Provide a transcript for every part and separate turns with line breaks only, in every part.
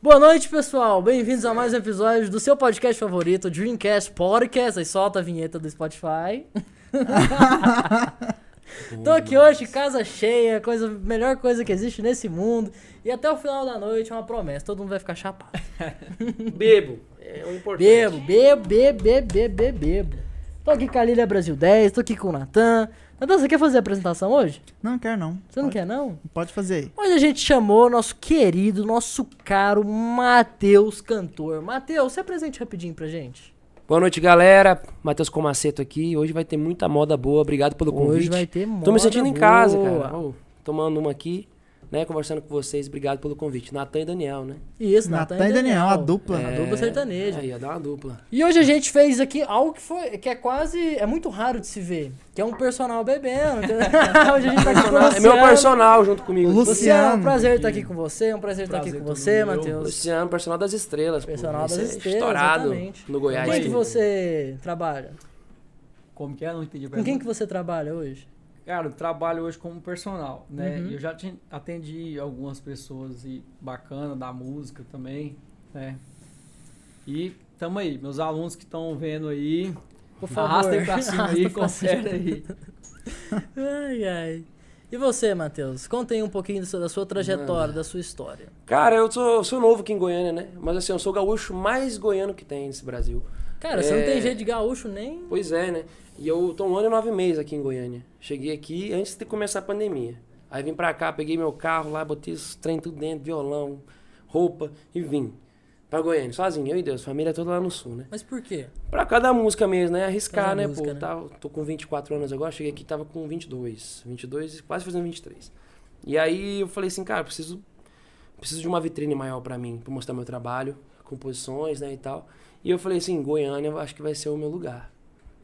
Boa noite, pessoal. Bem-vindos a mais um episódio do seu podcast favorito, Dreamcast Podcast. Aí solta a vinheta do Spotify. Tô aqui hoje, casa cheia, coisa melhor coisa que existe nesse mundo. E até o final da noite é uma promessa, todo mundo vai ficar chapado.
Bebo. É o importante.
Bebo, bebo, bebo, bebo, bebo, bebo. Tô aqui com a Lilia Brasil 10, tô aqui com o Natan. Natan, você quer fazer a apresentação hoje?
Não, quero não.
Você não
Pode-
quer, não?
Pode fazer aí.
Hoje a gente chamou nosso querido, nosso caro Matheus Cantor. Matheus, se apresente rapidinho pra gente.
Boa noite, galera. Matheus Comaceto aqui. Hoje vai ter muita moda boa. Obrigado pelo convite.
Hoje vai ter
Tô me
moda
sentindo em casa,
boa.
cara. Ô, tomando uma aqui, né? Conversando com vocês. Obrigado pelo convite. Natan e Daniel, né?
Isso,
Natan
Natan
e Daniel, a dupla.
A
É.
dupla sertaneja.
Aí, ia dar uma dupla.
E hoje a gente fez aqui algo que foi que é quase. É muito raro de se ver. Que é um personal bebendo. entendeu? hoje a gente tá aqui com o
É meu
Luciano.
personal junto comigo.
Luciano.
Luciano, é um prazer estar aqui com você. É um prazer estar aqui
Prazer
com
todo
você,
meu.
Matheus.
Luciano, personal das estrelas. pô.
Personal
Esse
das
é
estrelas,
Estourado
exatamente.
no
Com
Goiás.
quem que
né?
você trabalha?
Como que é? Não entendi a
Com quem
pergunta.
que você trabalha hoje?
Cara, eu trabalho hoje como personal, né?
Uhum.
Eu já te- atendi algumas pessoas e bacana da música também, né? E tamo aí, meus alunos que estão vendo aí,
Por favor.
arrastem pra cima aí,
Arrasta pra cima.
confere aí.
Ai, ai. E você, Matheus? Conta aí um pouquinho da sua, da sua trajetória, da sua história.
Cara, eu sou, sou novo aqui em Goiânia, né? Mas assim, eu sou o gaúcho mais goiano que tem nesse Brasil.
Cara, você não
É.
tem jeito de gaúcho nem.
Pois é, né? E eu tô um ano e nove meses aqui em Goiânia. Cheguei aqui antes de começar a pandemia. Aí vim pra cá, peguei meu carro lá, botei os trem tudo dentro, violão, roupa e vim. Pra Goiânia, sozinho, eu e Deus, família toda lá no sul, né?
Mas por quê?
Pra cá da música mesmo, né?
Cada
Arriscar, né,
música,
pô?
né?
Tá, tô com 24 anos agora, cheguei aqui tava com 22. 22 e quase fazendo 23. E aí eu falei assim, cara, preciso preciso de uma vitrine maior pra mim, pra mostrar meu trabalho, composições, né, e tal. E eu falei assim, Goiânia, eu acho que vai ser o meu lugar.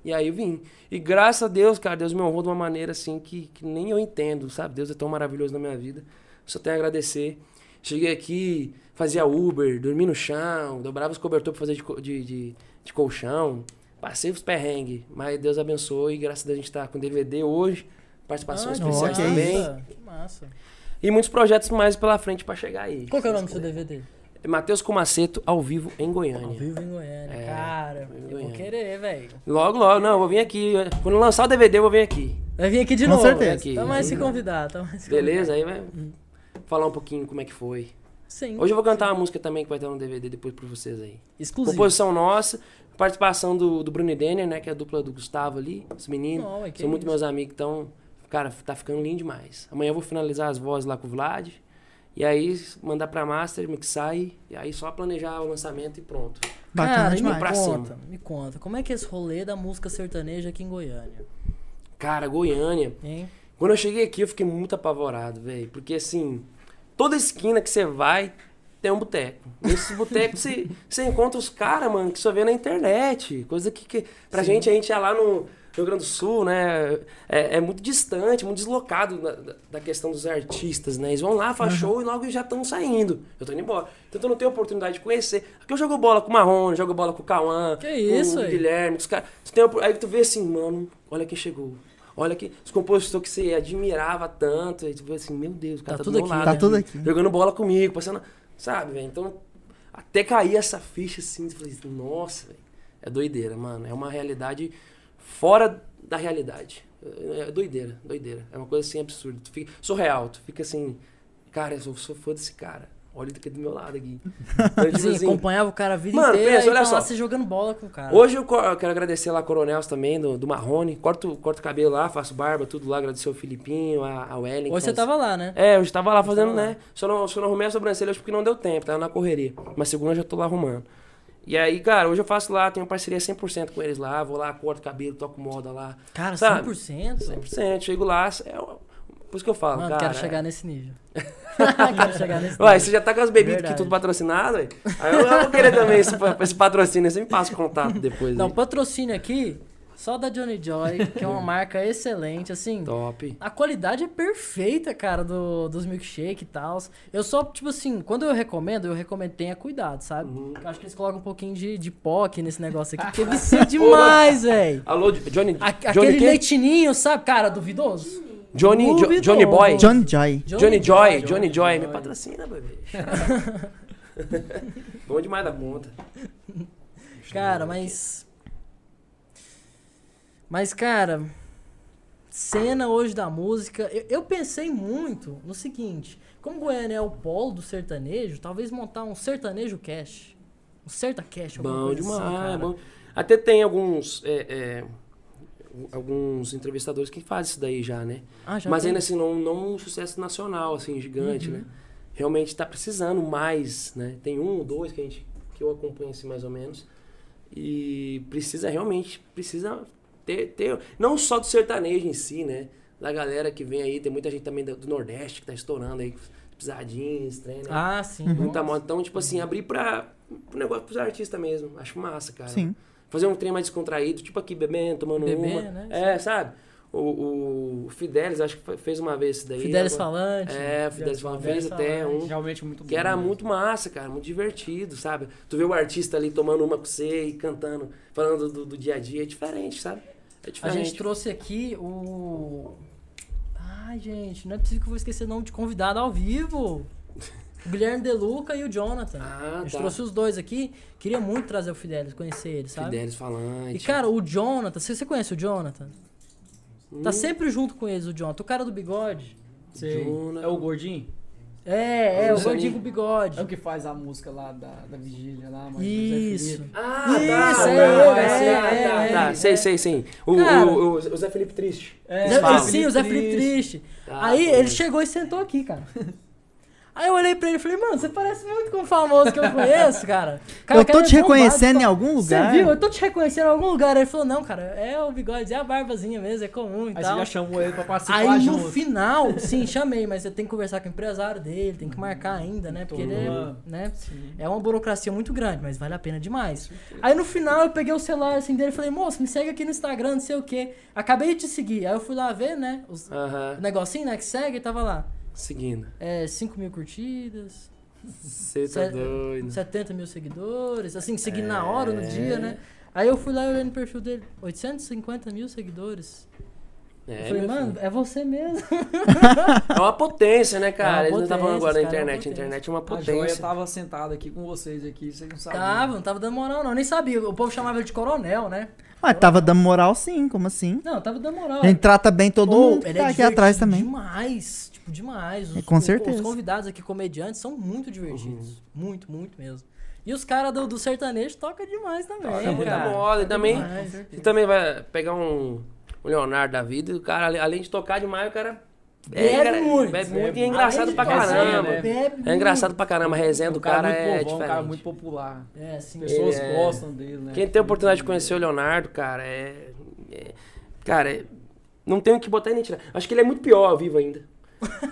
E aí eu vim. E graças a Deus, cara, Deus me honrou de uma maneira assim que, que nem eu entendo, sabe? Deus é tão maravilhoso na minha vida. Só tenho a agradecer. Cheguei aqui, fazia Uber, dormi no chão, dobrava os cobertores pra fazer de, co- de, de, de colchão. Passei os perrengues, mas Deus abençoe e graças a Deus a gente tá com DVD hoje, participação
Ah, que
especial
massa,
ok.
também.
Que massa.
E muitos projetos mais pela frente pra chegar aí.
Qual que é o
Se
nome do seu
Deus quiser.
DVD?
Matheus Comaceto ao vivo em Goiânia.
Ao vivo em Goiânia.
É,
Cara,
ao vivo em
eu vou
Goiânia.
querer, velho.
Logo, logo, não, eu vou vir aqui. Quando lançar o DVD, eu vou vir aqui.
Vai vir aqui de
Com
novo.
certeza.
Aqui.
Tá mais se convidar, tá mais se
Beleza? Aí vai falar um pouquinho como é que foi.
convidar. Sim.
Hoje eu vou cantar uma música também que vai um estar no DVD depois pra vocês aí.
Exclusivo.
Composição nossa, participação do, do Bruno e Denner, né? Que é a dupla do Gustavo ali, os meninos.
Não, é que
São muito
isso.
meus amigos, então, cara, tá ficando lindo demais. Amanhã eu vou finalizar as vozes lá com o Vlad. E aí, mandar pra Master, mixar e, e aí só planejar o lançamento e pronto.
Bacana
Cara, e me
demais.
pra
conta,
cima.
me conta. Como é que é esse rolê da música sertaneja aqui em Goiânia?
Cara, Goiânia.
Hein?
Quando eu cheguei aqui, eu fiquei muito apavorado, velho. Porque assim, toda esquina que você vai tem um boteco. Nesse boteco você, você encontra os caras, mano, que só vê na internet. Coisa que, que pra gente, a gente é lá no Rio Grande do Sul, né? É, é muito distante, muito deslocado da, da- da questão dos artistas, né? Eles vão lá, faz show e logo já estão saindo. Eu tô indo embora. Então eu não tenho oportunidade de conhecer. Aqui eu jogo bola com o Marrone, jogo bola com o Cauã.
Que isso,
com o
aí?
Guilherme, com os caras. Tu tem uma- Aí tu vê assim, mano, olha quem chegou. Olha que os compositores que você admirava tanto, aí tu vê assim, meu Deus, o cara
Tá
tá,
tudo
do meu
aqui,
lado,
tá
né?
tudo aqui.
Jogando bola comigo, passando, sabe, velho? Então, até cair essa ficha assim, eu falei, assim, nossa, velho, é doideira, mano. É uma realidade fora da realidade. É é doideira, doideira. É uma coisa assim absurda. Tu fica, surreal, tu fica assim, cara, eu sou, sou fã desse cara. Olha o que é do meu lado aqui. Então, tipo
Sim,
assim,
acompanhava o cara a vida
Mano,
inteira
pensa,
e
olha
tá lá
só.
se jogando bola com o cara.
Hoje eu co- eu quero agradecer lá Coronéis também, do, do Marrone. Corto, corto o cabelo lá, faço barba, tudo lá. Agradecer o Filipinho, a, a Wellington.
Hoje você tava lá, né?
É, eu já tava lá fazendo,
tava lá.
né? Só não, só não arrumei a sobrancelha hoje porque não deu tempo, tava na correria. Mas segunda eu já tô lá arrumando. E aí, cara, hoje eu faço lá, tenho parceria 100% com eles lá. Vou lá, corto o cabelo, toco moda lá.
Cara,
Sabe?
100%?
100%, chego lá. É, o- por isso que eu falo,
Mano,
cara.
quero
é-
chegar nesse nível. quero chegar nesse nível.
Ué, você já tá com as bebidas
Verdade.
aqui tudo patrocinado, ué? Aí eu, eu vou querer também esse, pa- esse patrocínio, você me passa o contato depois.
Não,
aí.
patrocínio aqui, só da Johnny Joy, que é uma marca excelente, assim.
Top.
A qualidade é perfeita, cara, do, dos milkshake e tal. Eu só, tipo assim, quando eu recomendo, eu recomendo tenha cuidado, sabe?
Uhum.
Eu acho que eles colocam um pouquinho de, de pó aqui nesse negócio aqui, porque vicia demais, velho.
Alô, Johnny.
Aquele
Johnny quem?
leitinho, sabe, cara, duvidoso.
Johnny, Jo-
Duvidoso.
Johnny Boy.
John Joy.
Johnny Joy, Johnny Joy, me patrocina, bebê. Bom demais da conta.
Cara, mas. Mas, cara. Cena hoje da música. Eu, eu pensei muito no seguinte: como Goiânia é o polo do sertanejo, talvez montar um sertanejo cash. Um serta cash. alguma
Bom
coisa assim,
demais.
cara.
bom. Até tem alguns. é, é, alguns entrevistadores que fazem isso daí já, né?
Ah, já Uhum.
Mas
tem?
ainda assim, não, não um sucesso nacional, assim, gigante, né? Realmente tá precisando mais, né? Tem um ou dois que a gente que eu acompanho assim mais ou menos. E precisa realmente, precisa ter, ter não só do sertanejo em si, né? Da galera que vem aí, tem muita gente também do, do Nordeste que tá estourando aí, pisadinhas, trem, né?
Ah, sim.
Muita
nossa.
moda. Então, tipo assim, abrir pra, pro negócio pros artistas mesmo. Acho massa, cara.
Sim.
Fazer um trem mais descontraído, tipo aqui, bebendo, tomando
Bebendo,
uma.
né?
É, sabe? O, o Fidelis, acho que fe- fez uma vez isso daí.
Fidelis
Agora-
Falante.
É, o Fidelis Falante fez
Fidelis
até
Falante.
um.
Realmente muito bom.
Que era
né?
muito massa, cara, muito divertido, sabe? Tu vê o artista ali tomando uma com você e cantando, falando do, do dia a dia, é diferente, sabe? É
A
diferente.
gente trouxe aqui o. Ai, gente, não é possível que eu vou esquecer o nome de convidado ao vivo. O Guilherme Deluca e o Jonathan.
Ah,
a gente
tá.
trouxe os dois aqui. Queria muito trazer o Fidelis, conhecer ele, sabe?
Fidelis
E,
Falante.
cara, o Jonathan, você você conhece o Jonathan?
Hum,
Tá sempre junto com eles, o Jonathan. O cara do bigode.
Sei.
Jonah.
É o gordinho?
É, é,
Os
o gordinho
aninhos.
com
É o
bigode.
que faz a música lá da, da vigília lá, mas
Isso.
Ah,
Isso, é,
tá, tá,
é,
tá,
é,
tá,
é,
tá,
é,
tá.
é.
Sei, sei, sei. O,
Cara.
o, o, o Zé Felipe Triste.
É,
Zé-
fala.
sim, o Zé Felipe Triste.
Tá,
Aí
tá.
ele chegou e sentou aqui, cara. Aí eu olhei pra ele e falei, mano, você parece muito com o famoso que eu conheço, cara. Cara,
eu
o cara
tô
é
te
bombado,
reconhecendo em
tá-
algum lugar.
Você viu? Eu tô te reconhecendo em algum lugar. Aí ele falou, não, cara, é o bigode, é a barbazinha mesmo, é comum e
Aí
tal.
você já chamou ele pra participar
Aí
é
no
junto.
final, sim, chamei, mas eu tenho que conversar com o empresário dele, tem que marcar ainda, né? Porque ele é,
Toma.
Uhum.
né?
Sim.
É uma burocracia muito grande, mas vale a pena demais. Aí no final eu peguei o celular assim dele e falei, moço, me segue aqui no Instagram, não sei o quê. Acabei de te seguir. Aí eu fui lá ver, né? os-
Aham,
o negocinho, né? Que segue e tava lá.
seguindo.
É, 5 mil curtidas,
Você tá
Cê-
doido.
70 mil seguidores, assim, segui na hora, no
É.
dia, né? Aí eu fui lá e olhei no perfil dele, 850 mil seguidores.
É,
eu falei,
meu
mano,
filho.
é você mesmo.
É uma potência, né, cara?
É
Eles
uma
não tá falando
potência,
agora da
cara, é uma
internet. A
potência. tá
internet é uma
A Joia
potência.
tava sentada aqui com vocês aqui, vocês não sabiam.
Tava, não tava dando moral, não. Nem sabia. O povo chamava ele de coronel, né?
Mas tava dando moral sim, como assim?
Não, tava dando moral.
A gente trata bem todo
Ou,
mundo que
ele
tá
é
aqui atrás
divertido
também.
Demais, tipo, demais. Os,
É, com
os- Os,
certeza.
convidados aqui, comediantes, são muito divertidos.
Uhum.
Muito, muito mesmo. E os caras do, do sertanejo tocam demais também.
É muita
cara.
moda. E também, É,
demais.
você também vai pegar um, um Leonardo da vida e o cara, ale- além de tocar demais, o cara.
Bebe
cara,
É muito.
bebe
Bebe.
muito e é engraçado
Além
pra
de tocar,
caramba.
né?
bebe
É
muito.
engraçado pra caramba. A resenha do
O cara,
cara,
muito povão,
é
um cara
diferente.
muito popular.
É, sim.
As pessoas
Ele é-
gostam dele, né?
Quem tem a oportunidade de conhecer o Leonardo, cara, é. é- cara, é- não tem o que botar e nem tirar. Acho que ele é muito pior ao vivo ainda.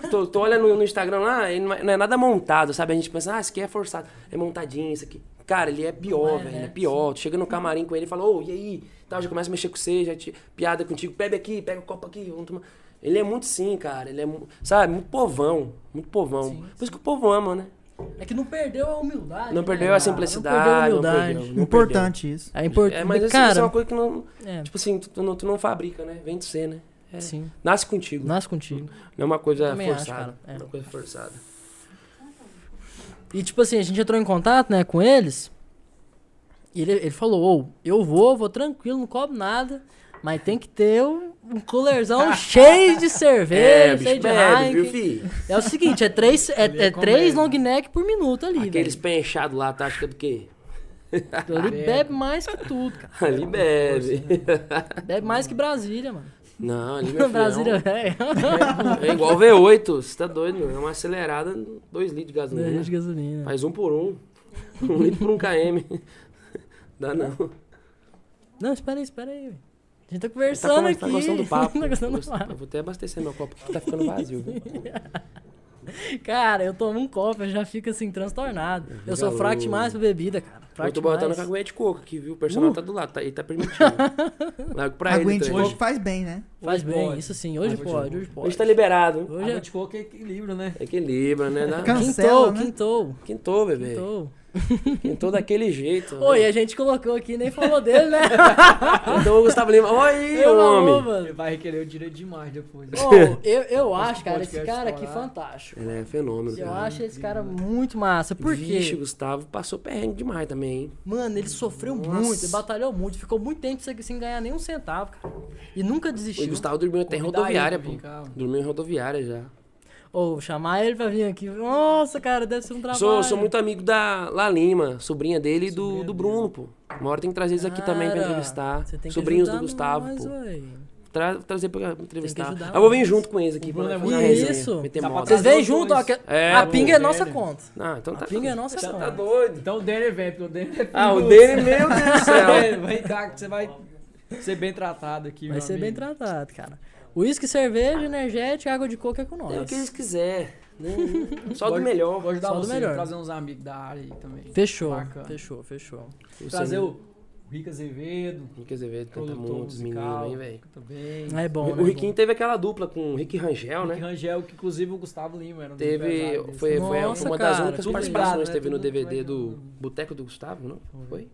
tô, tô olhando no, no Instagram lá, ele não é, não é nada montado, sabe? A gente pensa, ah, isso aqui é forçado, é montadinho, isso aqui. Cara, ele é pior,
Não é,
velho,
né?
ele é pior. Tu chega no camarim com ele e fala, ô, e aí? Tal, já começa a mexer com você, já te, piada contigo, bebe aqui, pega o copo aqui, vamos tomar. Ele é muito sim, cara, ele é, mu- sabe, muito povão, muito povão.
Sim,
Por isso que o povo ama, né?
É que não perdeu a humildade.
Não
né,
perdeu
cara?
a simplicidade,
Não perdeu a
não
humildade.
perdeu, não
Importante isso.
É importante.
É, mas isso-
cara,
isso é uma coisa que não...
é,
Tipo assim, tu, tu não, tu não fabrica, né? Vem de ser, né? É.
sim.
Nasce contigo.
Nasce contigo.
Não é uma coisa
Também acho,
forçada.
cara. É.
Não é uma coisa forçada.
E tipo assim, a gente entrou em contato, né, com eles. E ele, ele falou, ô, eu vou, vou tranquilo, não cobro nada. Mas tem que ter um, um coolerzão cheio de cerveja, cheio de Heineken.
É, viu, fi?
É o seguinte, é três, é,
Ali é
é três
comédia.
long neck por minuto ali,
Aqueles
velho.
pé inchado lá, a tática é do quê?
Ele bebe mais que tudo, cara.
Ali bebe.
Bebe mais que Brasília, mano.
Não, ali meu filho,
Brasília, velho.
É, um- é igual V8, você tá doido, meu. É uma acelerada, 2 litros de
Dois de
gasolina.
gasolina.
Faz um por um. Um litro por um KM. Dá não.
Não, espera aí, espera aí. velho. A gente tá
Tá,
conversando
com,
aqui.
tá gostando do papo.
Tá gostando do
Gost-
papo.
Eu vou até abastecer meu copo, que tá ficando vazio. viu?
Cara, eu tomo um copo, eu já fico assim, transtornado. Eu sou
Garoto.
fraco demais pra bebida, cara. Fraco
Eu tô botando
demais.
cagué de coco aqui, viu? O personal tá do lado, tá, ele tá permitindo. Largo pra ele.
Aguente
tá?
hoje faz bem, né?
Faz
Hoje
bem,
pode.
isso sim. Hoje
Hoje
pode,
pode.
hoje pode.
Hoje tá liberado. hein?
Hoje é...
Hoje é equilíbrio, né?
Equilibra, né? Dá...
Can-
Quintou,
Cancela, né?
quintou,
Quintou, bebê.
quintou.
Pintou daquele jeito.
Oi,
né?
a gente colocou aqui, nem falou dele, né?
Então o Gustavo Lima, oi,
Eu amo,
homem.
mano.
Ele vai requerer o direito demais depois. né?
Ô, eu, eu acho, cara, esse
podcast
cara aqui
estourar.
fantástico.
Ele tá é fenômeno,
Eu
cara.
acho esse cara muito massa. Por
Vixe,
quê?
Gustavo passou perrengue demais também, hein?
Mano, ele sofreu
Nossa.
muito, ele batalhou muito, ficou muito tempo sem, sem ganhar nem um centavo, cara. E nunca
O
desistiu.
Gustavo dormiu até em
Convidar
rodoviária,
ele pra
pô.
vir cá, mano.
Dormiu em rodoviária já.
Ou chamar ele pra vir aqui. Nossa, cara, deve ser um trabalho.
Sou, sou muito amigo da La Lima, sobrinha dele e do,
Sobrinha
do
dele.
Bruno, pô. Uma hora tem que trazer eles aqui também pra
Cara,
entrevistar.
você tem que
Sobrinhos do
ajudar
Gustavo,
nós,
pô.
véi.
Tra- trazer pra entrevistar.
ajudar
Eu vou vir
nós.
junto com eles aqui.
O Bruno
pra
é
fazer
muito
uma resenha,
Isso.
meter
Dá pra
mola.
Vocês
trazer
vêm
os
junto,
dois.
ó, que-
É,
a
pô,
pinga é nossa
velho.
conta.
Ah, então tá.
A pinga é nossa
Você tá
conta.
doido.
Então o Denner vem, porque o Denner é
Ah, o
perigoso.
dele, meu Deus do céu.
É, Vem cá que você vai ser bem tratado aqui,
Vai
meu
ser
amigo.
bem tratado, cara. Uísque, cerveja, energético, água de coco é com nós.
É o que eles quiserem. né? Só do
Pode-
melhor.
Vou ajudar
Só do
você,
melhor.
vou trazer uns amigos da área aí também.
Fechou,
Bacana.
fechou, fechou.
Trazer o o Rica Azevedo,
Não quer dizer, canta
produtor
muito, os meninos
musical,
aí, velho.
também.
É bom, né?
O Riquinho teve aquela dupla com o Rick Rangel,
Rick
né?
Rangel, que inclusive o Gustavo Lima era um dos
Teve.
empresários desse.
Foi, foi a-
Nossa,
uma das
cara,
únicas
tudo
participações
ligado,
que
né?
teve no
Tudo
DVD do
ligado.
Boteco do Gustavo, não? Foi?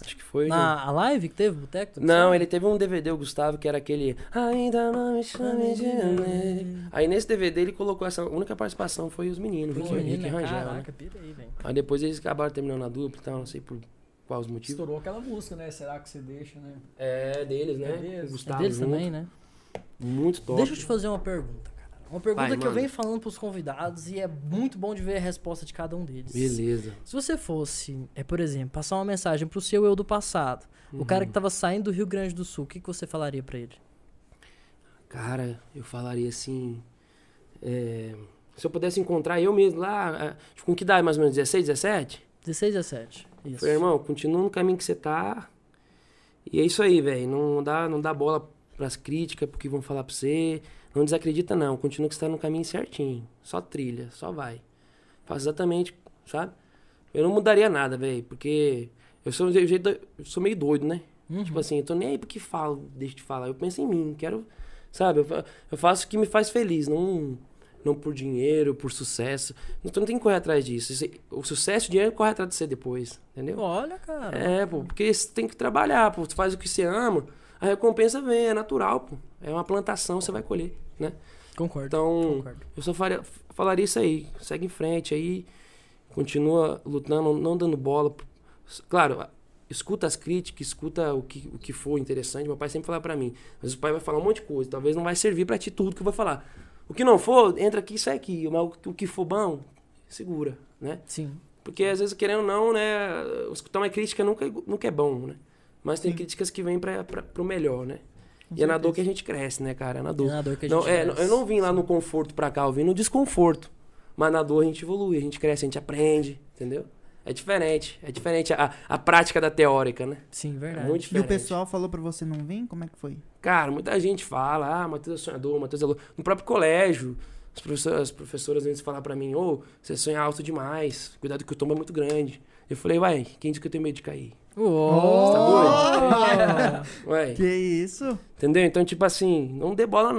Acho que foi. né?
Na a live que teve, Boteco? tudo
Não,
certo?
ele teve um DVD, o Gustavo, que era aquele. Ainda não tá me né? chame de amor. Aí nesse DVD ele colocou essa. A única participação foi os meninos,
Pô,
Rick,
menino,
Rick
né?
Rangel, né?
Caraca, pira aí, velho.
Aí depois eles acabaram terminando a dupla e tal, não sei por quais motivos.
Estourou aquela música, né? Será que você deixa, né?
É deles, né?
É deles.
O
É
Gustavo
deles
junto.
também, né?
Muito top.
Deixa eu te fazer uma pergunta, cara. Uma pergunta
Vai,
que eu
manda.
é um é,
assim, é, tipo, tá é tá um né? Tipo assim, Então, É, é então, um né, é né? é É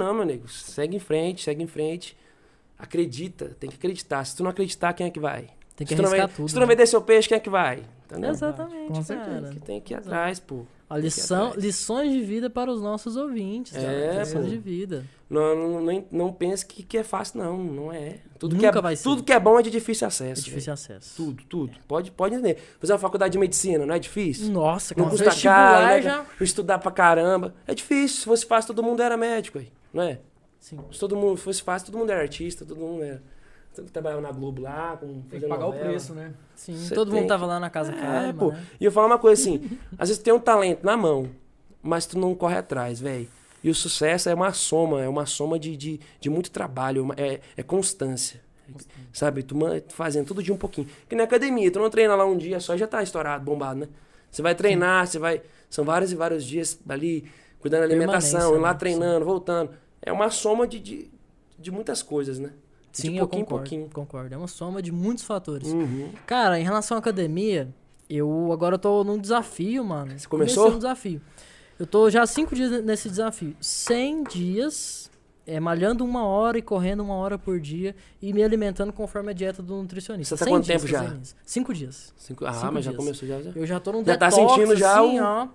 né? É Hum, tá né? né? É um é,
Tá né?
é
né? "Ah, é é Ah. Então, tipo assim, é né? é é né, É Ah, É, assim, um é é, um tá né? É né? Uhum.
malhando uma hora e correndo uma hora por dia e me alimentando conforme a dieta do nutricionista.
Você tá
100
quanto
dias
tempo já?
fazendo isso. Cinco dias.
Cinco- ah,
Cinco
mas já
dias.
começou já. já.
Eu já tô num
Já tá
detox,
sentindo já
assim,
um-
ó.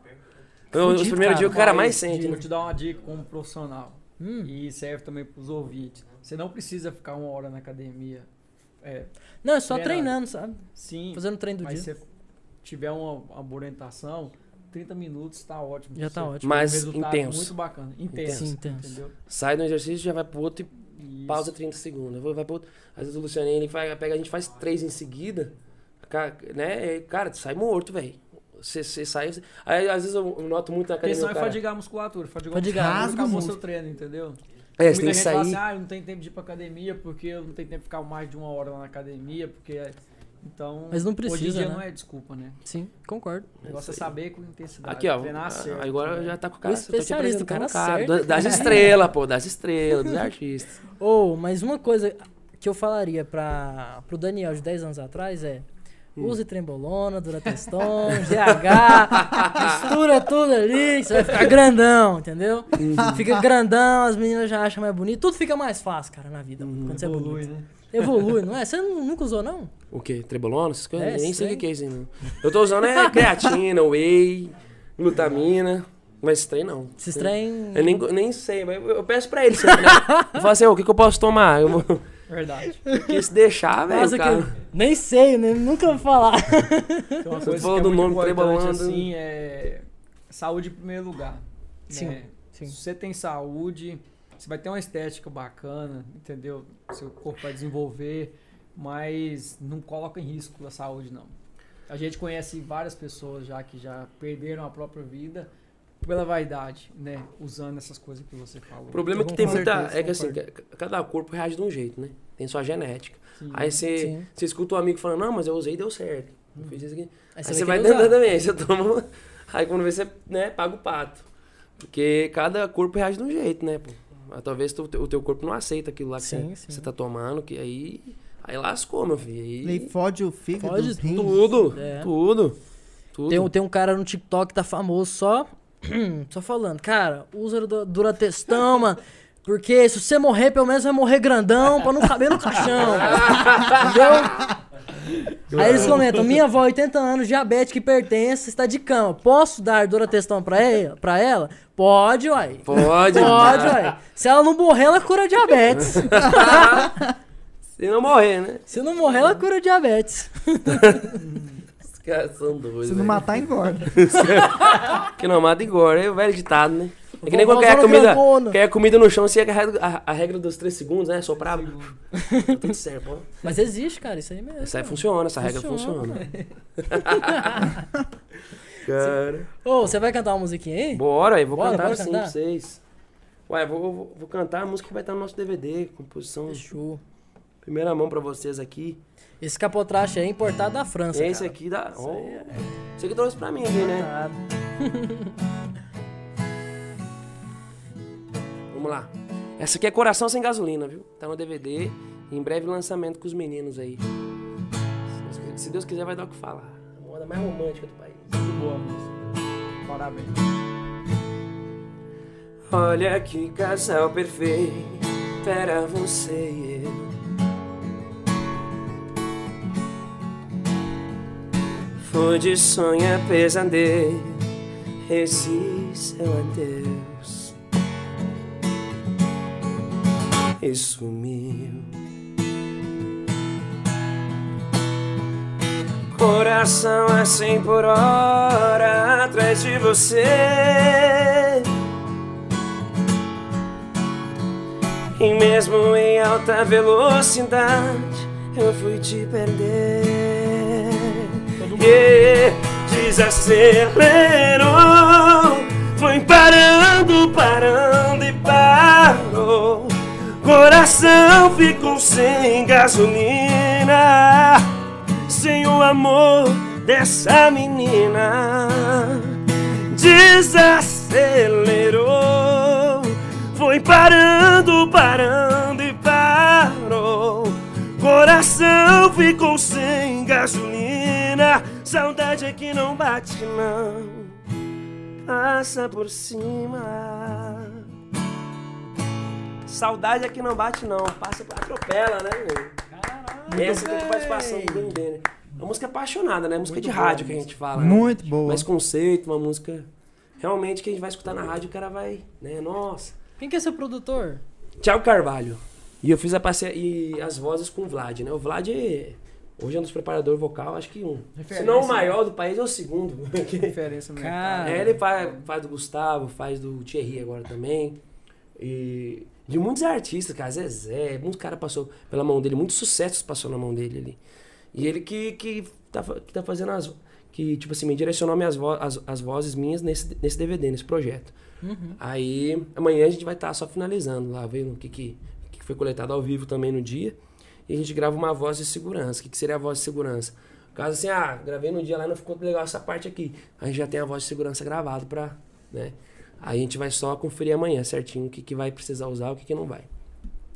Eu- os
fudido,
primeiros
cara,
dias o cara mais
Mas,
sente.
Vou
né?
te dar uma dica como profissional.
Hum.
E serve também pros ouvintes. Você não precisa ficar uma hora na academia. É,
Não, é só
Treinar.
treinando, sabe?
sim,
Fazendo treino do
mas
dia.
se você tiver uma, uma boa orientação, 30 minutos tá ótimo.
Já tá
Você-
ótimo.
um
Mas
resultado
intenso.
Muito bacana.
Intenso.
Intenso.
Sim, intenso.
Entendeu?
Sai do exercício, já vai pro outro e
Isso.
pausa 30 segundos. Vai- Vai pro outro. Às vezes o Lucianinho, ele vai- pega, a gente faz três em seguida, ca- né? E, Cara, tu sai morto, velho. Você você sai... você- Aí, às vezes, eu eu noto muito na
A
academia,
questão é
o cara...
fadigar a musculatura. Fadigar,
Fadigar.
a musculatura. Acabou
Rasga o
seu treino, entendeu?
É,
Muita
você tem que
gente fala
sair...
assim, ah, eu não tenho tempo de ir pra academia porque eu não tenho tempo de ficar mais de uma hora lá na academia, porque... é- Então,
Mas não
hoje em
precisa,
dia
né?
não é desculpa, né?
Sim, concordo.
O negócio é
Isso aí.
saber com intensidade.
Aqui, ó. ah,
Treinar certo,
Agora
né?
já tá com o cara.
O especialista, o cara certo,
Das, das estrelas, pô. Das estrelas, dos artistas.
Ou, mas uma coisa que eu falaria pra, pro Daniel de 10 anos atrás é.
Hum.
Use trembolona, durateston, GH, mistura tudo ali, que você vai ficar grandão, entendeu? Fica grandão, as meninas já acham mais bonito, tudo fica mais fácil, cara, na vida,
Uhum.
quando você é
Evolui,
bonito.
né?
Evolui, não é? Você nu- nunca usou, não?
O quê? Trebolona? Essas coisas?
É,
Nem sei
estranho.
o que que é isso aí, não. Eu tô usando é creatina, whey, glutamina. Mas esse trem não.
Esses trem...
Eu nem, nem sei, mas eu, eu peço pra ele sempre, né? Eu falo assim, ô, o que, que eu posso tomar? Eu, vou-
É Verdade.
porque se deixar, velho,
Nossa,
o
que
cara...
eu nem sei, né? nunca vou falar.
Então, uma
Você
coisa
falou
que é
do
muito
nome,
importante,
Trebolando.
assim, é saúde em primeiro lugar.
Sim,
né?
sim.
Se você tem saúde, você vai ter uma estética bacana, entendeu? Seu corpo vai desenvolver, mas não coloca em risco a saúde, não. A gente conhece várias pessoas já que já perderam a própria vida pela vaidade, né? Usando essas coisas que você falou.
O problema é que tem
Com
muita...
certeza,
É que assim,
concordo.
ca- cada corpo reage de um jeito, né? Tem sua genética.
Sim.
Aí você
Uhum, Sim.
você escuta um amigo falando, não, mas eu usei e deu certo. Eu fiz isso aqui. Aí você vai
querer usar.
dando também, aí você toma. uma- Aí quando vê, você né, paga o pato. Porque cada corpo reage de um jeito, né? Pô? Mas Talvez tu- o teu corpo não aceita aquilo lá que
Sim,
você,
sim.
você tá tomando, que aí. Aí lascou, meu filho.
Ele
Aí,
fode o fígado,
Fode
os rins.
tudo,
É.
tudo. Tudo.
Tem, um- tem um cara no TikTok que tá famoso só. só falando, cara, usa du- duratestão, mano. Porque se você morrer, pelo menos vai morrer grandão pra não caber no caixão. entendeu? Aí eles comentam, minha avó, 80 anos, diabética, hipertensa, está de cama. Posso dar duratestão pra ela? Pra ela? Pode, uai.
Pode,
Pode,
mano.
uai. Se ela não morrer, ela cura diabetes.
Se não morrer, né?
Se não morrer, ela cura diabetes.
Os caras são doidos.
Se não
velho.
matar, engorda.
Que não mata engorda, é o velho ditado, né? É que nem
Vovó
quando quer
Zona
comida,
Grandona.
quer comida no chão, você é a regra, a- a regra dos três segundos, né? Soprar. Tá tudo certo, pô.
Mas existe, cara, isso aí mesmo.
Essa aí funciona, essa regra funciona. Cara.
Ô, você vai cantar uma musiquinha aí?
Bora, eu vou
Bora,
cantar
bora
assim
cantar?
pra vocês. Ué, vou, vou, vou cantar a música que vai estar no nosso DVD, composição
Fechou.
primeira mão pra vocês aqui.
Esse capotraste aí é importado da França,
é esse
cara.
aqui da.
Isso aí é-
Oh, Você que trouxe pra mim aqui, né?
Importado.
Vamos lá. Essa aqui é Coração Sem Gasolina, viu? Tá no DVD. Em breve lançamento com os meninos aí. Se Deus- Se Deus quiser, vai dar o que falar. A moda mais romântica do país.
Muito boa mesmo. Parabéns.
Olha que casal perfeito era você e eu. Foi de sonho a pesadelo esse seu adeus e sumiu. Coração assim por hora atrás de você. E mesmo em alta velocidade eu fui te perder. Yeah. Desacelerou, foi parando, parando e parou. Coração ficou sem gasolina, sem o amor dessa menina desacelerou. Foi parando, parando e parou. Coração ficou sem gasolina. Saudade é que não bate, não. Passa por cima. Saudade aqui não bate, não. Passa, atropela, né, meu?
Caralho.
Essa tem
velho.
participação do Dendê, né? É uma música apaixonada, né? Música
Muito
de
boa
rádio
a
que a
música.
gente fala. né?
Muito boa.
Mais conceito, uma música realmente que a gente vai escutar na rádio, o cara vai, né? Nossa.
Quem que é seu produtor?
Tiago Carvalho. E eu fiz a parce... e as vozes com o Vlad, né? O Vlad é... hoje é um dos preparadores vocal, acho que um.
Referência,
Se não o
né?
maior do país, é o segundo.
Diferença no mercado.
É, ele faz, faz do Gustavo, faz do Thierry agora também. E de muitos artistas, cara, Zezé, muitos caras passou pela mão dele, muitos sucessos passou na mão dele ali. E ele que, que, tá, fa- que tá fazendo as. Que, tipo assim, me direcionou minhas vo- as, as vozes minhas nesse, nesse DVD, nesse projeto. Aí amanhã a gente vai estar só finalizando lá, vendo o que, que, o que foi coletado ao vivo também no dia. E a gente grava uma voz de segurança. O que, que seria a voz de segurança? Caso assim, ah, gravei no dia lá e não ficou legal essa parte aqui. A gente já tem a voz de segurança gravada pra. né? Aí a gente vai só conferir amanhã certinho o que, que vai precisar usar o que, que não vai.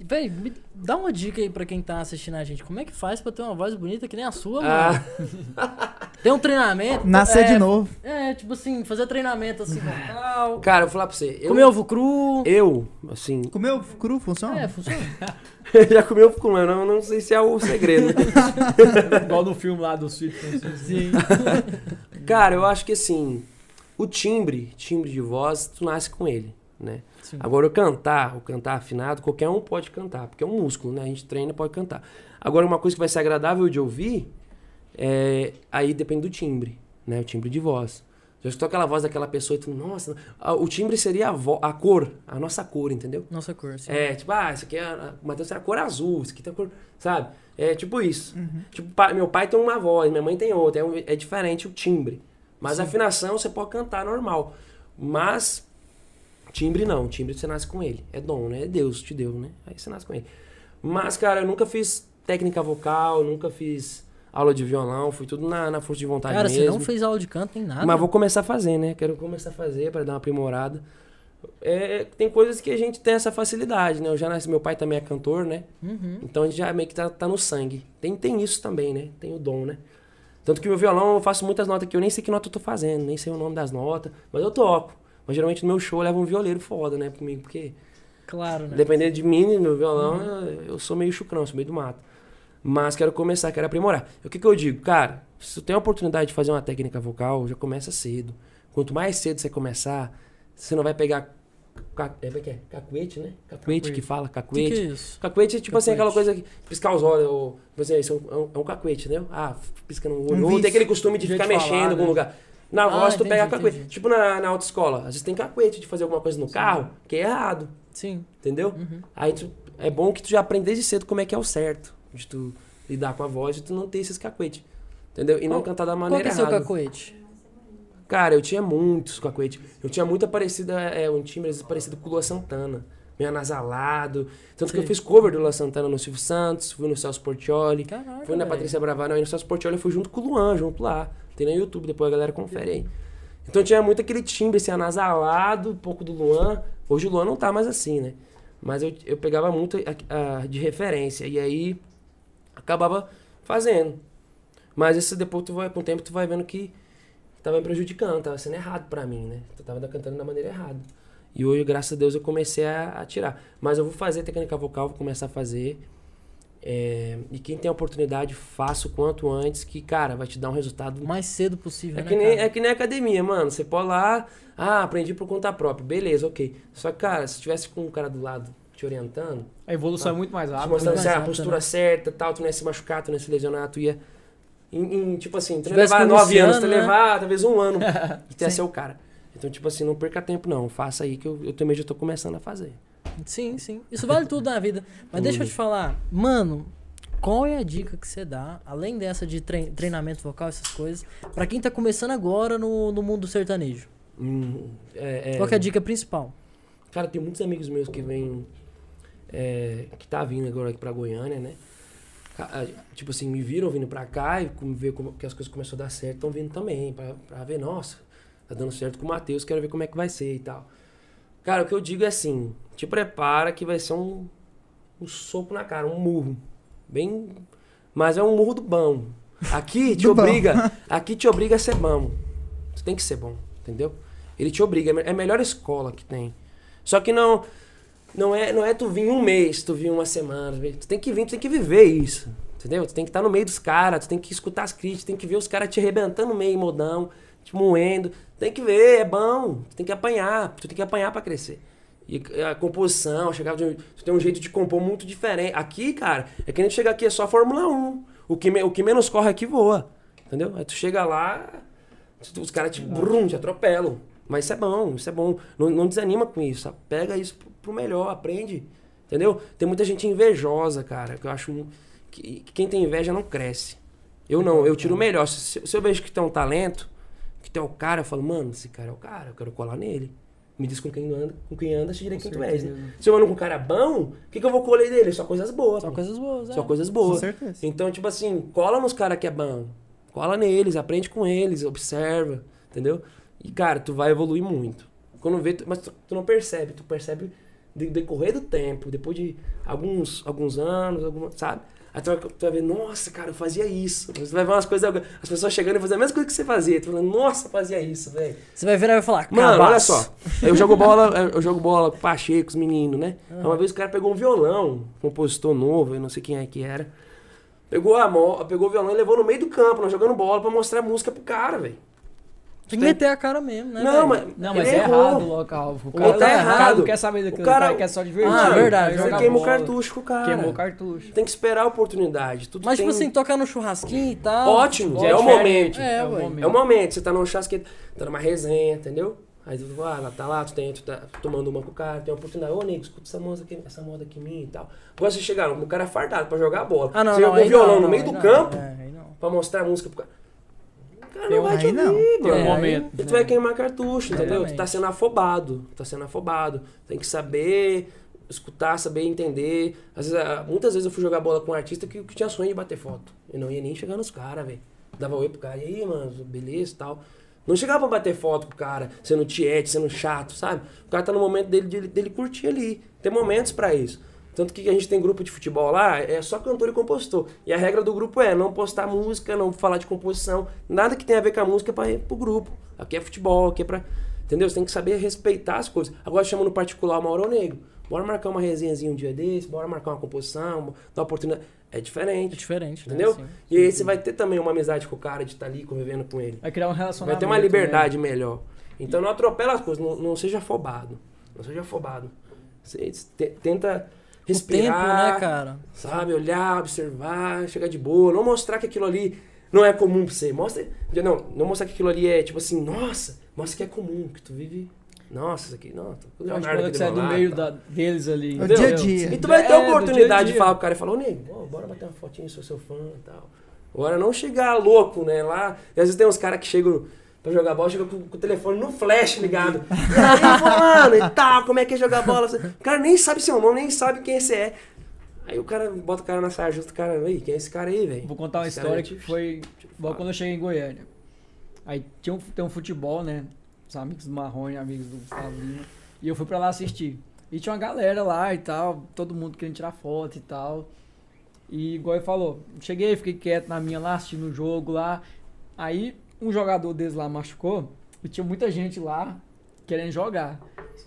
Véi, me dá uma dica aí pra quem tá assistindo a gente. Como é que faz pra ter uma voz bonita que nem a sua, mano?
Ah,
Tem um treinamento?
Nascer
é,
de novo.
É, tipo assim, fazer treinamento assim, vocal.
cara, eu vou falar pra você. Ah, Eu,
Comer ovo cru.
eu assim,
Comeu cru, funciona?
É, funciona.
já comi ovo com mano, eu não sei se é o segredo.
É Igual no filme lá do Sweet
Sim.
Cara, eu acho que assim, o timbre, timbre de voz, tu nasce com ele, né?
Sim.
Agora, o cantar, o cantar afinado, qualquer um pode cantar, porque é um músculo, né? A gente treina e pode cantar. Agora, uma coisa que vai ser agradável de ouvir, é, aí depende do timbre, né? O timbre de voz. Já escutou aquela voz daquela pessoa e tu, nossa, ah, o timbre seria a, vo- a cor, a nossa cor, entendeu?
Nossa cor, assim. sim.
É, tipo, ah, isso aqui é. a- O Matheus tem a cor azul, isso aqui tem a cor. Sabe? É tipo isso.
Uhum.
Tipo, pa- meu pai tem uma voz, minha mãe tem outra. É, um- é diferente o timbre. Mas a afinação você pode cantar normal. Mas. Timbre não, timbre você nasce com ele. É dom, né? É Deus te deu, né? Aí você nasce com ele. Mas, cara, eu nunca fiz técnica vocal, nunca fiz aula de violão, fui tudo na, na força de vontade
Cara,
tá mesmo.
você Ah, não fez aula de canto nem nada.
Mas vou começar a fazer, né? Quero começar a fazer para dar uma aprimorada. É, tem coisas que a gente tem essa facilidade, né? Eu já nasci, meu pai também é cantor, né?
Uhum.
Então a gente já meio que tá, tá no sangue. Tem, tem isso também, né? Tem o dom, né? Tanto que meu violão eu faço muitas notas que eu nem sei que nota eu tô fazendo, nem sei o nome das notas, mas eu toco. Mas geralmente no meu show leva um violeiro foda, né? Comigo, porque
Claro, né?
Dependendo de mim, meu violão, eu- eu sou meio chucrão, sou meio do mato. Mas quero começar, quero aprimorar. O que, que eu digo? Cara, se tu tem a oportunidade de fazer uma técnica vocal, já começa cedo. Quanto mais cedo você começar, você não vai pegar. ca- É, como é que é? Cacuete, né? Cacuete que fala,
O que, que é
cacuete.
isso?
Cacuete é tipo assim,
Cacuete.
aquela coisa que piscar os olhos. Ou, você, isso é um- é um, é um cacuete, né? Ah, f- pisca no olho.
Um
ou
vício.
tem aquele costume de
Jeito
ficar
de
mexendo
falar,
em algum
né?
lugar. Na
Ah,
voz, tu
entendi,
pega cacuete.
entendi.
Tipo na, na autoescola, às vezes tem cacuete de fazer alguma coisa no carro, que é errado.
Sim.
Entendeu?
Uhum.
Aí tu- é bom que tu já aprende desde cedo como é que é o certo de tu lidar com a voz e tu não ter esses cacuete. Entendeu? E não
Qual-
cantar da
Qual
maneira
que é seu
errada.
cacoete?
Cara, eu tinha muitos cacuete. Eu tinha muito parecida, é, um timbre às vezes, parecido com o Lua Santana. Meio anasalado. Tanto que eu
Sim.
fiz cover do Lua Santana no Silvio Santos, fui no Celso Portioli,
Caraca,
fui na
velho.
Patrícia Bravara, não, e no Celso Portioli eu fui junto com o Luan, junto lá. Tem no YouTube, depois a galera confere aí. Então tinha muito aquele timbre, assim, anasalado, um pouco do Luan. Hoje o Luan não tá mais assim, né? Mas eu, eu pegava muito a- a- de referência. E aí acabava fazendo. Mas isso depois tu vai, com o tempo, tu vai vendo que tava me prejudicando, tava sendo errado pra mim, né? Eu tava cantando da maneira errada. E hoje, graças a Deus, eu comecei a, a tirar. Mas eu vou fazer técnica vocal, vou começar a fazer. É, e quem tem a oportunidade, faça o quanto antes, que, cara, vai te dar um resultado
O mais cedo possível,
é
né,
que, nem,
cara?
é que nem academia, mano. Você pode lá, ah, aprendi por conta própria. Beleza, ok. Só que, cara, se tivesse com um cara do lado te orientando,
A evolução é muito mais
te
rápida.
mostrando
mais
assim, ah, a
rápido,
postura
Tá, né?
certa tal, tu não ia se machucar, tu não ia se lesionar, tu ia. em- em, tipo assim, tu ia
Tivesse
levar
com o
nove anos, tu
Luciano,
ia
né?
levar talvez um ano e tu ia ser o cara. Então, tipo assim, não perca tempo, não. Faça aí que eu, eu também já tô começando a fazer.
Sim, sim. Isso vale tudo na vida. Mas deixa eu te falar, mano, qual é a dica que você dá, além dessa de trein- treinamento vocal, essas coisas, pra quem tá começando agora no, no mundo do sertanejo?
Hum, é- é-
Qual que é a dica principal?
Cara, tem muitos amigos meus que vêm. é, que tá vindo agora aqui pra Goiânia, né? Ca- a- Tipo assim, me viram vindo pra cá e como- ver como que as coisas começaram a dar certo, estão vindo também, pra, pra ver, nossa, tá dando certo com o Matheus, quero ver como é que vai ser e tal. Cara, o que eu digo é assim, te prepara que vai ser um, um soco na cara, um murro. Bem. Mas é um murro do bom. Aqui te
Do bom.
obriga. Aqui te obriga a ser bom. Tu é tem que ser bom, entendeu? Ele te obriga. É a melhor escola que tem. Só que não. Não é, não é tu vir um mês, tu vir uma semana. Tu tem que vir, tu tem que viver isso. Entendeu? Tu tem que estar no meio dos caras, tu tem que escutar as críticas, tem que ver os caras te arrebentando no meio, modão, te moendo. Tem que ver, é bom. Tu tem que apanhar, tu tem que apanhar pra crescer. E a composição, eu chegava de um, tu tem um jeito de compor muito diferente. Aqui, cara, é que a gente chega aqui, é só Fórmula 1. O que, me- o que menos corre aqui voa. Entendeu? Aí tu chega lá, tu- os caras te, brum, te atropelam. Mas isso é bom, isso é bom. Não, não desanima com isso. sabe? Pega isso pro- pro melhor, aprende. Entendeu? Tem muita gente invejosa, cara, que eu acho mu- que, que quem tem inveja não cresce. Eu não, eu tiro o melhor. Se, se eu vejo que tem um talento, que tem o cara, eu falo, mano, esse cara é o cara, eu quero colar nele. Me diz com quem anda, com quem anda, te direi
Com
quem tu és. né?
certeza.
Se eu ando com um cara bom, o que, que eu vou colher dele? Só coisas boas.
Só
pô.
coisas boas, é.
Só coisas
Com
boas.
certeza.
Então, tipo assim, cola nos caras que é bom. Cola neles, aprende com eles, observa, entendeu? E, cara, tu vai evoluir muito. Quando vê, tu- mas tu, tu não percebe, tu percebe de decorrer do tempo, depois de alguns, alguns anos, alguma, sabe? Aí tu vai, tu vai ver, nossa, cara, eu fazia isso. Você vai ver umas coisas, as pessoas chegando e fazendo a mesma coisa que você fazia. Tu fala, nossa, eu fazia isso, velho.
Você vai virar e vai falar,
Mano,
cabaço.
olha só. Eu jogo bola, eu jogo bola com o Pacheco, os meninos, né?
Ah.
Aí Uma vez o cara pegou um violão, compositor novo, eu não sei quem é que era. Pegou a mão, pegou o violão e levou no meio do campo, nós jogando bola pra mostrar a música pro cara, velho.
Tem que meter a cara mesmo, né?
Não,
velho?
mas
Não, mas
ele
é
errou.
errado o local. O cara,
cara tá
o cara
errado.
não quer saber daquilo.
O
O
cara- é
cara, quer só divertir.
Ah,
quer
verdade,
é jogar
Você queima o
bola.
cartucho É com o cara.
Queimou o cartucho.
Tem que esperar a oportunidade. Tudo
Mas,
tem...
tipo assim, tocar no churrasquinho e tal.
Ótimo,
Ótimo.
é o momento.
É, ué.
É o momento, você tá num chasquete, tá numa resenha, entendeu? Aí tu vai, ela tá lá, tu, tem, tu tá tomando uma com o cara, tem uma oportunidade, ô nego, escuta essa moda aqui, essa moda aqui minha e tal. Agora você chegar, o cara é fardado pra jogar bola.
Ah, não,
você
não,
joga
aí
um violão
não,
no
não,
meio
aí
do
não,
campo
É, aí não.
pra mostrar a música pro cara. O cara
Tem
não
um-
vai te
aí não.
ouvir,
Tem um
É,
mano.
momento.
E tu vai queimar cartucho, entendeu? Tu tá
Exatamente.
sendo afobado, tá sendo afobado. Tem que saber escutar, saber entender. Às vezes, ah, muitas vezes eu fui jogar bola com um artista que, que tinha sonho de bater foto. Eu não ia nem chegar nos caras, velho. Dava oi pro cara, e aí, mano, beleza e tal. Não chegava pra bater foto com o cara, sendo tiete, sendo chato, sabe? O cara tá no momento dele, dele, dele curtir ali. Tem momentos pra isso. Tanto que a gente tem grupo de futebol lá, é só cantor e compositor. E a regra do grupo é não postar música, não falar de composição, nada que tenha a ver com a música para pro grupo. Aqui é futebol, aqui é pra. Entendeu? Você tem que saber respeitar as coisas. Agora chama no particular o Mauro Negro. Bora marcar uma resenhazinha um dia desse, bora marcar uma composição, dar uma oportunidade. É
É
diferente,
diferente, né?
entendeu?
assim.
E aí você vai ter também uma amizade com o cara de estar ali convivendo com ele.
Vai criar um
Vai
relacionamento.
ter uma liberdade melhor. Então não atropela as coisas, não, não seja afobado. Não seja afobado. Você te-
né,
tenta
O tempo,
respirar,
né, cara?
sabe? Olhar, observar, chegar de boa. Não mostrar que aquilo ali não é comum pra você. Mostra, não, não mostrar que aquilo ali é tipo assim, nossa, mostra que é comum, que tu vive. Nossa, isso aqui, não, tô com o
Né? Pode
Leonardo
falar
aqui
que você é do
lado,
meio
tá.
da- deles ali.
É O
entendeu?
dia a dia.
E tu vai ter a
É, do dia a
oportunidade de
dia.
falar pro cara e falar, ô nego, ó, bora bater uma fotinha, sou seu fã e tal. Agora não chegar louco, né? Lá. E às vezes tem uns caras que chegam pra jogar bola, chegam com, com o telefone no flash
Uhum.
ligado. E aí, fulano, e tal, como é que é jogar bola? O cara nem sabe seu nome, nem sabe quem você é. Aí o cara bota o cara na saia justa, o cara, ei, quem é esse cara aí, velho?
Vou contar uma
Esse
história
cara é tipo
que
de-
foi
de-
logo quando eu cheguei em Goiânia. Aí tinha um, tem um futebol, né? Os amigos do Marrone, amigos do Fabinho. E eu fui pra lá assistir. E tinha uma galera lá e tal, todo mundo querendo tirar foto e tal. E igual ele falou, cheguei, fiquei quieto na minha lá, assistindo o jogo lá. Aí um jogador deles lá machucou e tinha muita gente lá querendo jogar.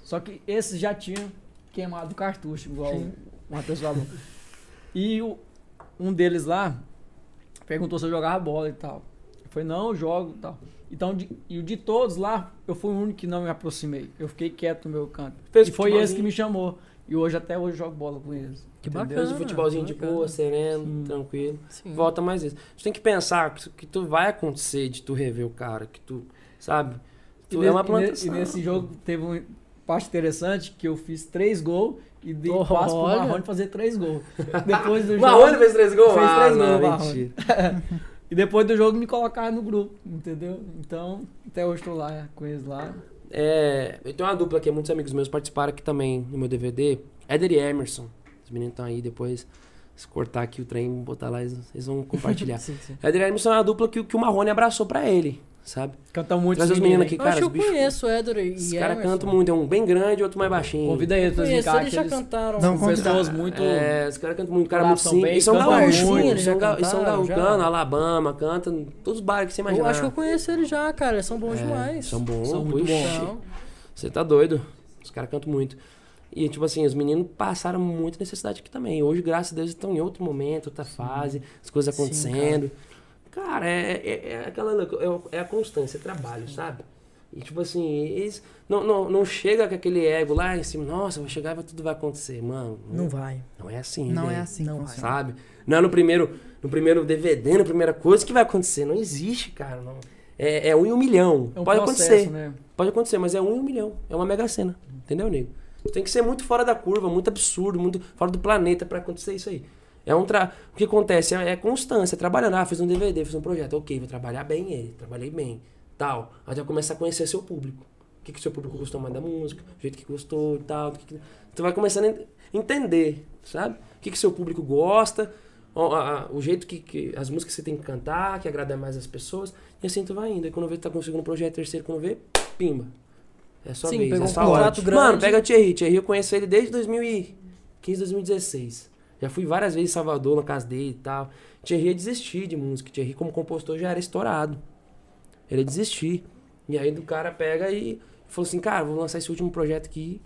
Só que esses já tinham queimado o cartucho, igual
Sim.
o Matheus falou. E o- um deles lá perguntou se eu jogava bola e tal. Eu falei, não, eu jogo e tal. Então, de, e o de todos lá, eu fui o único que não me aproximei. Eu fiquei quieto no meu canto.
Fez
e foi
tipo futebolzinho.
esse que me chamou. E hoje, até hoje, eu jogo bola com eles.
Que
Entendeu?
bacana.
Fez um futebolzinho de
bacana.
boa, sereno,
Ah, Sim.
tranquilo.
Sim.
Volta mais vezes. Tu tem que pensar que, que tu vai acontecer de tu rever o cara, que tu, sabe?
E,
Tu
ne-
é uma
e ne-
plantação.
e nesse jogo teve uma parte interessante que eu fiz três gols e dei
Olha.
passo pro Marrone fazer três gols. Depois do
O
jogo.
Oh, Marrone fez três gols?
Fez três
Ah, não,
gols, Marrone.
mentira.
E depois do jogo me colocaram no grupo, entendeu? Então, até hoje tô lá com eles lá.
É, eu tenho uma dupla que muitos amigos meus participaram aqui também no meu DVD. Éder e Emerson. Os meninos estão aí depois. Se cortar aqui o trem, botar lá, eles, eles vão compartilhar.
Sim, sim.
Éder e Emerson é uma dupla que, que o Marrone abraçou pra ele, sabe?
Cantam muito. né?
Traz
esse
os
menino
meninos aqui,
Eu
cara.
acho que eu
os bichos-
conheço o Éder e
Esses caras
Emerson.
cantam muito. assim, É um bem grande, outro mais
aí.
baixinho.
Convida eles pra
Conheço,
brincar,
eles
que
já
eles
cantaram.
Não,
algumas
convidar.
pessoas muito...
É, os caras cantam muito, cara
Lá
muito
são
simples.
bem-
E são
cantam
gaúchos,
muito,
eles
já
são, ga, eles são
cantaram,
gaucanos,
já.
Alabama, cantam em todos os bares que você
Eu
imaginar.
acho que eu conheço eles já, cara. Eles são bons
É,
demais.
São bons,
São muito
puxa.
bons.
São.
Você tá doido. Os caras cantam muito. E, tipo assim, os meninos passaram muita necessidade aqui também. Hoje, graças a Deus, estão em outro momento, outra fase, as coisas
Sim,
acontecendo. cara, é, é, é aquela louca- é, o- é a constância, é trabalho, sabe? E, tipo assim, eles não, não, não chega com aquele ego lá em cima, nossa, eu vou chegar e tudo vai acontecer. Mano,
Não vai.
não é assim,
Não é
velho.
assim
Não,
que funciona.
Sabe? Não é no primeiro, no primeiro DVD, na primeira coisa que vai acontecer. Não existe, cara. Não. É, é um em um milhão.
É um
Pode
processo,
acontecer.
né?
Pode acontecer, mas é um em um milhão. É uma mega cena. Entendeu, nego? Tem que ser muito fora da curva, muito absurdo, muito fora do planeta pra acontecer isso aí. É um tra... O que acontece é, é constância, é trabalhando. Ah, fiz um DVD, fiz um projeto. Ok, vou trabalhar bem ele, trabalhei bem. Tal. Até começar a conhecer seu público. O que, que seu público gostou mais da música, o jeito que gostou e tal. do que que- Tu vai começando a en- entender, sabe? O que, que seu público gosta, o, a- a- o jeito que, que as músicas que você tem que cantar, que agrada mais as pessoas. E assim tu vai indo. E quando vê, tu tá conseguindo um projeto, terceiro, quando vê, pimba. É só
Sim,
vez,
pegou
é
um
só hora.
contrato grande.
Mano, pega Thierry. Thierry, eu conheço ele desde 2015, 2016. Já fui várias vezes em Salvador, na casa dele e tal. Thierry ia desistir de música. Thierry, como compositor, já era estourado. Ele ia desistir. E aí do cara pega e falou assim, cara, vou lançar esse último projeto aqui.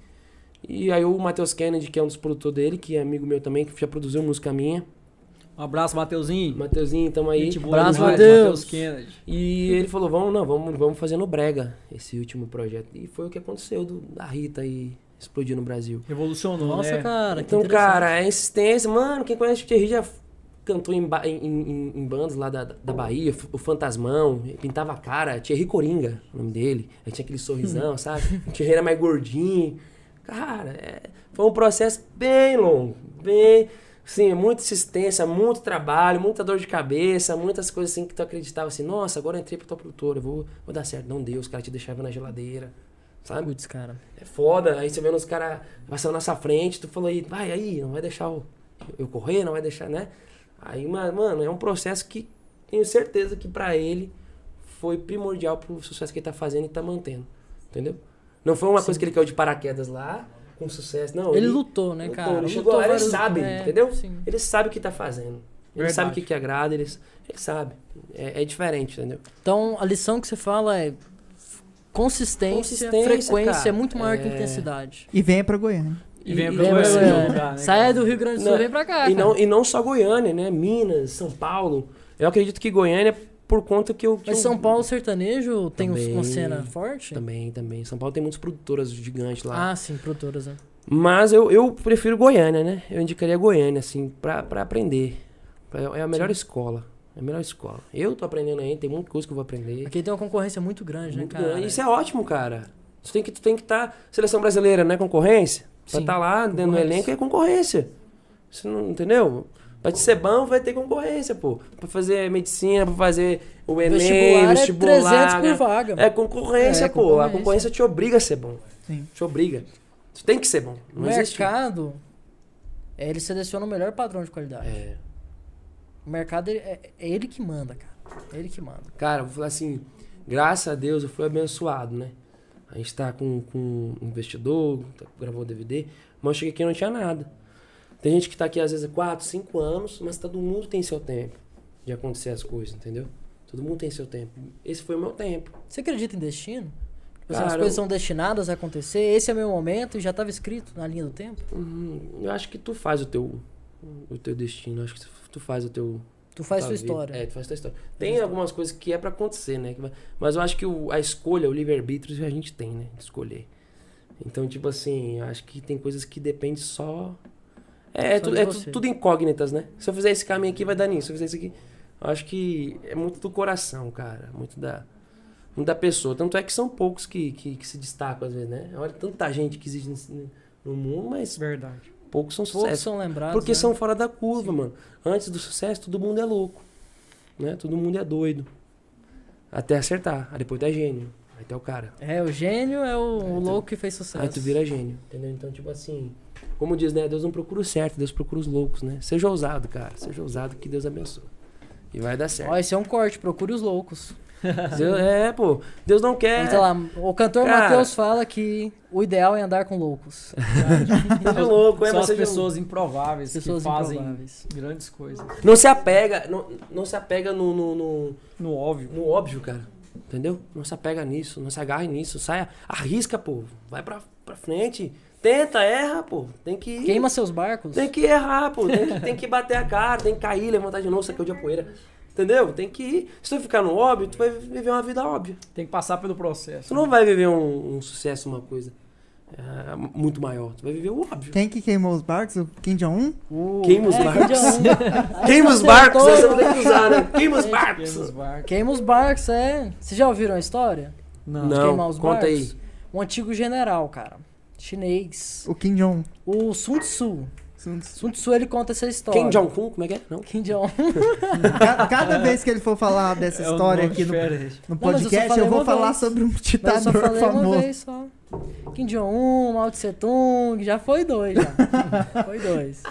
E aí o Matheus Kennedy, que é um dos produtores dele, que é amigo meu também, que já produziu música minha.
Um abraço, Mateuzinho.
Mateuzinho, tamo aí.
Gente boa
Abraço,
demais,
Mateus.
Mateus Kennedy.
E ele falou, vamos, não, vamos, vamos fazer no Brega esse último projeto. E foi o que aconteceu do, da Rita aí explodir no Brasil.
Revolucionou,
Nossa,
né?
cara. que
então,
interessante.
cara, é insistência. Mano, quem conhece o Thierry já f- cantou em, ba- em, em- em bandas lá da, da Bahia, f- o Fantasmão, pintava a cara, Thierry Coringa, o nome dele. Aí tinha aquele sorrisão, sabe? O Thierry era mais gordinho. Cara, é- foi um processo bem longo, bem... Sim, muita insistência, muito trabalho, muita dor de cabeça, muitas coisas assim que tu acreditava assim, nossa, agora eu entrei pra tua produtora, eu vou, vou dar certo. Não deu, os caras te deixavam na geladeira, sabe?
Putz, cara.
É foda, aí você vendo os caras passando na sua frente, tu falou aí, vai aí, não vai deixar eu, eu correr, não vai deixar, né? Aí, ma- mano, é um processo que tenho certeza que pra ele foi primordial pro sucesso que ele tá fazendo e tá mantendo, entendeu? Não foi uma coisa que ele caiu de paraquedas lá, com sucesso, não.
Ele lutou, né,
lutou,
cara?
ele
Lutou
chegou lá, ele
vários-
sabe,
é,
entendeu?
Sim.
Ele sabe o que tá fazendo. Ele
Verdade.
sabe o que, que agrada, ele, ele sabe. É, é diferente, entendeu?
Então, a lição que você fala é f- consistência,
Consistência,
frequência
cara.
é muito maior que
É.
intensidade.
E venha pra Goiânia.
E vem
E
pra
vem pra
Goiânia,
assim,
Goiânia.
lugar, né,
Sai
cara?
do Rio Grande do Sul,
Não,
vem pra cá. cara.
E não, e não só Goiânia, né? Minas, São Paulo. Eu acredito que Goiânia, por conta que eu. que
Mas
eu-
São Paulo sertanejo tem uns- uma
um Também.
cena forte?
Também, também. São Paulo tem muitas produtoras gigantes lá.
Ah, sim, produtoras, né?
Mas eu, eu prefiro Goiânia, né? Eu indicaria Goiânia, assim, pra, pra aprender. Pra- É a melhor escola. É a melhor escola. Eu tô aprendendo ainda, tem muita coisa que eu vou aprender.
Aqui tem uma concorrência muito grande,
Muito
né, cara?
grande. Isso é ótimo, cara. Tu tem que estar. Tem que tá... Seleção brasileira, né? Concorrência. Pra
Sim.
estar lá dentro do
Concorrência.
elenco é concorrência. Você não entendeu? Pra te ser bom, vai ter concorrência, pô. Pra fazer medicina, pra fazer o Enem,
Vestibular,
vestibular.
é 300 por vaga.
É concorrência,
É,
pô. A
concorrência.
concorrência te obriga a ser bom.
Sim.
Te obriga. Tu tem que ser bom.
o
Não existe.
mercado, é, ele seleciona o melhor padrão de qualidade.
É.
O mercado, ele- é, é ele que manda, cara. É ele que manda.
Cara, vou falar assim, graças a Deus eu fui abençoado, né? A gente tá com, com um investidor, tá- gravou o DVD, mas eu cheguei aqui e não tinha nada. Tem gente que tá aqui às vezes há 4, 5 anos, mas todo mundo tem seu tempo de acontecer as coisas, entendeu? Todo mundo tem seu tempo. Esse foi o meu tempo.
Você acredita em destino? Tipo assim, as
Cara,
coisas
eu-
são destinadas a acontecer, esse é meu momento e já estava escrito na linha do tempo.
Hum, Eu acho que tu faz o teu, o teu destino, eu acho que tu faz o teu,
Tu faz
Tá
sua
vivo.
história.
É, tu faz tua história. Tem algumas coisas que é pra acontecer, né? que vai- Mas eu acho que o- a escolha, o livre-arbítrio, a gente tem, né? De escolher. Então, tipo assim, eu acho que tem coisas que depende só. É, é,
Só
tu-
de
é
você.
tu- tudo incógnitas, né? Se eu fizer esse caminho aqui, vai dar nisso. Se eu fizer isso aqui. Eu acho que é muito do coração, cara. Muito da. Muito da pessoa. Tanto é que são poucos que, que, que se destacam, às vezes, né? Olha tanta gente que existe nesse- no mundo, mas
é Verdade.
poucos são sucesso.
Poucos são lembrados.
Porque
né?
são fora da curva, mano. Antes do sucesso, todo mundo é louco. Né? Todo mundo é doido. Até acertar. Aí depois tu é gênio. Aí tu é o cara.
É, o gênio é o, o
tu-
louco que fez sucesso.
Aí tu vira gênio. Entendeu? Então, tipo assim. Como diz, né? Deus não procura o certo, Deus procura os loucos, né? Seja ousado, cara. Seja ousado que Deus abençoe. E vai dar
Ó,
certo.
esse é um corte, procure os loucos.
Deus- é, pô. Deus não quer.
Mas, Sei lá, o cantor
É. Cara.
Matheus fala que o ideal é andar com loucos.
Seja louco, é,
São
mas
as
seja
pessoas improváveis
Pessoas
que fazem
improváveis.
grandes coisas.
louco. Não se apega. Não, não se apega no- no- no
No óbvio.
no óbvio, cara. Entendeu? Não se apega nisso, não se agarre nisso. Saia, arrisca, pô. Vai pra, pra frente. Tenta, erra, pô. Tem que.
Queima seus barcos.
Tem que errar, pô. Tem que, tem que bater a cara, tem que cair, levantar de novo, sacudir de poeira. Entendeu? Tem que ir. Se tu ficar no óbvio, tu vai viver uma vida óbvia.
Tem que passar pelo processo.
Tu não vai viver um, um sucesso, uma coisa ah, muito maior. Tu vai viver o óbvio.
Quem que queimou os barcos? O Kim Jong-un?
Uh,
Queima os
é,
barcos.
Queima um.
Queima os
Acertou.
barcos, essa não tem que usar, né? Queima os
Queima os
barcos.
barcos.
Queima os barcos, é. Vocês já ouviram a história?
Não.
De queimar
Não,
os
conta
barcos?
aí.
Um antigo general, cara. Chinês.
O Kim Jong-un.
O Sun Tzu. Sun Tzu, ele conta essa história.
Kim Jong-un, como é que é? Não?
Kim Jong.
Ca- Cada vez que ele for falar dessa
É um
história
nome
aqui no,
diferente.
no
mas eu só
podcast, eu,
falei
vou
uma
falar
vez.
sobre um
Mas eu só
ditador
falei uma
famoso.
vez só. Kim Jong-un, Mao Tse Tung, já foi dois, já. foi dois.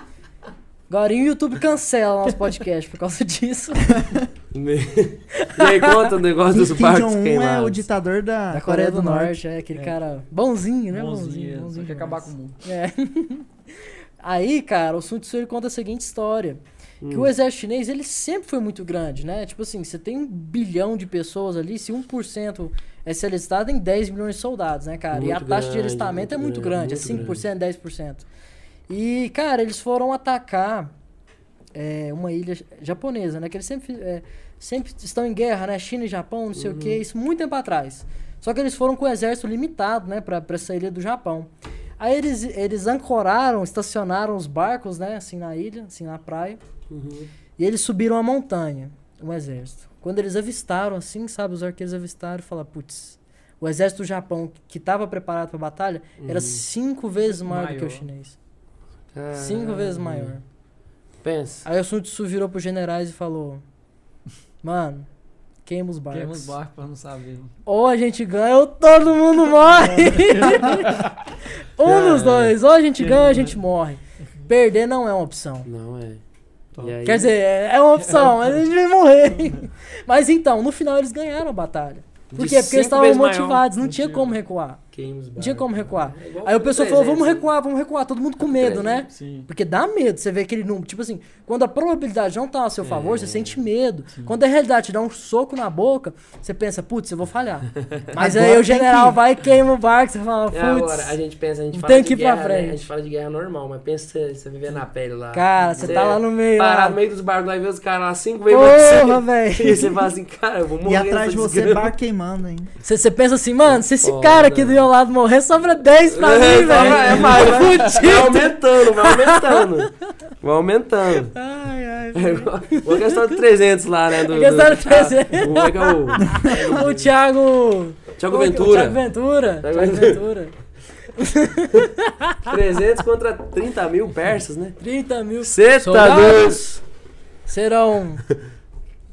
Agora e o YouTube cancela nosso podcast por causa disso.
e aí, conta o negócio dos
Kim
barcos
Jong-un é o
queimados.
ditador da,
Da Coreia do Norte, é aquele
É.
cara bonzinho, né?
Bonzinho,
Bonzinho,
bonzinho.
bonzinho
Tem que acabar com o
demais.
mundo.
É. Aí, cara, o Sun Tzu ele conta a seguinte história. Que
Hum.
o exército chinês, ele sempre foi muito grande, né? Tipo assim, você tem um bilhão de pessoas ali, se 1% é se alistar, tem 10 milhões de soldados, né, cara? e a
Muito
taxa de
grande,
alistamento é muito
muito
grande,
grande,
é
muito
5%, 10%. E, cara, eles foram atacar é, uma ilha japonesa, né? Que eles sempre, é, sempre estão em guerra, né? China e Japão, não sei o
Uhum.
quê, isso muito tempo atrás. Só que eles foram com um exército limitado, né? Pra, pra essa ilha do Japão. Aí eles, eles ancoraram, estacionaram os barcos, né? Assim, na ilha, assim, na praia.
Uhum.
E eles subiram a montanha, um exército. Quando eles avistaram, assim, sabe, os arqueiros avistaram e falaram, putz, o exército do Japão, que estava preparado para batalha,
Uhum.
era cinco vezes maior, do que o
Maior.
chinês.
Ah.
Cinco vezes maior.
Pensa.
Aí o Sun Tzu virou pros generais e falou, mano, queima os barcos.
Queima os barcos pra não saber.
Ou a gente ganha ou todo mundo morre. um dos dois, ou a gente ganha ou a gente morre. Perder não é uma opção.
Não é.
Top.
E aí-
Quer dizer, é é uma opção, mas a gente vai morrer. Mas então, no final eles ganharam a batalha. Por
De
quê? Porque
cinco
eles estavam
vezes maior.
motivados, não
Não
tinha
tinha.
como recuar.
Queima os
Não tinha
barcos.
como recuar.
É igual
Aí o
com
pessoal falou, vamos
300, né?
recuar, vamos recuar, todo mundo com medo, né?
Sim.
Porque dá medo você ver aquele número. Tipo assim, quando a probabilidade não tá a seu favor,
É.
você sente medo. Quando a realidade te dá um soco na boca, você pensa, putz, eu vou falhar. Mas aí
Agora
o
tem que
general
ir.
vai e queima o barco, você fala,
É,
putz.
agora, a gente pensa, a gente
não
fala
tem
de
que ir pra
guerra, né?
frente.
A gente fala de guerra normal, mas pensa você- você viver na pele lá.
Cara, você tá lá no meio.
é Parar
Lá.
no meio dos barcos lá e ver os caras lá cinco vezes
Porra,
mais que você. E
velho.
você fala assim, cara, eu vou morrer
E atrás de
nessa
você,
desgraça.
barco queimando, hein?
Você você pensa assim, mano, se esse
Foda.
cara aqui do meu lado morrer, sobra 10 pra
É,
mim, velho.
sobra- é mais, né? Vai
Fudido.
aumentando, vai aumentando. Vai aumentando.
Ai, ai.
É igual- igual a questão de 300 lá, né? Do,
A questão de
do-
300.
Ah, como é que é o...
O Thiago.
Thiago
é O
Ventura.
Thiago Ventura.
Thiago
Thiago Ventura.
300 contra 30 mil persas, né?
30 mil
Cê tá doido.
soldados. Serão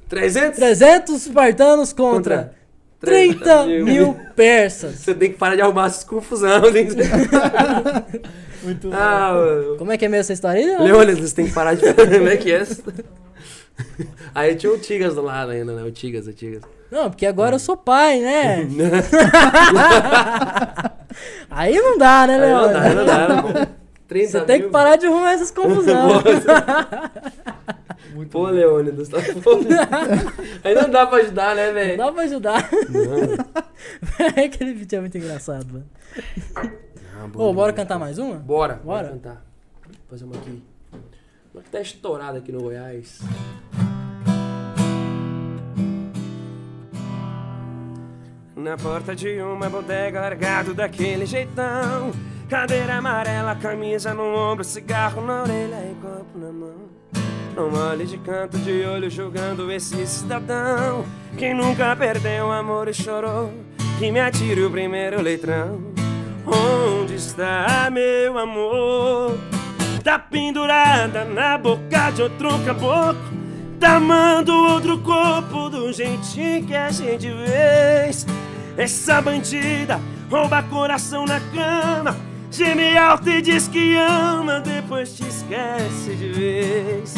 300?
300 espartanos contra 30 mil persas.
Você tem que parar de arrumar essas confusão, tem que...
Muito
Ah, o-
Como é que é mesmo essa história? aí?
Leônidas, você tem que parar de... Como é que é? essa? Aí tinha o Tigas do lado ainda, né? O Tigas, o Tigas.
Não, porque agora eu sou pai, né? Aí não dá, né,
Aí não dá,
Leandro?
aí não dá. não dá. 30
Você tem que
mil.
parar de arrumar essas confusões.
Muito
Pô, Leônidas, tá foda. Aí não dá pra ajudar, né,
Não
velho?
dá pra ajudar.
Não.
Aquele vídeo é muito engraçado, mano. Ô, bora cantar mais uma?
Bora,
Bora.
bora cantar. Vou fazer uma aqui. Uma que tá estourada aqui no Goiás. Na porta de uma bodega, largado daquele jeitão. Cadeira amarela, camisa no ombro, cigarro na orelha e copo na mão. Não olhe de canto de olho julgando esse cidadão Que nunca perdeu o amor e chorou Que me atire o primeiro letrão Onde está meu amor? Tá pendurada na boca de outro caboclo Tá amando outro corpo do jeitinho que a gente fez Essa bandida rouba coração na cama Geme alto e diz que ama, depois te esquece de vez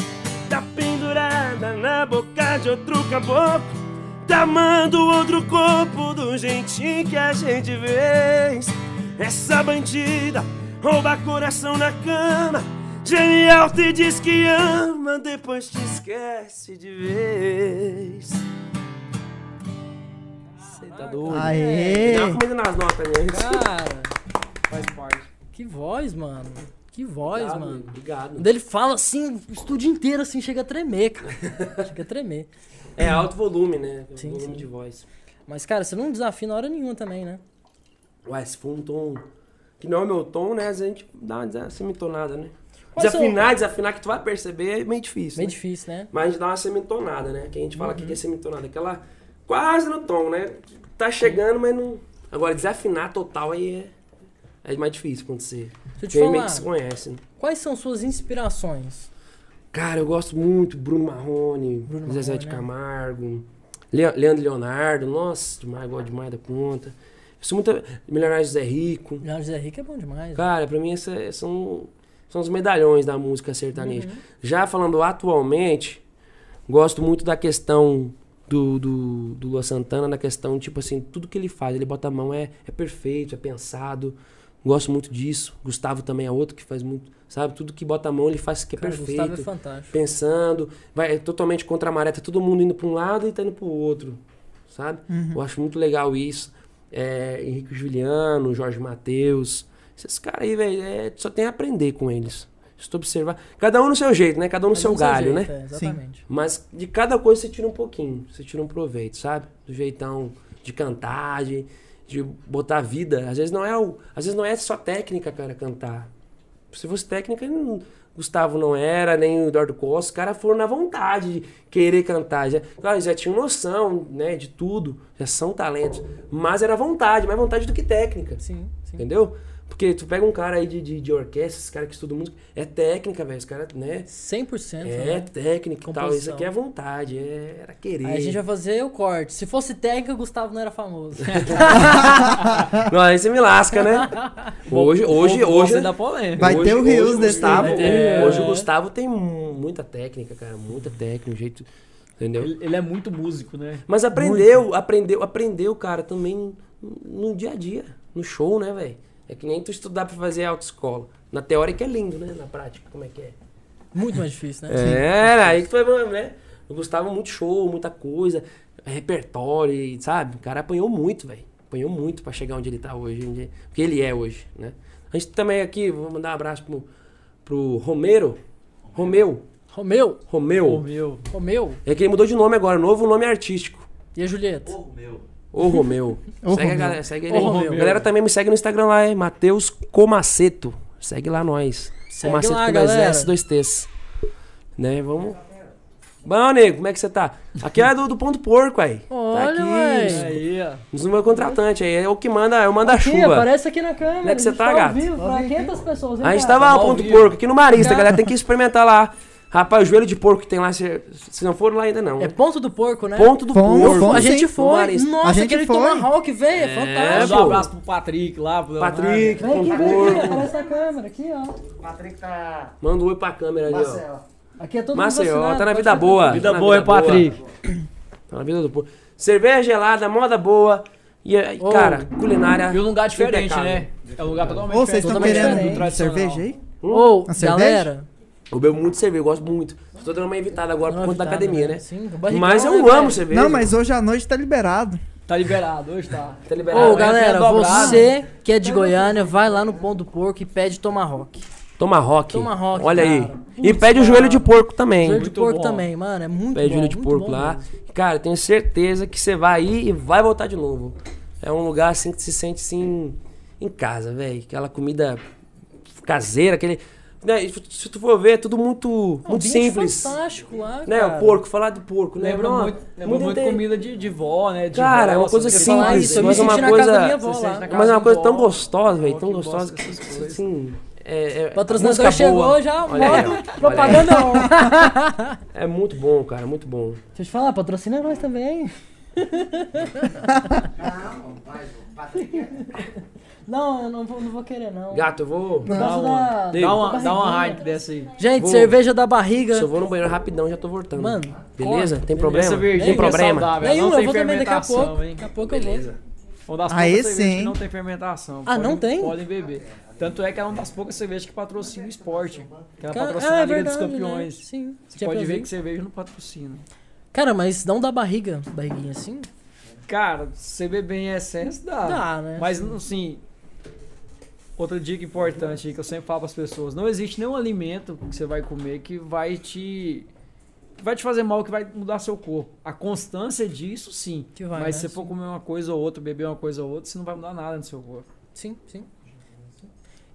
Tá pendurada na boca de outro caboclo Tá amando outro corpo do jeitinho que a gente fez Essa bandida rouba coração na cama Geme alto e diz que ama Depois te esquece de vez Você tá doido?
Aê!
é comida nas notas, né?
Ah, Cara,
Faz parte.
Que voz, mano. Que voz,
Obrigado,
mano.
amigo, Obrigado.
Quando ele fala assim, o estúdio inteiro assim chega a tremer, cara. chega a tremer.
É alto volume, né?
Sim,
volume
sim.
de voz.
Mas, cara, você não desafia na hora nenhuma também, né?
Ué, se for um tom que não é o meu tom, né? Às vezes a gente dá uma desa- semitonada, né?
Quais são-
desafinar, desafinar que tu vai perceber é meio difícil.
Bem
né?
difícil, né?
Mas a gente dá uma semitonada, né? Que a gente fala
Uhum.
o que que é semitonada. Aquela quase no tom, né? Tá chegando, mas não. Agora, desafinar total aí é, é mais difícil acontecer.
Deixa eu te
Quem meio que se
falar,
conhece, né?
quais são suas inspirações?
Cara, eu gosto muito. Bruno Marrone,
Bruno
Zezé
Marrone,
de
né?
Camargo, Le- Leandro Leonardo. Nossa, demais, gosto demais da conta. Eu sou muito. Milionário José Rico.
Leandro José Rico é bom demais.
Cara, pra mim essa- é, são, são os medalhões da música sertaneja.
Uhum.
Já falando atualmente, gosto muito da questão do, do, do Lua Santana, na questão, tipo assim, tudo que ele faz, ele bota a mão, é, é perfeito, é pensado. Gosto muito disso. Gustavo também é outro que faz muito, sabe? Tudo que bota a mão, ele faz que é
Cara, o
perfeito
Gustavo é fantástico.
pensando, vai é totalmente contra a maré, tá todo mundo indo pra um lado e tá indo pro outro, sabe?
Uhum.
Eu acho muito legal isso. É, Henrique Juliano, Jorge Matheus, esses caras aí, velho, é, só tem a aprender com eles. Se tu observar, cada um no seu jeito, né? Cada um no seu galho, né?
É, exatamente.
Mas de cada coisa você tira um pouquinho, você tira um proveito, sabe? Do jeitão de cantar, de, de botar vida. Às vezes não é o, às vezes não é só técnica, cara, cantar. Se fosse técnica, não- Gustavo não era, nem o Eduardo Costa, os caras foram na vontade de querer cantar. Já, claro, eles já tinham noção, né, de tudo, já são talentos, mas era vontade, mais vontade do que técnica.
Sim, sim.
Entendeu? Porque tu pega um cara aí de, de, de orquestra, esse cara que estuda música, é técnica, velho. Os caras, né?
100%.
É,
né?
técnica e tal.
Composição.
Isso aqui é vontade, é, era querer.
Aí a gente vai fazer o corte. Se fosse técnica, o Gustavo não era famoso.
Não, aí você me lasca, né? Hoje, hoje, hoje.
Você dá polêmica.
Vai
hoje-
ter o
hoje
Rios desse
Gustavo,
aí,
né?
Hoje o
É.
Gustavo tem mu- muita técnica, cara. Muita técnica, um jeito. Entendeu?
Ele, ele é muito músico, né?
é
Mas aprendeu, aprendeu, aprendeu, cara, também no dia a dia, no show, né, velho? É que nem tu estudar pra fazer autoescola. Na teórica é lindo, né? Na prática, como é que é?
Muito mais difícil, né?
É, aí que tu vai, né? Eu gostava muito de show, muita coisa, repertório, e, sabe? O cara apanhou muito, velho. Apanhou muito pra chegar onde ele tá hoje, onde o que ele é hoje, né? A gente também aqui, vou mandar um abraço pro, pro Romero. Romeu.
Romeu,
Pô,
Romeu.
meu.
Romeu
É que ele mudou de nome agora, novo nome artístico.
e a Julieta.
Ô Romeu.
Ô,
segue a
Romeu.
galera, segue ele.
Ô,
aí.
Romeu.
Galera também me segue no Instagram lá, é Matheus Comaceto. Segue lá nós.
Segue
Comaceto
lá,
com dois
galera.
S, dois T's. Né, vamos. Bom, nego, como é que você tá? Aqui é do, do Ponto Porco aí.
Olha,
tá aqui,
Aí, ó.
os, os meus contratantes aí. É o que manda, é o
Aqui,
manda-chuva.
aparece aqui na câmera.
Como é que você
a gente
tá,
ao
gato?
vivo pra
Ao vivo,
500 pessoas, hein,
A gente
cara?
tava lá no
Ao
Ponto
vivo.
Porco, aqui no Marista, galera. Tem que experimentar lá. Rapaz, o joelho de porco que tem lá, se se não foram lá ainda não.
É ponto do porco, né?
Ponto do
Ponto,
Porco.
ponto,
a gente
sim.
foi.
Marista.
Nossa,
A gente
aquele
foi.
Tomahawk, velho. É fantástico.
Manda um
pô.
abraço pro Patrick lá, pro Leonardo.
Patrick,
Vem aqui,
Ponto
vem aqui.
Porco.
Aparece na câmera. Aqui, ó.
Patrick tá.
Manda um oi pra câmera ali, ó.
Marcel.
Aqui é todo mundo
Maceió,
vacinado,
tá na
pode
vida
ficar
boa.
tranquilo.
tá
Vida
na
boa, é Patrick.
Tá na vida do povo. Cerveja gelada, moda boa. E, e,
Ô,
cara, culinária.
E um lugar diferente,
impecável.
né? É um lugar totalmente
Ou vocês
diferente.
estão
Totalmente
querendo
diferente.
do cerveja aí?
Ô,
Uma cerveja?
galera.
Eu bebo muito cerveja, eu gosto muito. Tô dando uma evitada agora por
Não, é
conta da
evitada,
academia,
velho.
né?
Sim, barrigão,
Mas
né,
eu
velho?
amo cerveja.
Não, mas hoje à noite tá liberado.
Tá liberado, hoje tá.
Tá liberado.
Ô,
Amanhã
galera,
tem a dobrada.
você que é de Goiânia, vai lá no Pão do Porco e pede Tomahawk.
Toma rock.
Tomahawk,
Olha aí.
cara.
E
Putz,
pede o
cara.
joelho de porco também.
Joelho de
muito
porco
bom.
também, mano, é muito
Pede
bom.
joelho de
muito
porco
bom
lá.
mesmo.
Cara, tenho certeza que você vai ir e vai voltar de novo. É um lugar assim que se sente assim em casa, velho. Aquela comida caseira, aquele. né, e Se tu for ver, é tudo muito,
É um
muito
ambiente
simples.
fantástico lá,
Né?
cara.
O porco, falar do porco, né?
Lembra
Não,
muito, lembra muito
inte-
comida de, de vó, né? De
Cara,
vó,
é uma coisa
você
Falar
fala
simples,
isso, eu me
mas
senti
uma
na
coisa-
casa da minha avó
Você
lá.
sente na
Mas é uma
Casa
coisa tão
do
gostosa, velho.
Ó,
Tão
que bosta
gostosa.
essas coisas.
Assim, é, é,
Patrocinador
música
chegou
boa.
já,
Olha aí, olha
modo
aí.
propaganda on.
É muito bom, cara. Muito bom.
Deixa eu te falar, patrocina nós também.
Não, vai, João. Patrick é.
Não, eu não vou, não vou querer, não.
Gato, eu vou.
Por causa
Dá uma-
da-
Dei.
Dá uma, dá uma
Barrigão.
hype dessa aí.
Gente,
Vou.
cerveja da barriga.
Só vou no banheiro rapidão, já tô voltando.
Mano,
beleza?
corre.
Tem problema?
Essa verdinha
Tem
é
problema?
saudável,
Nenhum,
não tem
eu vou também daqui a
fermentação,
pouco.
hein?
Daqui a pouco eu vou.
Uma das
Aí
poucas cervejas
sim.
que não tem fermentação.
Ah, não tem?
Podem beber. Tanto é que é uma das poucas cervejas que patrocina o esporte. Que ela
Cara,
patrocina a Liga
verdade,
dos Campeões.
Né? Sim.
Você pode ver que cerveja não patrocina.
Cara, mas não dá barriga, barriguinha assim? né?
Cara, se você beber em excesso, dá.
Dá, né?
Mas, assim, Outra dica importante aí que eu sempre falo para as pessoas: não existe nenhum alimento que você vai comer que vai te que vai te fazer mal, que vai mudar seu corpo. A constância disso, sim.
Que vai,
Mas
né?
se você for comer uma coisa ou outra, beber uma coisa ou outra, você não vai mudar nada no seu corpo.
Sim, sim.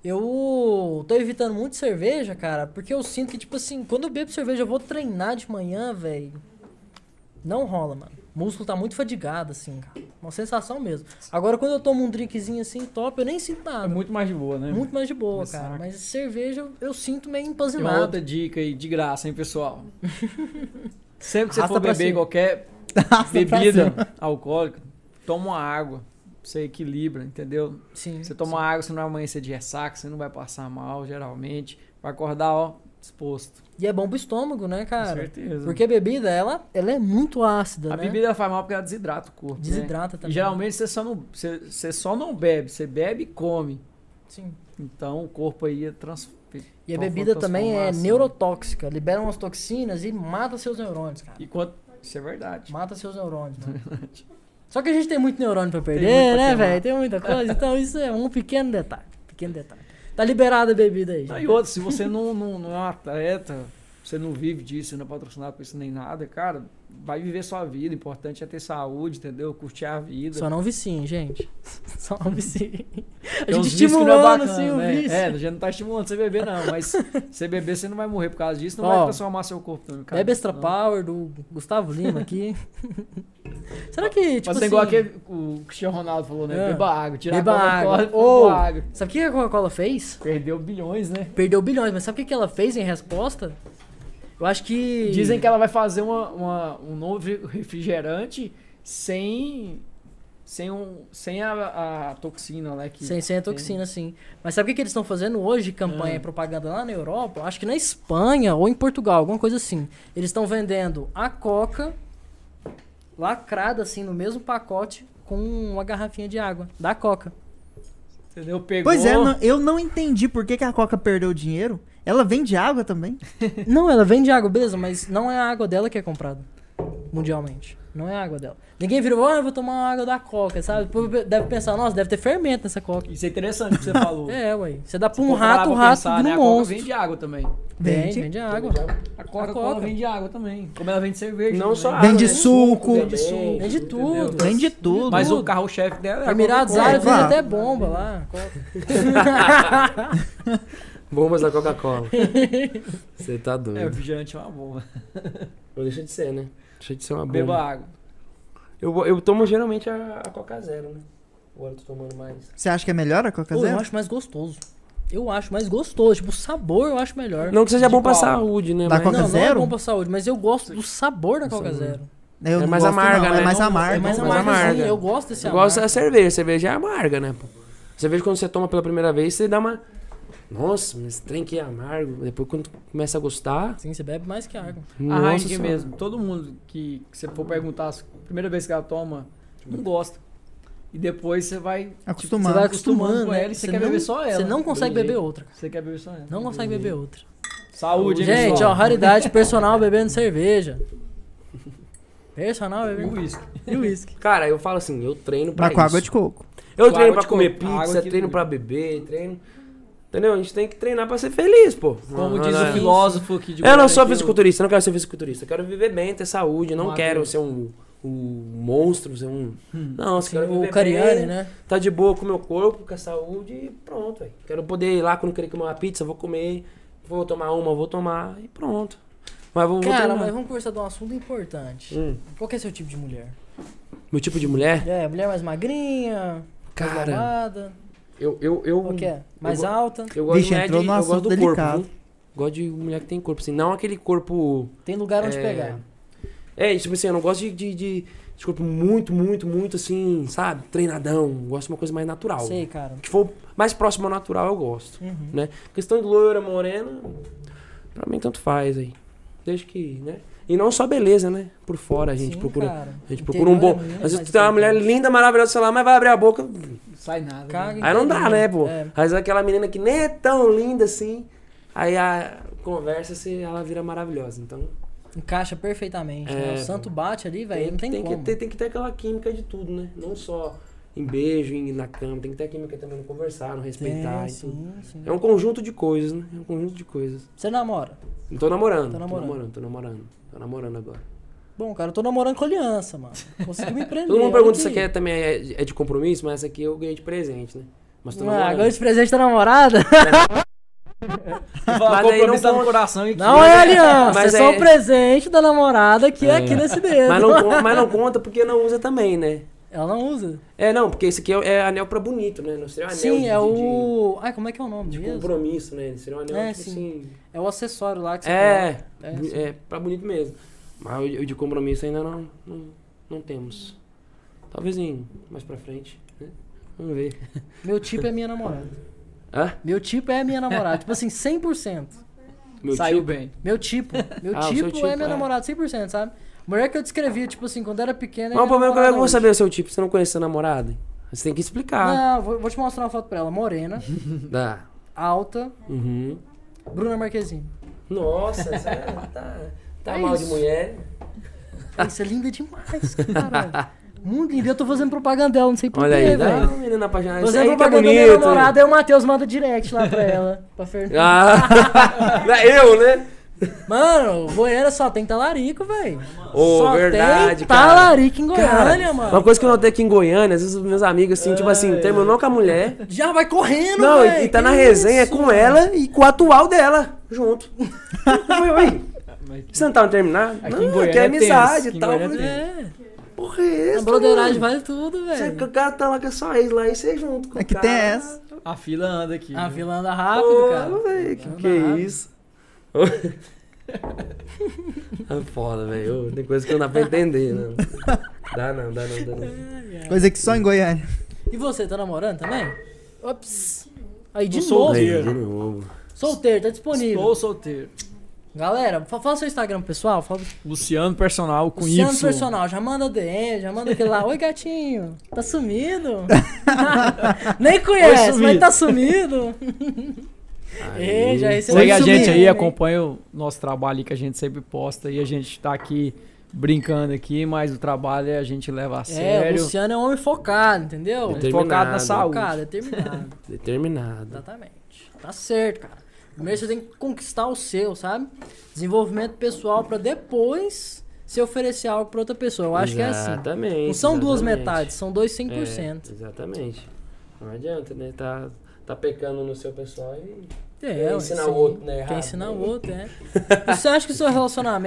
Eu tô evitando muito cerveja, cara, porque eu sinto que, tipo assim, quando eu bebo cerveja, eu vou treinar de manhã, velho. Não rola, mano. O músculo tá muito fadigado, assim, cara. Uma sensação mesmo. Agora, quando eu tomo um drinkzinho assim, top, eu nem sinto nada.
É muito mais de boa, né?
Muito mais de boa,
Mas
cara.
saca.
Mas cerveja eu- eu sinto meio
E uma
empanzinado.
outra dica aí, de graça, hein, pessoal? Sempre que você
Arrasta
for
pra
beber
cima.
qualquer bebida alcoólica, toma uma água. Você equilibra, entendeu?
Sim.
Você toma água, você não vai amanhecer de ressaca, você não vai passar mal, geralmente. Vai acordar, ó, disposto.
E é bom pro estômago, né,
com
cara?
certeza.
Porque a bebida, ela, ela é muito ácida,
a
né?
bebida faz mal porque ela desidrata o corpo. né?
Desidrata
E
também.
geralmente você só, não, você, você só não bebe, você bebe e come.
Sim.
Então o corpo aí é trans...
E a
Então,
bebida
vou
também é
transformar,
neurotóxica. Libera umas toxinas e mata seus neurônios, cara.
E quanto... Isso é verdade.
Mata seus neurônios, né? Só que a gente tem muito neurônio pra
muito
perder,
pra
né,
queimar.
velho? Tem muita coisa. Então isso é um pequeno detalhe. Pequeno detalhe. Tá liberada a bebida aí,
Não,
gente.
e outro, se você não, não, não é um atleta, você não vive disso, não é patrocinado por isso nem nada, cara, vai viver sua vida. O importante é ter saúde, entendeu? Curtir a vida.
Só não viciem, gente. Só não viciem. A
Tem
gente
uns vícios que não é
estimulando,
bacana,
sim, o
né?
vício.
É, a gente não tá estimulando você beber, não. Mas você beber, você não vai morrer por causa disso, não
Ó,
vai transformar seu corpo também. cara.
Bebe Extra
Não.
Power do Gustavo Lima aqui. Será que, tipo
Mas
assim...
tem igual aquele, o Cristiano Ronaldo falou, né?
Ah.
Beba água, tira
Beba
a
água.
Coca-Cola,
Ou-
beba água.
Sabe o que a Coca-Cola fez?
Perdeu bilhões, né?
Perdeu bilhões, mas sabe o que que ela fez em resposta? Eu acho que.
Dizem que ela vai fazer uma, uma- um novo refrigerante sem sem, um, sem a, a toxina, né? Que
Sem, sem a toxina, sim. Mas sabe o que, que eles estão fazendo hoje, campanha e
Ah.
propaganda lá na Europa? Acho que na Espanha ou em Portugal, alguma coisa assim. Eles estão vendendo a Coca lacrada, assim, no mesmo pacote com uma garrafinha de água da Coca.
Entendeu? Pegou.
Pois é, não- eu não entendi por que, que a Coca perdeu dinheiro. Ela vende água também.
não, ela vende água, beleza, mas não é a água dela que é comprada mundialmente. Não é a água dela. Ninguém virou, ah, eu vou tomar uma água da Coca, sabe? O povo Deve pensar, nossa, deve ter fermento nessa Coca.
Isso é interessante que você falou.
É, ué. Você dá pra
Se
um
for parar
rato, o
pra
rato
pensar,
vira
né?
um
A Coca
monstro.
vende água também.
Vende, vende água.
A
Coca-Cola
Coca-Cola vende água também. Como ela vende cerveja.
Não
também.
só água,
Vende
né?
suco.
Vende
Vende
suco.
Vende tudo.
entendeu?
Vende tudo.
Mas o carro-chefe dela é a
Emirados
Coca-Cola.
Árabes vende
claro.
até bomba lá.
Bombas da Coca-Cola. Você tá doido.
É, o refrigerante é uma boa. É.
Ou Deixa de ser, né? Deixa de ser uma
Beba
bomba.
água.
Eu, eu tomo geralmente a, a Coca Zero, né? Agora eu tô tomando mais.
Você acha que é melhor a Coca
Pô, eu
Zero?
acho mais gostoso. Eu acho mais gostoso. Tipo, o sabor eu acho melhor.
Não que seja
De
bom pra
qual?
saúde, né?
Da
Mas-
Coca
não, não é
Zero?
bom pra saúde, mas eu gosto do sabor da
Do
Coca
sabor.
Zero.
Eu
É
não
mais
gosto,
amarga,
não. É
né?
mais
Não-
amarga.
É mais
mais
amargo.
amarga.
Eu gosto desse
Então,
Eu
amargo.
né?
gosto da cerveja. A cerveja é amarga, né, pô? A cerveja, quando você toma pela primeira vez, você dá uma. Nossa, mas esse trem que é amargo. Depois, quando começa a gostar.
Sim, você bebe mais que água.
A
nossa
Heineken
senhora.
mesmo. Todo mundo que, que você for perguntar, a primeira vez que ela toma, não gosta. E depois você vai.
Acostumado.
você vai
acostumando
acostumando
com
né?
ela e você quer beber só ela.
Você não consegue
Entendi.
beber outra. cara.
Você quer beber só ela.
Não consegue beber outra.
Saúde, hein,
Gente, ó,
pessoal?
raridade, personal bebendo cerveja. Personal
E
bebendo
o uísque.
e uísque.
Cara, eu falo assim, eu treino pra
Mas com
isso.
água de coco.
Eu
Com
treino
água
pra
de
comer
coco. Água
pizza,
de
treino
coco.
pra beber, treino. Entendeu? A gente tem que treinar pra ser feliz, pô.
Como
Não,
diz
não,
o
não.
filósofo que é de
Eu não sou
Goiânia, que
fisiculturista, eu não quero ser fisiculturista. Eu quero viver bem, ter saúde. eu Não
Ah,
quero
beleza.
ser um, um monstro, ser um.
Hum.
Não, eu só quero
O
viver
Cariani,
bem,
né?
Tá de boa com o meu corpo, com a saúde e pronto, velho. Quero poder ir lá quando querer comer uma pizza, vou comer. Vou tomar uma, vou tomar e pronto. Mas vou, vou
Cara,
treinar.
mas vamos conversar de um assunto importante.
Hum,
Qual que é seu tipo de mulher?
meu tipo de mulher?
É, mulher mais magrinha, mais
Cara,
lavada,
eu. eu, eu
qual que é? Mais
go-
alta,
Eu gosto
Vixe,
de mulher
entrou
de,
num
eu
assunto
gosto do
delicado.
corpo. viu? Gosto de mulher que tem corpo, assim. Não aquele corpo.
tem lugar onde
é,
pegar.
É, tipo assim, eu não gosto de, de, de- de corpo muito, muito, muito assim, sabe? Treinadão. Gosto de uma coisa mais natural.
Sei, cara.
Que for mais próximo ao natural, eu gosto.
Uhum.
Né? Questão de loira, morena, pra mim tanto faz aí. Desde que, né? E não só beleza, né? Por fora a gente
Sim,
procura.
cara.
A gente procura um
Interior
bom.
é muito
Às vezes
mais
tu tem uma mulher
importante.
linda, maravilhosa, sei lá, mas vai abrir a boca.
Não sai nada. né?
Caga em
Aí não dá,
todo
né,
mundo.
pô?
É.
Às vezes aquela menina que nem é tão linda assim, aí a conversa se ela vira maravilhosa. Então,
Encaixa perfeitamente, né?
É,
O santo bate ali, velho, não tem,
tem
como.
que ter, tem que ter aquela química de tudo, né? Não só em beijo, em na cama. Tem que ter química também no conversar, no respeitar. e tudo.
sim, sim.
É um conjunto de coisas, né? É um conjunto de coisas.
Você namora?
Não tô namorando.
Tá
Tô
namorando.
namorando, tô namorando. Tô namorando agora.
Bom, cara, eu tô namorando com aliança, mano. Consegui me prender.
Todo mundo
olha
pergunta se isso
aqui.
aqui é, também é, é de compromisso, mas essa aqui eu ganhei de presente, né? Mas tô
Ah,
namorando.
agora de presente da namorada?
Fala,
daí não
compromisso tá no
conta.
coração e
Não é aliança,
Mas
é só
é-
o presente da namorada que é,
É.
aqui nesse dedo.
Mas não, con- mas não conta porque não usa também, né?
Ela não usa.
É, não, porque esse aqui é, é anel pra bonito, né? Não seria um anel
Sim,
de-
é
de-
o. Ai, como é que é o nome
de,
mesmo?
compromisso, né? Seria um anel
É,
tipo
sim.
assim.
É o acessório lá que você
É,
coloca. É,
bu-
sim.
é, pra bonito mesmo. Mas o de- o de compromisso ainda não, não, não temos. Talvez em mais pra frente, né? Vamos ver.
Meu tipo é minha namorada.
Hã?
Meu tipo é minha namorada. tipo assim, 100%.
Meu
Saiu
tio?
bem.
Meu tipo. Meu
Ah, o seu
tipo,
tipo,
é minha
é.
namorada, 100%, sabe? Mulher que eu descrevia, tipo assim, quando era pequena. é
Mas
minha
o problema é como é que eu vou
namorada
saber o seu tipo se você não conhece seu namorado? Você tem que
hoje.
explicar.
Não, vou, vou te mostrar uma foto pra ela. Morena,
Dá.
alta,
Uhum.
Bruna Marquezine.
Nossa, você tá, tá
É
mal de
isso.
mulher.
Isso é linda demais, cara. Muito linda. Eu tô fazendo propaganda dela, não sei porquê,
Olha aí, dá
velho.
uma menina apaixonada. Isso
Fazendo
aí que é
propaganda da minha
bonito.
namorada, aí o Matheus manda direct lá pra ela. Pra Fernanda.
Ah, não é eu, né?
Mano, Goiânia só tem talarico, velho.
Ô,
só
verdade,
tem
cara.
talarico em Goiânia,
Cara,
mano. É.
Uma coisa que eu notei aqui em Goiânia, às vezes os meus amigos, assim, tipo assim, terminou com a mulher.
Já vai correndo,
Não,
velho.
e tá
que
na resenha
isso? É.
com ela e com o atual dela, junto. Eu falei, ué,
Mas-
você não tava terminado?
Aqui em
não,
Goiânia
que é
é
amizade
tenso, aqui
e
em
tal. Eu
Goiânia é
falei,
É,
porra, é
a
essa?
broderagem
mano?
vale tudo,
Sabe que
velho.
o cara tá lá com a sua ex lá e você junto com o
É que
cara.
tem essa.
A fila anda aqui.
A
viu?
fila anda
Pô,
rápido, cara.
velho, que
Anda
que é
rápido.
isso? é foda, velho. Ô, Tem coisa que não dá pra entender, não. Dá não, dá não, dá não.
É.
Coisa que só em Goiânia.
E você, tá namorando também? Ops. Aí, de
Tô
novo.
Aí,
solteiro.
de novo.
Solteiro, tá disponível.
Estou solteiro.
Galera, fa- fala seu Instagram, pro pessoal. Fala
Luciano Personal com
Luciano
Y.
Personal, já manda DM, já manda aquele lá. Oi, gatinho, tá sumido? Nem
Oi,
conhece,
sumido.
mas tá sumido. É, já
Aí.
recebi
Segue a
sumido,
gente aí,
hein?
acompanha o nosso trabalho aí que a gente sempre posta. E a gente tá aqui brincando aqui, mas o trabalho a gente leva a
É, o
sério.
Luciano é um homem focado, entendeu?
Determinado.
Focado na saúde.
Focado, determinado.
Determinado.
é Exatamente. Tá certo, cara. Primeiro você tem que conquistar o seu, sabe? Desenvolvimento pessoal pra depois se oferecer algo pra outra pessoa. Eu acho que é assim.
Exatamente.
Não são duas
exatamente.
metades, são dois
É,
100%.
exatamente. Não adianta, né? Tá, tá pecando no seu pessoal e.
É,
Quer
ué,
ensinar
sim.
o outro, né,
Quer
errado.
ensinar o outro, é. Você acha que o seu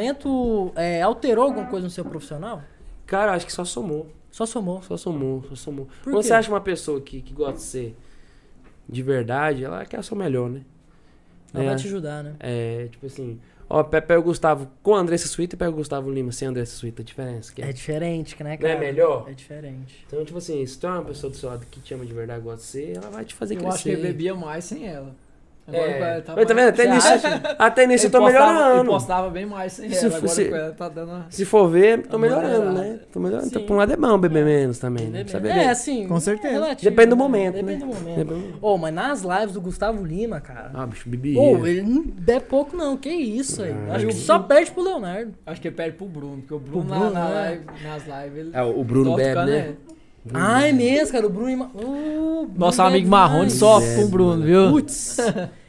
relacionamento é, alterou alguma coisa no seu profissional?
Cara, acho que só somou.
Só somou.
Só somou, só somou.
Por quê?
Quando você acha uma pessoa que, que gosta de ser de verdade, ela quer ser o melhor, né?
Ela
É.
vai te ajudar, né?
É, tipo assim, ó, pe- pega o Gustavo com a Andressa Suíta e pega o Gustavo Lima sem a Andressa Suíta, a diferença que é.
É diferente, né,
Não
cara?
é melhor?
É diferente.
Então, tipo assim, se tu é uma pessoa do seu lado que te ama de verdade, gosta de ser, ela vai te fazer
Eu
crescer.
acho que é ele bebia mais sem ela.
É.
com ela tá
Mas tá
mais-
vendo? Até
Você
nisso-
acha?
Até nisso é eu
Ele
tô
postava- Ele
melhorando.
postava bem mais sem
Se
ela. Agora
fosse-
com ela tá dando uma...
Se for ver, tô
A
melhorando,
mulherada.
né? Tô melhorando. Então,
Sim.
pra um lado é bom beber menos também, né? Precisa beber.
É, assim.
Com
é
certeza.
relativo,
Depende do
né?
momento,
Depende
né?
do momento.
Beber-
Ô, mas nas lives do Gustavo Lima, cara.
Ah, bicho, bebi.
Pô, ele não bebe pouco, não. Que isso aí.
Ah.
Acho que só perde pro Leonardo.
Acho que ele pede pro Bruno, porque o Bruno,
Bruno,
na, na
né?
live- nas lives ele.
É, o Bruno
sofre
bebe,
com a-
né?
Ah, é mesmo, cara. O Bruno. ima- Uh, o Bruno
Nosso
bebe
amigo Marrone
demais.
sofre com o
Bebe,
Bruno,
mano.
viu?
Putz.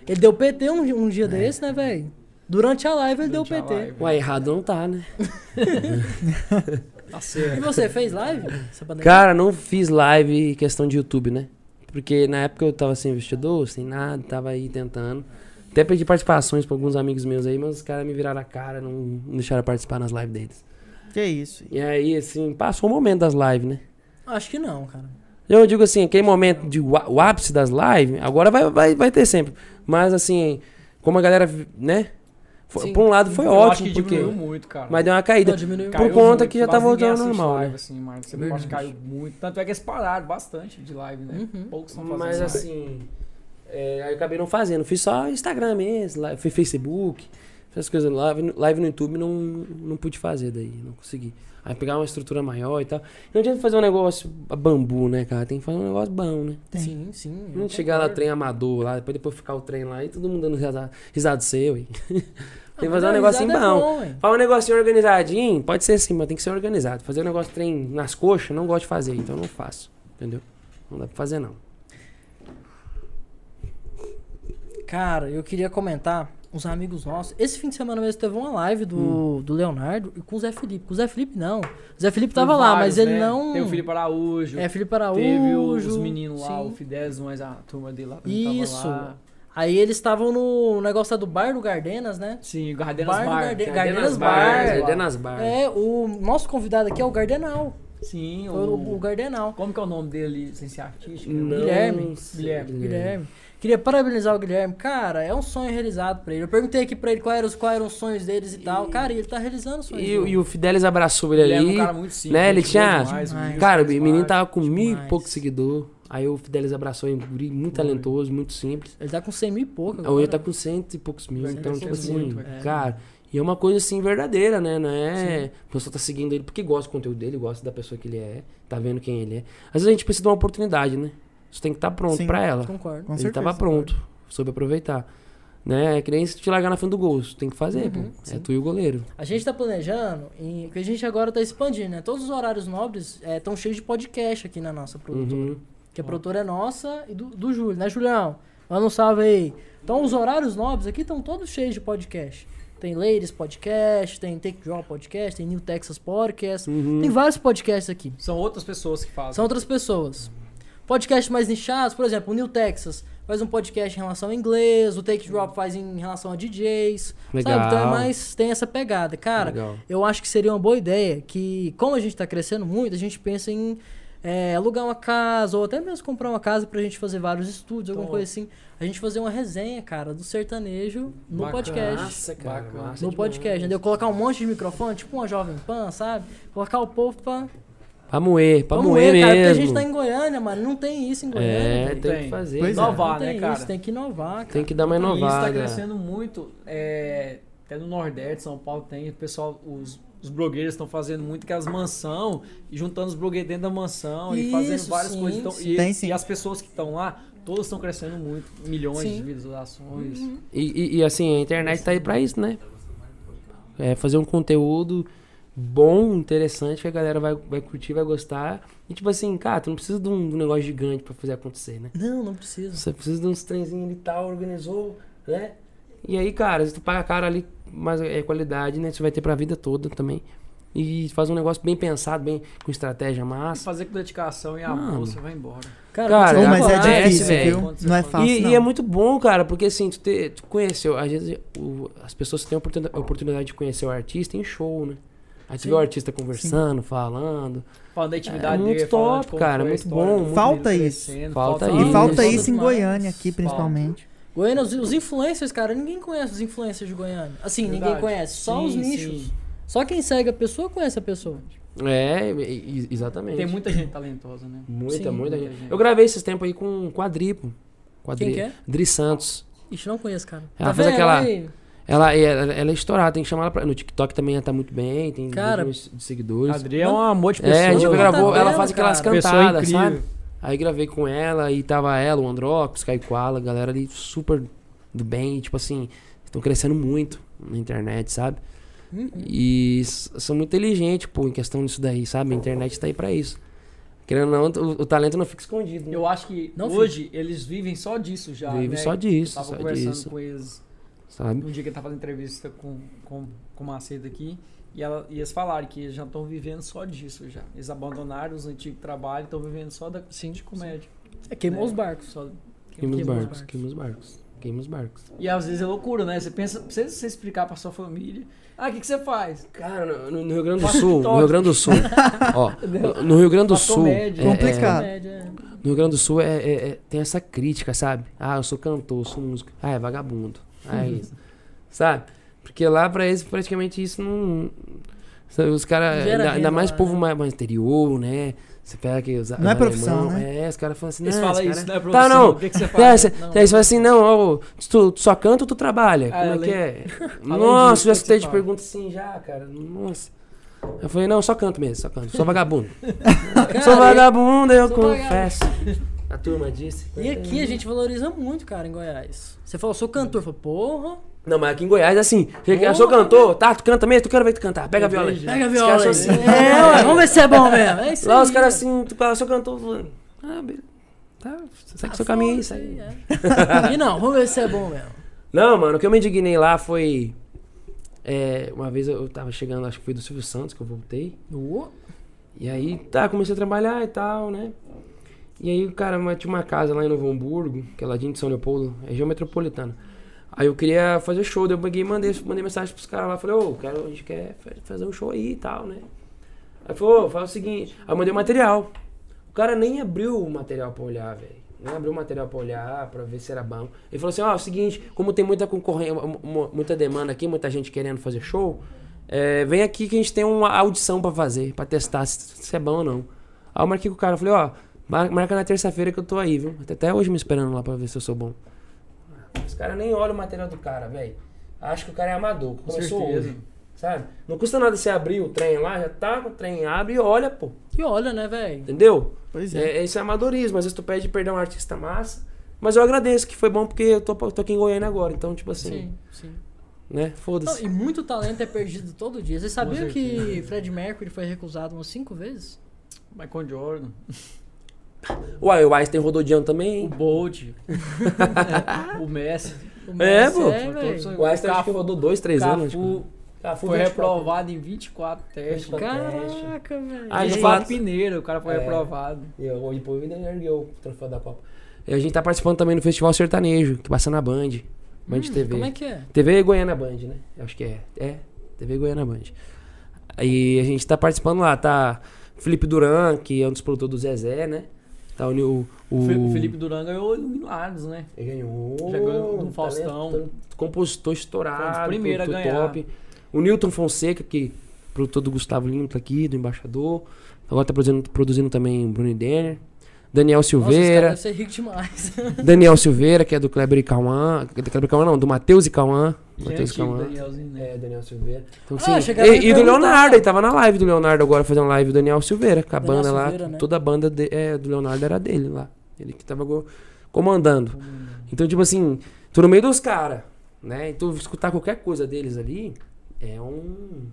Ele deu PT um, um
É.
dia desse, né, velho? Durante a live ele deu
Durante a
PT.
live.
Ué, errado não tá, né?
Tá
E
certo.
você fez live? Essa pandemia?
Cara, não fiz live em questão de YouTube, né? Porque na época eu tava sem investidor, sem nada, tava aí tentando. Até pedi participações pra alguns amigos meus aí, mas os caras me viraram a cara, não, não deixaram eu participar nas lives deles.
Que isso.
E aí, assim, passou o momento das lives, né?
Acho que não, cara.
Eu digo assim, aquele momento de wa- o ápice das lives, agora vai, vai, vai ter sempre. Mas assim, como a galera, né? Foi-
Sim.
por um lado foi
Eu acho
ótimo,
que
porque.
diminuiu muito, cara.
Mas deu uma caída.
Não, diminuiu.
por
Caiu
conta
muito,
que já tá
quase ninguém
voltando ao
assiste
normal,
live,
né?
assim, mas você
Verdade.
pode caiu muito. Tanto é que eles pararam bastante de live, né?
Uhum.
Poucos estão fazendo
Mas
live.
assim, é, aí eu acabei não fazendo. Fiz só Instagram mesmo, live, fiz Facebook, fiz as coisas. Live, no- live no YouTube não, não pude fazer daí, não consegui. Aí pegar uma estrutura maior e tal. Não adianta fazer um negócio a bambu, né, cara? Tem que fazer um negócio bom, né?
Tem.
Sim, sim. eu
Não chegar lá,
concordo.
trem amador lá, depois, depois ficar o trem lá e todo mundo dando risada, risada seu. hein?
Ah,
Tem que
mas
fazer um
a
negocinho
risada é
bom.
hein?
Faz um negocinho organizadinho, pode ser assim, mas tem que ser organizado. Fazer um negócio trem nas coxas, não gosto de fazer, então eu não faço. Entendeu? Não dá pra fazer, não.
Cara, eu queria comentar uns amigos nossos. Esse fim de semana mesmo teve uma live do,
Hum.
do Leonardo e com o Zé Felipe. Com o Zé Felipe, não. O Zé Felipe tava
Tem
lá, mas
vários,
ele
né?
não.
Tem o Felipe Araújo.
É, Felipe Araújo.
Teve os meninos lá,
sim.
o Fidesz, mas a turma dele lá. também tava
Isso.
lá.
Aí eles estavam no negócio lá do bar do Gardenas, né?
Sim, o Gardenas
Bar
Bar.
do Garde- Gardenas
Gardenas
Bar.
Gardenas Bar.
É, o nosso convidado aqui é o Gardenal.
Sim,
Foi
o...
o, o Gardenal.
Como que é o nome dele, sem ser artístico?
Não
Guilherme.
sei,
É, Guilherme.
Guilherme. Queria parabenizar o Guilherme. Cara, é um sonho realizado pra ele. Eu perguntei aqui pra ele quais eram os, quais eram os sonhos deles e, tal. Cara, e ele tá realizando os sonhos.
E,
dele.
e o Fidelis abraçou ele,
Ele
ali.
é um cara muito simples.
né, ele
gente
tinha-
boa demais,
Demais.
humilde,
Cara, o
simpático.
menino tá- tava com mil
Demais.
e pouco seguidor. Aí o Fidelis abraçou ele, um guri muito talentoso, muito simples.
Ele tá com 100 mil e pouco.
Hoje ele
agora.
tá com cento e poucos mil.
Verdade,
Então, tipo
cresceu
assim,
muito,
velho.
cara. E é uma coisa assim verdadeira, né? Não é. A pessoa tá seguindo ele porque gosta do conteúdo dele, gosta da pessoa que ele é, tá vendo quem ele é. Às vezes a gente precisa de uma oportunidade, né? Você tem que estar pronto
Sim.
pra ela.
Concordo.
Com
ele
certeza,
tava pronto, soube aproveitar. Né? É que nem se te largar na frente do gol, você tem que fazer,
Uhum,
pô. É
sim.
tu e o goleiro.
A gente tá planejando, em, que a gente agora tá expandindo, né? Todos os horários nobres estão cheios de podcast aqui na nossa produtora.
Uhum.
Que a produtora é nossa e do, do Júlio, né, Julião? Manda um salve aí. Então, os horários nobres aqui estão todos cheios de podcast. Tem Ladies Podcast, tem Take Job Podcast, tem New Texas Podcast.
Uhum.
Tem vários podcasts aqui.
São outras pessoas que fazem.
São outras pessoas. Podcasts mais nichados, por exemplo, o New Texas faz um podcast em relação a inglês, o Take Drop faz em relação a DJs. Sabe?
Uhum. Legal.
Então é mais. Tem essa pegada. Cara,
Legal.
eu acho que seria uma boa ideia que, como a gente tá crescendo muito, a gente pensa em é, alugar uma casa ou até mesmo comprar uma casa pra gente fazer vários estúdios, alguma
Top.
coisa assim. A gente fazer uma resenha, cara, do sertanejo no
Bacana.
podcast.
Massa, cara.
Bacana.
massa
No
demais.
podcast, entendeu? Colocar um monte de microfone, tipo uma Jovem Pan, sabe? Colocar o povo pra.
Pra moer, pra
Vamos ver,
moer mesmo.
cara, porque a gente tá em Goiânia, mano. Não tem isso em Goiânia.
É,
velho. é.
tem,
Tem.
que fazer.
Pois é.
Não
inovar,
tem
né, cara?
Isso, tem que inovar, cara.
Tem que dar uma
E Isso tá
inovada.
crescendo muito. é, até no Nordeste, São Paulo tem, o pessoal, os, os blogueiros estão fazendo muito aquelas mansão, e juntando os blogueiros dentro da mansão e fazendo
Isso,
várias
sim,
coisas. Então,
sim.
E,
Tem, sim.
e as pessoas que estão lá, todas estão crescendo muito. Milhões
Sim.
de visualizações.
Uhum. E, e- e, assim, a internet tá aí pra isso, né? É fazer um conteúdo bom, interessante, que a galera vai, vai curtir, vai gostar. E tipo assim, cara, tu não precisa de um, de um negócio gigante pra fazer acontecer, né?
Não, não precisa.
Você precisa de uns trenzinhos ali e tal, organizou, né? E aí, cara, se tu paga caro ali, mas é qualidade, né? Você vai ter pra vida toda também. E faz um negócio bem pensado, bem com estratégia
E
massa.
fazer com dedicação e a
Mano.
bolsa vai embora.
Cara,
Cara,
continua
Não, mas é
falando.
acontece,
difícil,
velho.
viu? Não é fácil,
E,
não.
e é muito bom, cara, porque assim, tu, ter, tu conheceu, às vezes o- as pessoas têm a oportuni- a oportunidade de conhecer o artista em show, né? Aí tu vê o artista conversando, falando.
Falando da atividade
muito
dele, falando de
top,
como
cara,
foi a
muito
história,
bom,
como
muito
Falta
ele
isso.
crescendo,
Falta
E
isso.
falta
Isso.
isso em Goiânia aqui,
Falta.
principalmente.
Goiânia, os, os influencers, cara, ninguém conhece os influencers de Goiânia. Assim, ninguém
Verdade.
conhece. Só
Sim,
os nichos.
sim.
Só quem segue a pessoa conhece a pessoa.
É, e- e- exatamente.
Tem muita gente talentosa, né?
Muita,
Sim,
muita
muita
gente.
gente.
Eu gravei esses tempos aí com um quadripo.
Quem que é?
Dri Santos.
Ixi, não conheço, cara.
Ela
tá
fez
vendo
aquela-
aí?
Ela, ela, ela é estourada, tem que chamar ela pra. No TikTok também ela tá muito bem, tem
Cara,
milhões de seguidores.
Adri é um amor de pessoa. né?
É, a gente
Não,
gravou,
tá
ela
vendo,
faz aquelas
cara?
Pessoa
cantadas,
incrível.
sabe? Aí gravei com ela e tava ela, o Androx, o Caicoala, a galera ali super do bem, tipo assim, estão crescendo muito na internet, sabe?
Hum,
E s- são muito inteligentes, pô, em questão disso daí, sabe? A internet tá aí pra isso. Querendo ou não, o, o talento não fica escondido, né?
Eu acho que
Não,
hoje eles vivem só disso já.
Vive
né?
só disso,
Eu tava
só
conversando
disso.
com eles
Sabe?
num dia que eu tava fazendo entrevista com, com, com o Macedo aqui. E, ela, e eles falaram que eles já estão vivendo só disso já. Eles abandonaram os antigos trabalhos e estão vivendo só da,
Sim.
de comédia.
É, queimou
né?
os barcos.
Só-
Queima os
Queima os
barcos,
barcos.
queima os barcos. Queima os barcos.
E às vezes é loucura, né? Você pensa, precisa você explicar pra sua família. Ah, o que, que você faz?
Cara, no, no- no Rio Grande do
Faz
Sul, no
TikTok.
Rio Grande do Sul, ó, no- no Rio Grande do
Faz
Sul,
comédia.
é- é-
Complicado.
Comédia, é.
No Rio Grande do Sul é, é- é- tem essa crítica, sabe? Ah, eu sou cantor, eu sou músico. Ah, é vagabundo. Ah, é isso. sabe? Porque lá pra eles, praticamente isso não. sabe, Os caras.
Não gera
Ainda, ainda
renda
mais
lá,
povo
né?
mais, mais interior, né? Você pega que os,
Não é profissão,
né? É, os caras falam assim.
Eles
não,
falam
esse
isso,
cara-
né? Pra
Tá,
você,
não.
O que, que você
É,
faz?
cê-
Não.
aí você fala assim, não, ó, tu, tu só canta ou tu trabalha?
Ah,
Como é
além-
que é?
além
Nossa,
disso,
já
o que que
escutei
você
de
fala?
pergunta assim já, cara. Nossa. Eu falei, não, só canto mesmo, só canto. Sou vagabundo. sou vagabundo, eu
sou
confesso. A turma disse.
E aqui a gente valoriza muito, cara, em Goiás. Você falou, sou cantor. Eu falo, porra.
Não, mas aqui em Goiás, assim, chega, eu sou
Porra.
cantor, tá, tu canta mesmo? Tu quero ver tu cantar, pega a viola aí.
Inveja.
Pega a
Os
viola.
caras são
aí. É, ué, vamos ver se é bom mesmo. É isso
Lá
aí,
os caras
né?
assim, tu fala, sou cantor, Ah, beleza. Tá, segue
Ah,
seu caminho aí,
foda-se,
segue.
é. E não, vamos ver se é bom mesmo.
Não, mano, o que eu me indignei lá foi. é, uma vez eu eu tava chegando, acho que foi do Silvio Santos que eu voltei.
Uh,
E aí, tá, comecei a trabalhar e tal, né? E aí, cara, mas tinha uma casa lá em Novo Hamburgo, que é ladinho de São Leopoldo, região metropolitana. Aí eu queria fazer show, daí eu peguei e mandei, mandei mensagem pros caras lá, falei, ô, quero, a gente quer fa- fazer um show aí e tal, né? Aí falou, ô, faz o seguinte, aí eu mandei o material. O cara nem abriu o material pra olhar, velho. Nem abriu o material pra olhar, pra ver se era bom. Ele falou assim, ó, é o seguinte, como tem muita concorrência, mu- mu- muita demanda aqui, muita gente querendo fazer show, é, vem aqui que a gente tem uma audição pra fazer, pra testar se, se é bom ou não. Aí eu marquei com o cara, falei, ó, mar- marca na terça-feira que eu tô aí, viu? Até, até hoje me esperando lá pra ver se eu sou bom. Os caras nem olham o material do cara, velho. Acho que o cara é amador. Começou
certeza.
hoje. Sabe? Não custa nada você abrir o trem lá, já tá com o trem, abre e olha, pô.
e olha, né, velho?
Entendeu?
Pois é.
É, é, isso é amadorismo. Às vezes tu pede perdão a um artista massa. Mas eu agradeço que foi bom porque eu tô, tô aqui em Goiânia agora. Então, tipo assim,
Sim, sim.
né?
Não,
Foda-se.
e muito talento é perdido todo dia. Vocês sabiam
Com
que Fred Mercury foi recusado umas cinco vezes?
Michael Jordan,
Uai, o Einstein rodou de ano também,
o
hein?
Bold, o Messi,
O
É,
Messi,
pô.
velho.
O Einstein acho que rodou dois, três anos. Tipo.
Cafu,
Cafu
foi
24.
reprovado em 24 testes.
tipo
Cara,
Caraca, velho.
Ah,
Aí
de
de
fato.
Pineiro, o cara foi
É.
reprovado.
E o Ipo ainda ergueu o troféu da Copa. E a gente tá participando também do Festival Sertanejo, que passa na Band. Band
Hum,
TV.
Como é que é?
TV Goiânia Band, né? Eu acho que é. É, TV Goiânia Band. Aí a gente tá participando lá, tá Felipe Duran, que é um dos produtores do Zezé, né? Tá o. O,
O Fe-
o
Felipe Duran ganhou o Milagres, né?
Ele ganhou.
Já ganhou do
um
Faustão.
talento, compositor estourado.
Foi um dos primeiros a
produtor
ganhar.
Top. O Newton Fonseca, que produtor do Gustavo Lima tá aqui, do Embaixador. Agora tá produzindo, produzindo também o Bruno Denner. Daniel Silveira.
Nossa, esse cara deve ser rico demais.
Daniel Silveira, que é do Kleber e Cauã. Do Kleber e Cauã, não, do Matheus e Cauã.
Já é
Matheus e
antigo,
Cauã.
Danielzinho, né?
É, Daniel Silveira. Então,
Ah,
sim.
chegaram a me
e, e do
perguntar.
Leonardo, ele tava na live do Leonardo agora, fazendo live do Daniel Silveira, com a
Daniel
banda lá.
Silveira, né?
Toda a banda de- é, do Leonardo era dele lá. Ele que tava go- comandando. Então, tipo assim, tu no meio dos caras, né? E tu escutar qualquer coisa deles ali é um.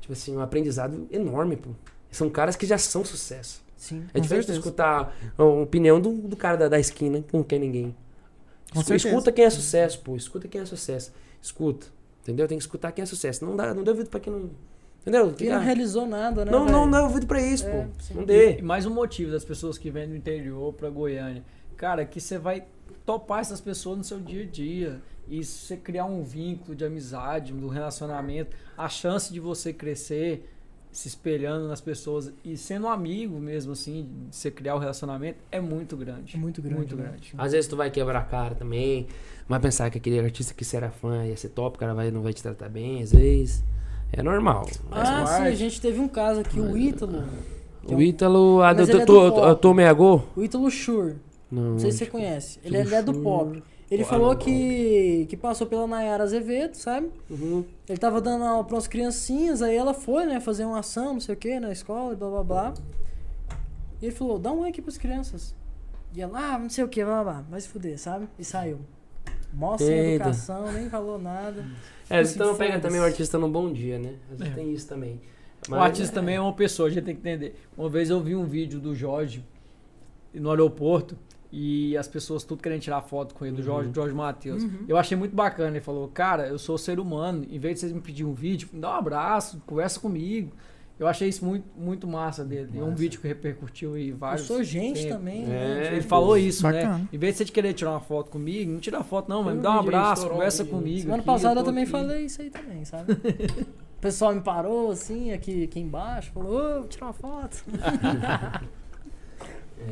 Tipo assim, um aprendizado enorme, pô. São caras que já são sucesso.
Sim.
É diferente tu
certeza.
escutar a opinião do, do cara da, da esquina, que não quer ninguém.
Com
Escu-
certeza.
escuta quem é sucesso, pô. Escuta quem é sucesso. Escuta. Entendeu? Tem que escutar quem é sucesso. Não dá, não dê ouvido pra quem não. Entendeu?
Quem não realizou nada, né?
Ah. não,
velho?
não dá ouvido pra isso,
É,
pô.
sim.
Não
E, e
dê.
mais um motivo das pessoas que vêm do interior pra Goiânia. Cara, que você vai topar essas pessoas no seu dia a dia. E se você criar um vínculo de amizade, um relacionamento, a chance de você crescer se espelhando nas pessoas e sendo amigo mesmo, assim, de você criar o relacionamento, é muito grande.
É muito grande,
Muito
né?
grande.
Às vezes tu vai quebrar a cara também. Vai pensar que aquele artista que você era fã ia ser top, o cara vai, não vai te tratar bem, às vezes. É normal.
Ah,
Mas-
sim,
parte.
a gente teve um caso aqui, o Ítalo. tem
o
um-
Ítalo. A,
Mas
do-
ele é
tu-
do
eu-
pop.
eu tomei a gol?
O Ítalo Schur.
Não.
Não sei se você conhece. Ele
Ítalo
ele é do
Schur.
pop. Ele
Pô,
falou
não.
que, que passou pela Nayara Azevedo, sabe?
Uhum.
Ele tava dando aula pra umas criancinhas, aí ela foi, né, fazer uma ação, não sei o que, na escola, e blá blá blá. E ele falou, dá um like pras crianças. E ela, ah, não sei o que, blá blá blá, vai se fuder, sabe? E saiu. Mó sem
Eita.
educação, nem falou nada.
É, às vezes tu não pega
Foda-se.
também o artista num bom dia, né? Às vezes
É.
tem isso também.
O artista também é uma pessoa, a gente tem que entender. Uma vez eu vi um vídeo do Jorge no aeroporto e as pessoas tudo querendo tirar foto com ele, do
Uhum.
Jorge, Jorge Matheus.
Uhum.
Eu achei muito bacana. Ele falou: Cara, eu sou ser humano, em vez de vocês me pedirem um vídeo, me dá um abraço, conversa comigo. Eu achei isso muito, muito massa dele. E um
Massa.
vídeo que repercutiu e
Eu
vários.
sou gente
tem-
também,
É.
né?
Ele falou isso, né?
Bacana.
Em vez de você querer tirar uma foto comigo, não tira foto, não, mas
Tem
me
um
dá um
vídeo aí,
abraço,
estourou um
conversa
vídeo, né?
comigo.
Semana
aqui,
passada
tô
eu também
aqui.
falei isso aí também, sabe? O pessoal me parou, assim, aqui, aqui embaixo, falou, ô, vou tirar uma foto.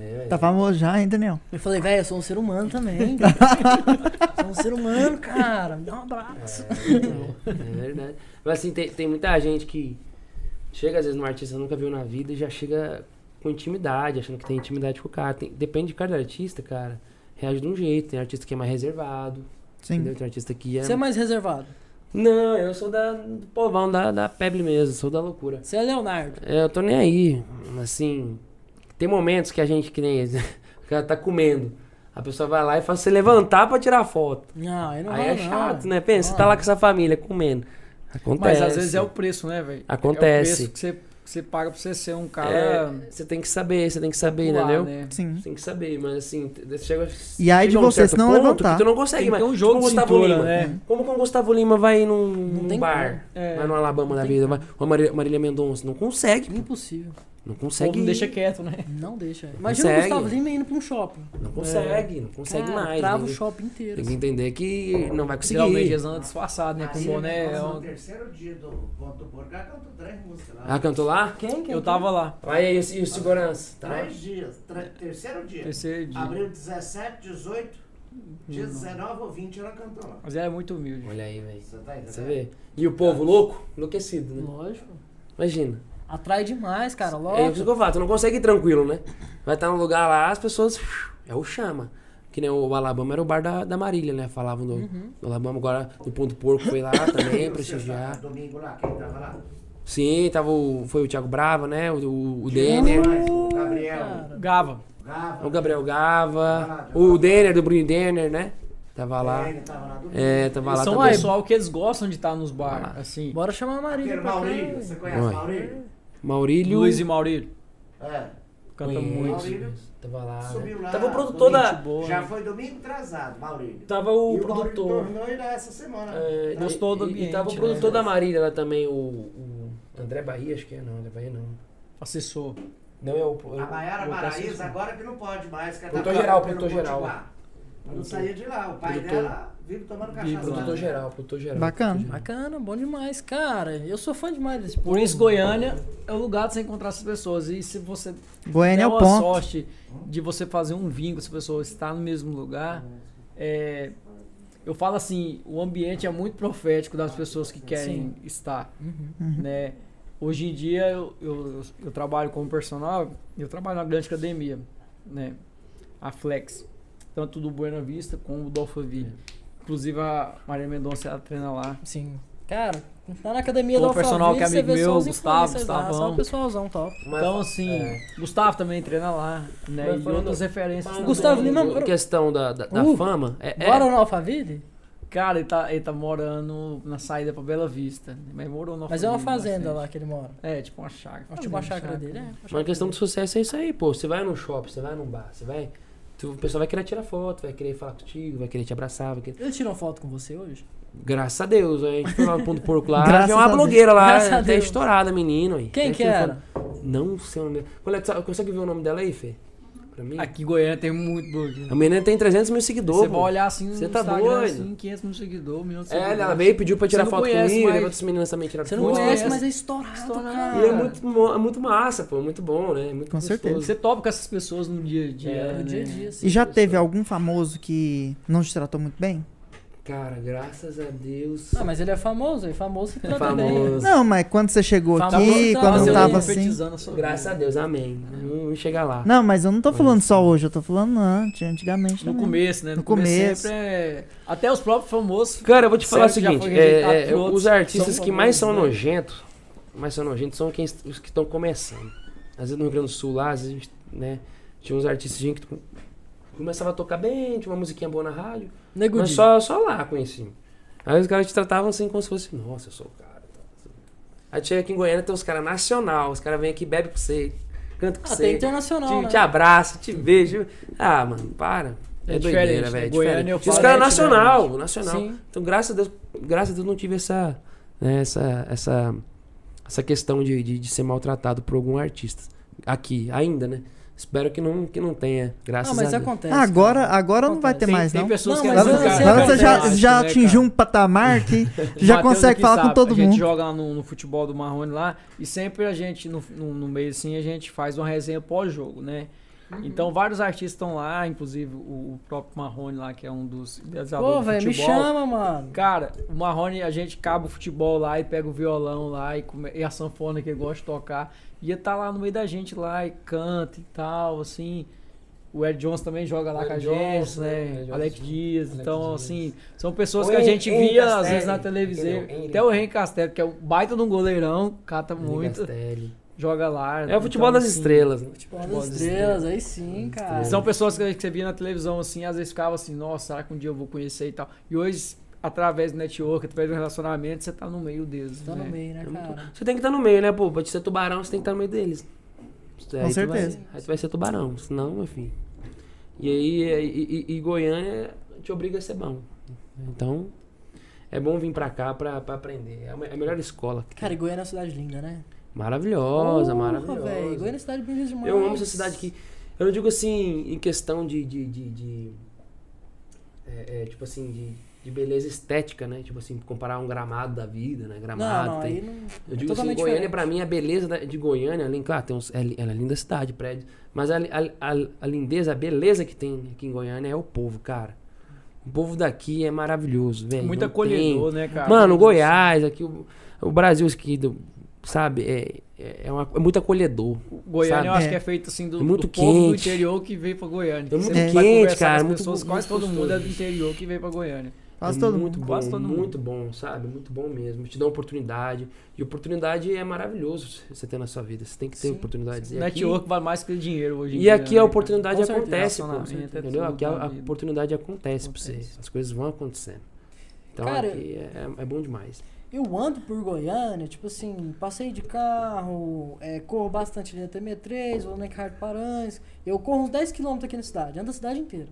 É,
Tá famoso já, hein, Daniel?
Eu falei, velho, eu sou um ser humano também. cara. sou um ser humano, cara. Me dá um abraço.
É, é verdade. Mas assim, tem, tem muita gente que chega às vezes no artista nunca viu na vida e já chega com intimidade, achando que tem intimidade com o cara. Tem- depende de cada artista, cara. Reage de um jeito. Tem artista que é mais reservado.
Sim.
Entendeu? Tem artista que é.
Você é mais reservado.
Não, eu sou da, do povão, da, da pebre mesmo, sou da loucura.
Você é Leonardo.
É, Eu tô nem aí. Assim, tem momentos que a gente que nem. O cara tá comendo. A pessoa vai lá e faz você levantar pra tirar foto.
Não, aí não
Aí
rola,
é chato,
não.
né? Pensa, você tá lá com essa família comendo. Acontece.
Mas às vezes é o preço, né, velho?
Acontece.
É o preço que você, que você paga pra você ser um
É,
cara.
você tem que saber, você tem que saber,
popular,
entendeu?
né?
Sim.
Você tem que saber, mas assim, t- chega,
E aí de
chega a um
você
certo
se não
ponto
levantar.
que Tu não consegue,
Tem que
mais. Tipo
ter um jogo
como
de
Gustavo
cintura,
Lima.
né?
Como que o Gustavo Lima vai num, num
tem
bar,
É.
vai no Alabama da
tem
vida, vai, ou a Marília, Marília Mendonça, não consegue,
Impossível.
não
O povo
consegue,
não deixa quieto, né?
Não deixa. Imagina o
consegue.
Gustavo Lima indo pra um shopping.
não consegue, não consegue
Cara,
mais.
Trava
né?
o shopping inteiro.
Tem que entender que não vai conseguir.
Geralmente eles andam disfarçados, né? Com
Aí,
boné.
nós
é
No
um-
terceiro dia do Ponto Borgá, cantou três músicas lá.
Ah, cantou lá?
Quem? Quem?
Eu tava lá.
Aí, e o e o segurança? Tá?
Três dias. tre- Terceiro dia.
Terceiro dia. Hum,
Abriu 17, 18, dia 19 ou 20 ela cantou lá.
Mas ele é muito humilde.
Olha aí, velho.
Você tá entendendo?
Você vê? E o povo louco? Enlouquecido, né?
Lógico.
Imagina.
Atrai demais, cara.
É isso
Lógico.
que eu falo, tu não consegue ir tranquilo, né? Vai estar num lugar lá, as pessoas. É o chama. Que nem o Alabama era o bar da, da Marília, né? Falavam do, do Alabama, agora do Ponto Porco foi lá também, prestigiar.
Domingo lá, quem tava lá?
Sim, tava o, foi o Thiago Brava, né? O, o, o Denner.
Mais, o Gabriel,
cara.
Gava.
Gava,
né? O Gabriel Gava. O Denner, do Bruno Denner, né? Tava lá.
ele tava lá do
É, tava lá
Eles são o
também.
pessoal que eles gostam de estar nos bar, assim.
Bora chamar a Marília
Aquele
um
pra cá.
Maurílio,
velho.
assim.
você conhece
Oi.
o Maurílio?
Maurílio.
Luiz e Maurílio.
É.
Canta
Conheço.
muito.
Maurílio
Tava lá. né?
subiu lá.
Tava o produtor
Gente
da.
boa.
Já foi domingo atrasado, Maurílio.
Tava o
e o Maurílio
produtor.
tornou ir essa semana.
É,
Gostou do
e-
ambiente,
E tava o
né?
produtor da Marília lá também, o, o André Bahia, acho que é. Não, André Bahia não.
Assessor.
Não é o.
A Maiara
o- o-
Maraíza agora que não pode mais. que ela
Produtor
tá
geral,
pelo
produtor geral.
Potiguar. Mas não saía de lá. O pai
Produtor.
dela vive tomando
Vive
cachaça.
lá.
lá.
Produtor geral, produtor geral.
Bacana.
produtor geral.
Bacana, bom demais. Cara, eu sou fã demais desse povo.
Por isso, Goiânia é o lugar de você encontrar essas pessoas. E se você
Goiânia
der
é o
uma
ponto.
sorte de você fazer um vínculo, se a pessoa está no mesmo lugar, é, eu falo assim, o ambiente é muito profético das pessoas que querem estar,
Uhum,
né? Hoje em dia eu, eu, eu trabalho como personal, eu trabalho na grande academia, né? A Flex, tanto do Buena Vista como do Alphaville. Inclusive a Maria Mendonça ela treina lá.
Sim. Cara, tá na academia
Pô,
da
o personal
Alphaville,
que
você
é amigo
vê só
meu,
os
Gustavo,
influencers lá, Só
Gustavão.
o pessoalzão top.
Mas-
então, assim,
é.
Gustavo também treina lá, né?
Mas
E
falando-
outras referências.
falando
Gustavo
do-
Lima-
do- questão da, da, da
Uh,
fama. É, é-
Bora no Alphaville?
Cara, ele tá, ele tá morando na saída pra Bela Vista. né? Mas morou numa
Mas é uma
fazenda
fazenda lá
bastante.
que ele mora.
É, tipo uma chácara.
Acho que uma chácara dele, é. uma
Mas a
chácara
questão do
dele.
sucesso é isso aí, pô. Você vai num shopping, você vai num bar, você vai. tu- o pessoal vai querer tirar foto, vai querer falar contigo, vai querer te abraçar, vai querer.
É. Ele tirou foto com você hoje?
Graças a Deus, aí a gente foi lá no ponto porco lá.
Graças
Graças
a
uma
Deus.
blogueira lá,
Graças a
até
Deus.
estourada, menino. aí.
Quem
Até
que
tirou foto.
era?
Não sei o nome dela. Colete, sabe- consegue ver o nome dela aí, Fê? Pra
é.
mim?
Aqui em Goiânia tem muito blogueiro.
A menina tem 300 mil seguidores.
Você
pô.
vai olhar assim
Cê
no
tá
Instagram,
doido?
assim, 500 mil seguidores, milhão de
É,
seguidores.
ela veio e pediu pra tirar
não
foto
conhece,
comigo,
mas-
mas... outras meninas também tiraram
Você
foto.
não conhece,
conhece.
mas é estourado,
Estourado.
cara.
E é muito, mo- é muito massa, pô. Muito bom, né? Muito
Com certeza.
gostoso.
Você topa com essas pessoas no dia a dia,
É,
né?
No dia a dia, assim.
E já teve algum famoso que não te tratou muito bem?
Cara, graças a Deus.
Ah, mas ele é famoso, ele é famoso se trata bem.
famoso.
Não, mas quando você chegou
Famoso
aqui,
trabalho.
quando
Mas
não
eu
tava
tô
tava
tá
assim.
profetizando a sua
Graças a Deus, amém. Vamos chegar lá.
Não, mas eu não tô falando só hoje, eu tô falando antes, antigamente.
No
também.
começo, né?
No começo.
sempre é- Até os próprios famosos.
Cara, eu vou te falar
Sério que
o
já
seguinte:
foi rejeitado
é, é,
por outros
os artistas
são
que mais
famosos,
são
né?
nojentos, mais são nojentos, são quem, os que estão começando. Às vezes no Rio Grande do Sul, lá, às vezes, a gente, né? Tinha uns artistas que tu- começava a tocar bem, tinha uma musiquinha boa na rádio.
Nego
Mas
Di.
só, só lá conheci. Aí os caras te tratavam assim como se fosse, nossa, eu sou o cara. tá? Aí chega aqui em Goiânia, tem os caras nacional, os caras vêm aqui, bebem com você, cantam com
Ah, tem
você,
internacional,
te,
né?
te abraça, te beija. Ah, mano, para. É,
É
doideira,
diferente,
velho.
né? Goiânia
É diferente.
eu
Tinha os
falo,
caras
é diferente.
nacional, nacional.
Sim.
Então, graças a Deus, graças a Deus não tive essa, né, essa, essa, essa questão de, de, de ser maltratado por algum artista aqui, ainda, né? Espero que não, que não tenha, graças
Ah, mas
a Deus.
acontece.
Ah, agora, agora não vai ter
Tem,
mais,
tem
não.
pessoas
Não,
que
mas
Agora
eu-
você,
cara,
agora
cara,
você já,
cara,
já
né, cara?
atingiu um patamar que já
Mateus
consegue
aqui
falar
sabe,
com todo
A gente
mundo.
joga lá no, no futebol do Marrone lá e sempre a gente, no, no, no meio assim, a gente faz uma resenha pós-jogo, né?
Uhum.
Então vários artistas estão lá, inclusive o, o próprio Marrone lá, que é um dos idealizadores
Pô,
do
velho, me
futebol.
chama, mano.
Cara, o Marrone, a gente caba o futebol lá e pega o violão lá e, come- e a sanfona que ele gosta de tocar. Ia tá lá no meio da gente lá e canta e tal, assim. O Ed Jones também joga lá
Ed
com a
Jones,
gente,
né?
né?
Ed Jones.
Alex Dias.
Alex
então,
Dias.
assim, são pessoas
O
que a
Henry-
gente
Henry
via às
Castelli.
vezes na televisão.
Entendeu? Henry-
Até o Henrique Castelo, que é um baita de um goleirão, cata muito,
Castelli.
joga lá.
É o futebol
Então,
das
assim,
estrelas, né?
Futebol das estrelas, aí sim, cara.
estrelas.
São pessoas que que você via na televisão, assim, às vezes ficava assim, nossa, será que um dia eu vou conhecer e tal. E hoje através do network, através do relacionamento, você tá no meio deles.
Tá
né?
no meio, né,
É muito-
cara?
Você tem que estar no meio, né, pô? Pra te ser tubarão, você tem que estar no meio deles. Com
certeza.
aí tu vai ser tubarão, senão, meu filho. E aí, é- e, e- e Goiânia te obriga a ser bom. Então, é bom vir pra cá pra, pra aprender. É a me- é a melhor escola. que tem.
Cara, e Goiânia é uma cidade linda, né?
Maravilhosa,
Porra,
maravilhosa.
velho, Goiânia é uma cidade bonita demais.
Eu amo essa cidade aqui. Eu não digo assim em questão de. de, de, de- é, é, tipo assim, de, de beleza estética, né? Tipo assim, comparar um gramado da vida, né?
Não,
Gramado.
não,
tem-
aí não.
Eu
é
digo assim,
totalmente
Goiânia,
diferente.
pra mim, a beleza da- de Goiânia, além, claro, tem uns, é, li- ela é linda cidade, prédio. Mas a, a, a- a lindeza, a beleza que tem aqui em Goiânia é o povo, cara. O povo daqui é maravilhoso, velho.
Muito
não tem-
acolhedor, né, cara?
Mano, Goiás, aqui o, o Brasil aqui, do- sabe, é, é, é uma- é muito acolhedor.
Goiânia eu
sabe?
acho
É.
que é feito assim do,
É muito
do povo do
quente.
interior que veio pra Goiânia.
É muito
Você vai
quente,
conversar
cara, é
com as
muito-
pessoas,
muito
quase todo
gostoso.
mundo é do interior que veio pra Goiânia.
Quase
é
todo
muito
mundo.
Bom,
Quase todo mundo.
Muito bom, sabe? Muito bom mesmo. Te dá uma oportunidade. E oportunidade é maravilhoso você ter na sua vida. Você tem que ter
Sim,
oportunidades. E aqui,
Network vale mais que dinheiro hoje em
e
dia.
aqui é a
né,
oportunidade
Com certeza.
acontece, pô.
Relacionamento é
Entendeu?
tudo
Aqui a,
na
a
vida.
oportunidade acontece, pra
Acontece.
você. As coisas vão acontecendo. Então
Cara,
aqui é, é- é bom demais.
Eu ando por Goiânia, tipo assim, passei de carro, é, corro bastante ali na TM3, vou no Ricardo Paranhos. Eu corro uns 10km aqui na cidade, ando a cidade inteira.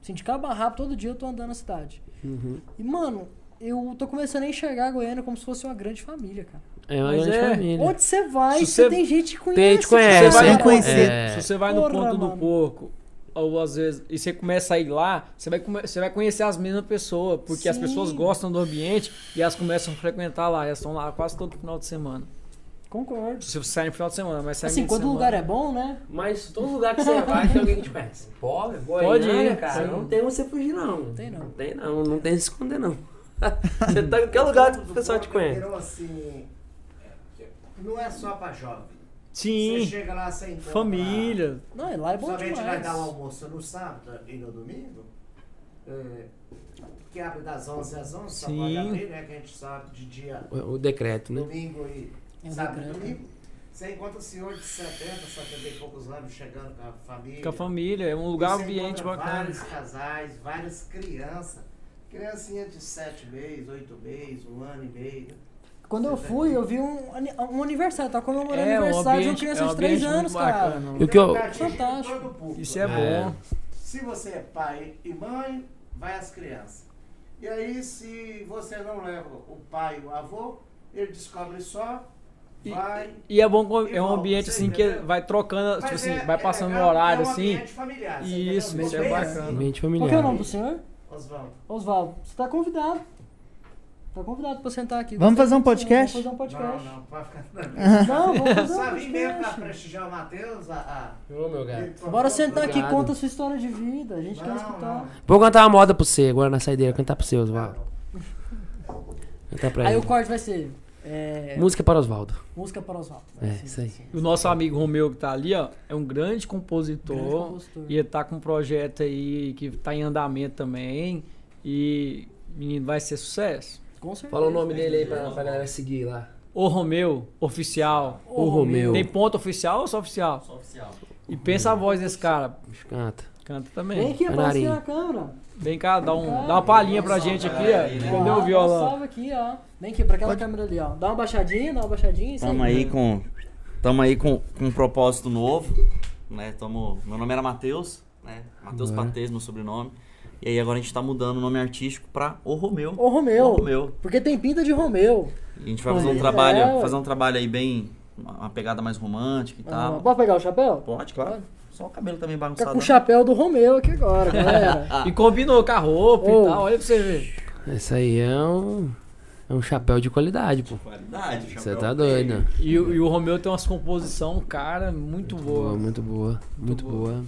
Assim, de cabo a rabo, todo dia eu tô andando na cidade.
Uhum.
E, mano, eu tô começando a enxergar a Goiânia como se fosse uma grande família, cara.
É uma
Mas
grande
é,
família.
Onde você vai,
Se
você
você-
tem gente que conhece.
Tem, te
que
conhece.
né?
vai
é.
conhecer.
É.
Se você vai
Porra,
no ponto
mano.
do porco, ou às vezes, e você começa a ir lá, você vai, come- você vai conhecer as mesmas pessoas, porque as
Sim.
pessoas gostam do ambiente e elas começam a frequentar lá, elas estão lá quase todo final de semana.
Concordo.
Se você sai no final de semana, mas sai
Assim,
meio de
quando o
semana.
lugar é bom, né?
Mas todo lugar que você vai tem alguém que te conhece. Pobre,
Pode
Goiânia,
ir,
né, cara.
sim.
Não tem onde você fugir, não. Não
tem, não.
Não tem, não. Não tem onde se esconder, não. você tá em qualquer lugar que o
Do
pessoal te
povo
conhece.
inteiro, assim, não é só pra jovem. Você
Sim,
chega lá sem encontra-
família.
Não, e lá é bom
Somente vai
demais.
dar um almoço no sábado e no domingo. é, que abre das 11 às 11, só pode
Sim.
abrir, né? Que a gente sabe de dia
O, o decreto, né?
domingo e
É um
sábado e
decreto.
domingo. Você encontra o senhor de 70, 70 e poucos anos chegando com a família.
Com a família, é um lugar
Você
ambiente
encontra
bacana.
Vários casais, várias crianças. Criancinha de 7 meses, 8 meses, um ano e meio. né?
Quando eu fui, eu vi um, ani- um aniversário. Tava comemorando
É, um
aniversário de uma
ambiente-
criança
é um
de 3
ambiente
anos,
muito
cara.
bacana.
E o que eu-
Atinge
Fantástico.
todo o público,
Isso é
né?
bom.
Se você é pai e mãe, vai as crianças. E aí, se você não leva o pai e o avô, ele descobre só,
E-
vai.
E é bom, com- é um
Igual,
ambiente
você
assim que
entendeu?
vai trocando, tipo
Mas
assim,
é-
vai
é
passando
legal,
o horário
é um
assim.
ambiente familiar, você
Isso,
entendeu?
isso
Bem
é bacana.
Ambiente
Qual que é o
familiar.
nome do senhor?
assim, Oswaldo.
Osvaldo, você tá convidado. Tá convidado pra sentar aqui.
Vamos
Você-
fazer um podcast?
Vamos fazer um
Não,
podcast.
não, pode ficar.
Não, vamos fazer
Só
um
vim mesmo pra
podcast.
prestigiar o Matheus. A,
Ô, meu
a...
gato.
Bora sentar aqui,
Obrigado.
conta a sua história de vida. A gente quer
Não,
escutar.
não.
Vou cantar uma moda pra você agora na saideira. Cantar pra você, Oswaldo. Cantar pra
Aí
ele.
o corte vai ser é,
Música para Oswaldo.
música para Osvaldo.
É, isso aí.
O nosso amigo Romeu que tá ali, ó, é um grande compositor.
Grande compositor.
E ele tá com um projeto aí que tá em andamento também. E, menino, vai ser sucesso.
Com certeza.
Fala o nome dele aí pra, pra galera seguir lá.
O Romeu, oficial.
O Romeu.
Tem ponto oficial ou só oficial? Só oficial. E pensa a voz desse cara.
Bicho, Canta.
Canta
Vem
também.
aqui, aparece aqui
Canarinho.
na câmera.
Vem cá, dá, um, dá uma palhinha pra gente aqui, ó. Cadê
Ó,
o
dá um
violão?
salve aqui, ó. Vem aqui, pra aquela câmera ali, ó. Dá uma baixadinha, dá uma baixadinha. isso
Tamo aí com, tamo aí com, com um propósito novo, né? Tamo, meu nome era Matheus, né? Matheus
Agora.
Patês, meu sobrenome. E aí agora a gente tá mudando o nome artístico pra O Romeu.
Ô,
O
Romeu.
Romeu.
Porque tem pinta de Romeu.
E a gente vai fazer um
Pois
trabalho,
é, ué.
fazer um trabalho aí bem uma uma pegada mais romântica e
Ah,
tal.
bora pegar o chapéu?
Pode, claro. Só o cabelo também
Fica
bagunçado.
com o
né?
chapéu do Romeu aqui agora, galera.
E combinou com a roupa
Ah. Ô.
e tal, olha pra você ver.
Isso aí é um. É um chapéu de qualidade, pô.
Qualidade, chapéu.
Você tá doido.
E, o- e o Romeu tem umas composição, cara, muito boa.
Boa, muito boa. Muito
boa.
boa.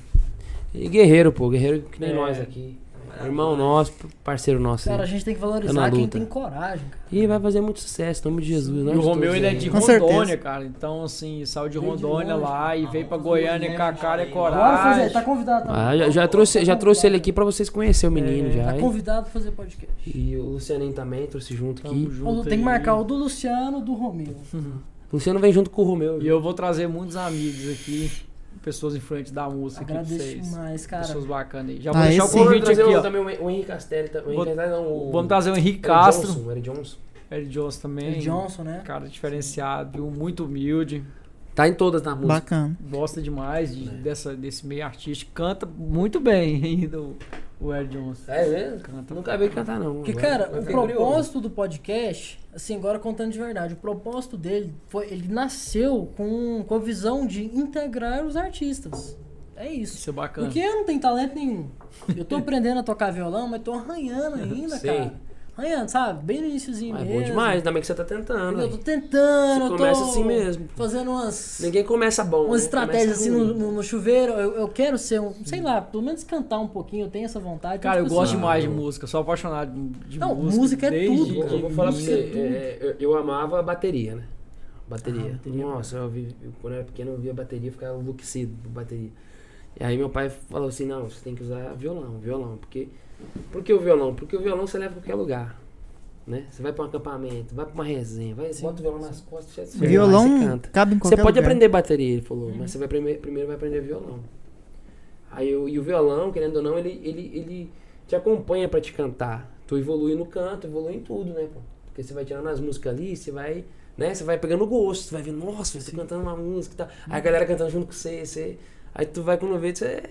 E guerreiro, pô. Guerreiro que nem
É.
nós aqui. Irmão nosso, parceiro nosso.
Cara, a
aí.
gente tem que
Tá na
valorizar quem
luta.
tem coragem, cara.
E vai fazer muito sucesso, em nome de Jesus.
E o Romeu, ele é de
Com
Rondônia,
certeza.
cara. Então, assim, saiu de
Veio de
Rondônia
longe.
lá e veio pra
vamos
Goiânia
fazer
com a
um
cara e
aí,
coragem.
Bora fazer, tá convidado também.
Ah, já, já trouxe, já trouxe ele aqui pra vocês conhecerem o menino
É,
já.
Tá
hein?
convidado pra fazer podcast.
E o Lucianinho também trouxe junto
Tamo
aqui.
junto
tem que
aí.
marcar o do Luciano do Romeu.
O Luciano vem junto com o Romeu.
E eu vou trazer muitos amigos aqui. pessoas influentes da música aqui pra
Agradeço
vocês.
demais, cara.
Pessoas bacanas aí. Já vou
Ah,
deixar o
esse
Vamos
convite
trazer
aqui,
o,
ó.
também o Henrique Castelli. tá- O
Vou-
Henrique Castelli não, o...
Vamos trazer o Henrique
Eric
Castro,
Johnson, Eric Johnson.
Eric Johnson também.
Eric Johnson, né?
Cara diferenciado, viu? muito humilde.
Tá em todas na música.
Bacana.
Gosta demais de- dessa, desse meio artístico. Canta muito bem ainda o, o Eric Johnson.
É mesmo?
Canta.
Nunca vi cantar, não.
Porque,
Agora-
cara,
agora
o
fiquei curioso.
propósito do podcast, assim, agora contando de verdade, o propósito dele foi. Ele nasceu com, com a visão de integrar os artistas. É isso.
Isso é bacana.
Porque eu não tenho talento nenhum. Eu tô aprendendo a tocar violão, mas tô arranhando ainda,
Sim.
cara. Arranhando, sabe? Bem no iniciozinho
Ah, É
mesmo.
bom demais,
né,
ainda bem que você tá tentando.
Eu
aí.
tô tentando,
Você
eu tô
começa assim mesmo.
fazendo umas,
Ninguém começa bom.
umas
né?
estratégias
Começa
assim
ruim.
no, no- no chuveiro. Eu, eu quero ser um, sei lá, pelo menos cantar um pouquinho, eu tenho essa vontade.
Cara,
Então,
eu
tipo
é
gosto
assim,
demais de música, sou apaixonado de
Não,
música.
música é
desde
tudo,
de-
cara.
Eu vou falar pra
Isso é
você,
tudo.
é, eu, eu amava a bateria, né? Bateria.
Ah, bateria.
Nossa, eu vi, eu- quando eu era pequeno eu via bateria, eu ficava enlouquecido por bateria. E aí meu pai falou assim, não, você tem que usar violão, violão, porque... Por que o violão? Porque o violão você leva pra qualquer lugar, né? Você vai pra um acampamento, vai pra uma resenha, vai, bota o violão nas costas, é você- você vai, você
Violão
canta.
cabe em
Você
qualquer
pode
lugar. Uhum.
aprender bateria, ele falou, mas você vai primeiro, primeiro vai aprender violão. Aí eu- e o violão, querendo ou não, ele, ele, ele te acompanha pra te cantar. Tu evolui no canto, evolui em tudo, né, pô? Porque você vai tirando as músicas ali, você vai, né, você vai pegando gosto, você vai vendo, nossa, você cantando uma música e tal.
Uhum.
Aí a galera cantando junto com você, você aí tu vai quando vê, você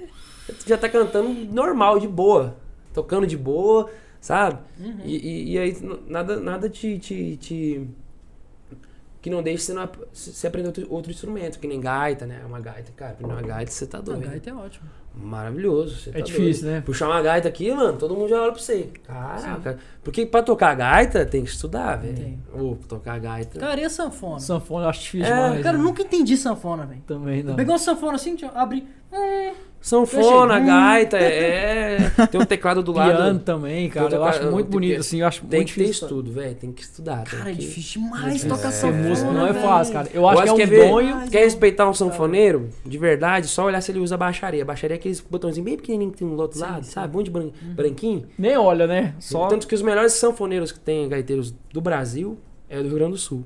tu já tá cantando normal, de boa, tocando de boa, sabe?
Uhum.
E, e- e aí n- nada nada te- te- te que não deixa você, não, ap- você aprender outro, outro instrumento, que nem gaita, né? Uma gaita, cara, aprender uma gaita, você tá
A
doido.
gaita é ótimo.
Maravilhoso. você tá
É difícil,
doido.
né?
Puxar uma gaita aqui, mano, todo mundo já olha pra você. Caraca. Porque pra tocar gaita tem que estudar, velho.
Tem.
Ou tocar gaita.
Tá.
Cara, e a sanfona?
Então. Sanfona Então. eu acho difícil
É,
demais.
Cara, eu
né?
nunca entendi sanfona, velho.
Também não.
Pegou uma sanfona assim, tio, abri. É,
Sanfona,
Hum.
gaita, é. Tem um teclado do lado.
Piano também, cara.
Tem
Eu
outra
acho
cara-
muito
tem
bonito,
que-
assim. Eu acho
Tem
muito
que ter
difícil.
estudo, velho. Tem que estudar. tem
cara, é
que-
difícil demais
É,
tocar
Essa
sanfona.
música não é
velho.
fácil, cara. Eu
Eu
acho
acho
que é
que
um
é ver-
sonho.
Quer respeitar um sanfoneiro, de verdade, só olhar se ele usa a baixaria. A baixaria é aqueles botãozinhos bem pequenininhos que tem do outro lado, sabe? Um de bran-
Uhum.
branquinho.
Nem olha, né? Só.
Tanto que os melhores sanfoneiros que tem, gaiteiros do Brasil, é do Rio Grande do Sul.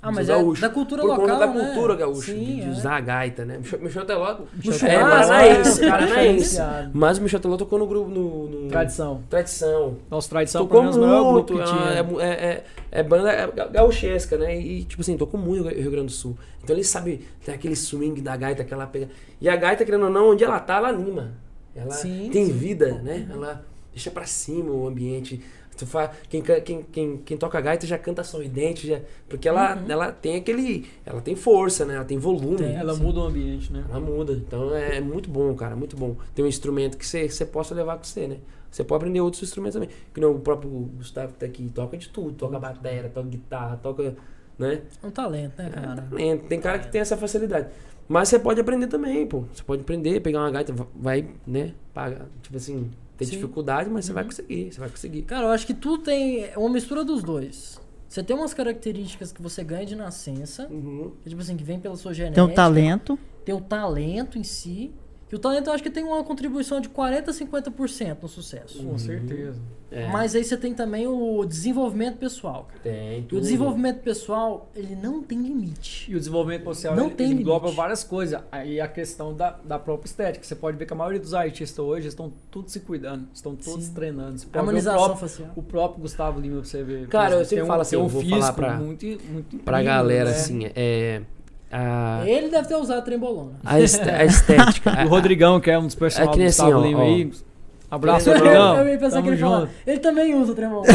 Ah, mas
Dos
é
gaúchos.
da cultura
Por
local,
conta da
né?
cultura gaúcha,
Sim,
de, de
é.
usar a gaita, né? Michel, Michel Teló
Michel
é
Teló,
paranaense,
é,
paranaense.
diferenciado.
Mas o Michel Teló tocou no grupo, no... no-
Tradição.
Tradição.
Nossa, tradição
Tocou
pelo menos, o maior
Então, muito,
grupo que
é
tinha. né?
uma- é, mu- é, é- é banda é ga- gauchesca, né? E, tipo assim, tocou muito o Rio Grande do Sul. Então ele sabe, tem aquele swing da gaita, aquela pega. E a gaita, querendo ou não, onde ela tá, ela anima. Ela
Sim,
tem vida, né? Ela deixa pra cima o ambiente. Tu fa... quem, can- quem, quem, quem toca gaita já canta sorridente, já... porque ela, ela tem aquele. Ela tem força, né? Ela tem volume.
Tem,
Ela muda o ambiente, né?
Ela muda. Então é, é muito bom, cara, muito bom. Tem um instrumento que você você possa levar com você, né? Você pode aprender outros instrumentos também. Que nem o próprio Gustavo que tá aqui, toca de tudo, toca bateria, toca guitarra, toca, né?
É um talento, né,
É,
cara?
talento. Tem cara que tem essa facilidade. Mas você pode aprender também, pô. Você pode aprender, pegar uma gaita, va- vai, né? Paga, tipo assim, ter
Sim.
dificuldade, mas você vai conseguir, você vai conseguir.
Cara, eu acho que tudo tem uma mistura dos dois. Você tem umas características que você ganha de nascença,
Uhum.
que, tipo assim, que vem pela sua genética.
né?
Tem um talento.
Tem o talento em si. E o talento eu acho que tem uma contribuição de 40% a 50% no sucesso.
Com certeza.
É,
Mas aí você tem também o desenvolvimento pessoal, cara.
tem
E
tudo.
o desenvolvimento pessoal, ele não tem limite.
E o desenvolvimento social
Não
ele,
tem
ele engloba
limite.
várias coisas. Aí a questão da, da própria estética. Você pode ver que a maioria dos artistas hoje estão todos se cuidando, estão todos
Sim.
treinando. Você pode ver o
Harmonização
próprio-
facial.
O próprio Gustavo Lima, pra você ver.
Cara, eu
Tem um,
sempre falo assim,
tem
eu vou falar pra-
muito, muito
Pra
incrível,
galera,
né?
assim, é. A,
Ele deve ter usado trembolona.
a este- a estética.
E
a-
O Rodrigão, que é um dos personagens
É que nem
do Gustavo
assim, ó,
Lima
ó.
aí. Abraço,
Eu- eu-
Rodrigão.
eu ia pensar
Tamo
que ele
junto.
falava. Ele também usa trembolona.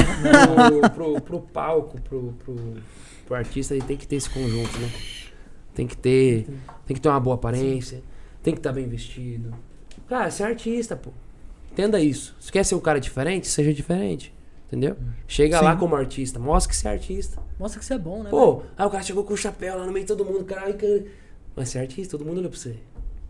pro, pro, pro palco, pro, pro, pro artista, ele tem que ter esse conjunto, né? Tem que ter. Tem que ter uma boa aparência, tem que estar bem vestido. Cara, você é artista, pô. Entenda isso. Se quer ser um cara diferente, seja diferente. Entendeu? Chega lá como artista, mostra que você é artista.
Mostra que você é bom, né?
Pô, aí o cara chegou com o chapéu lá no meio de todo mundo, cara. ai, cara. Mas você é artista, todo mundo olha pra você.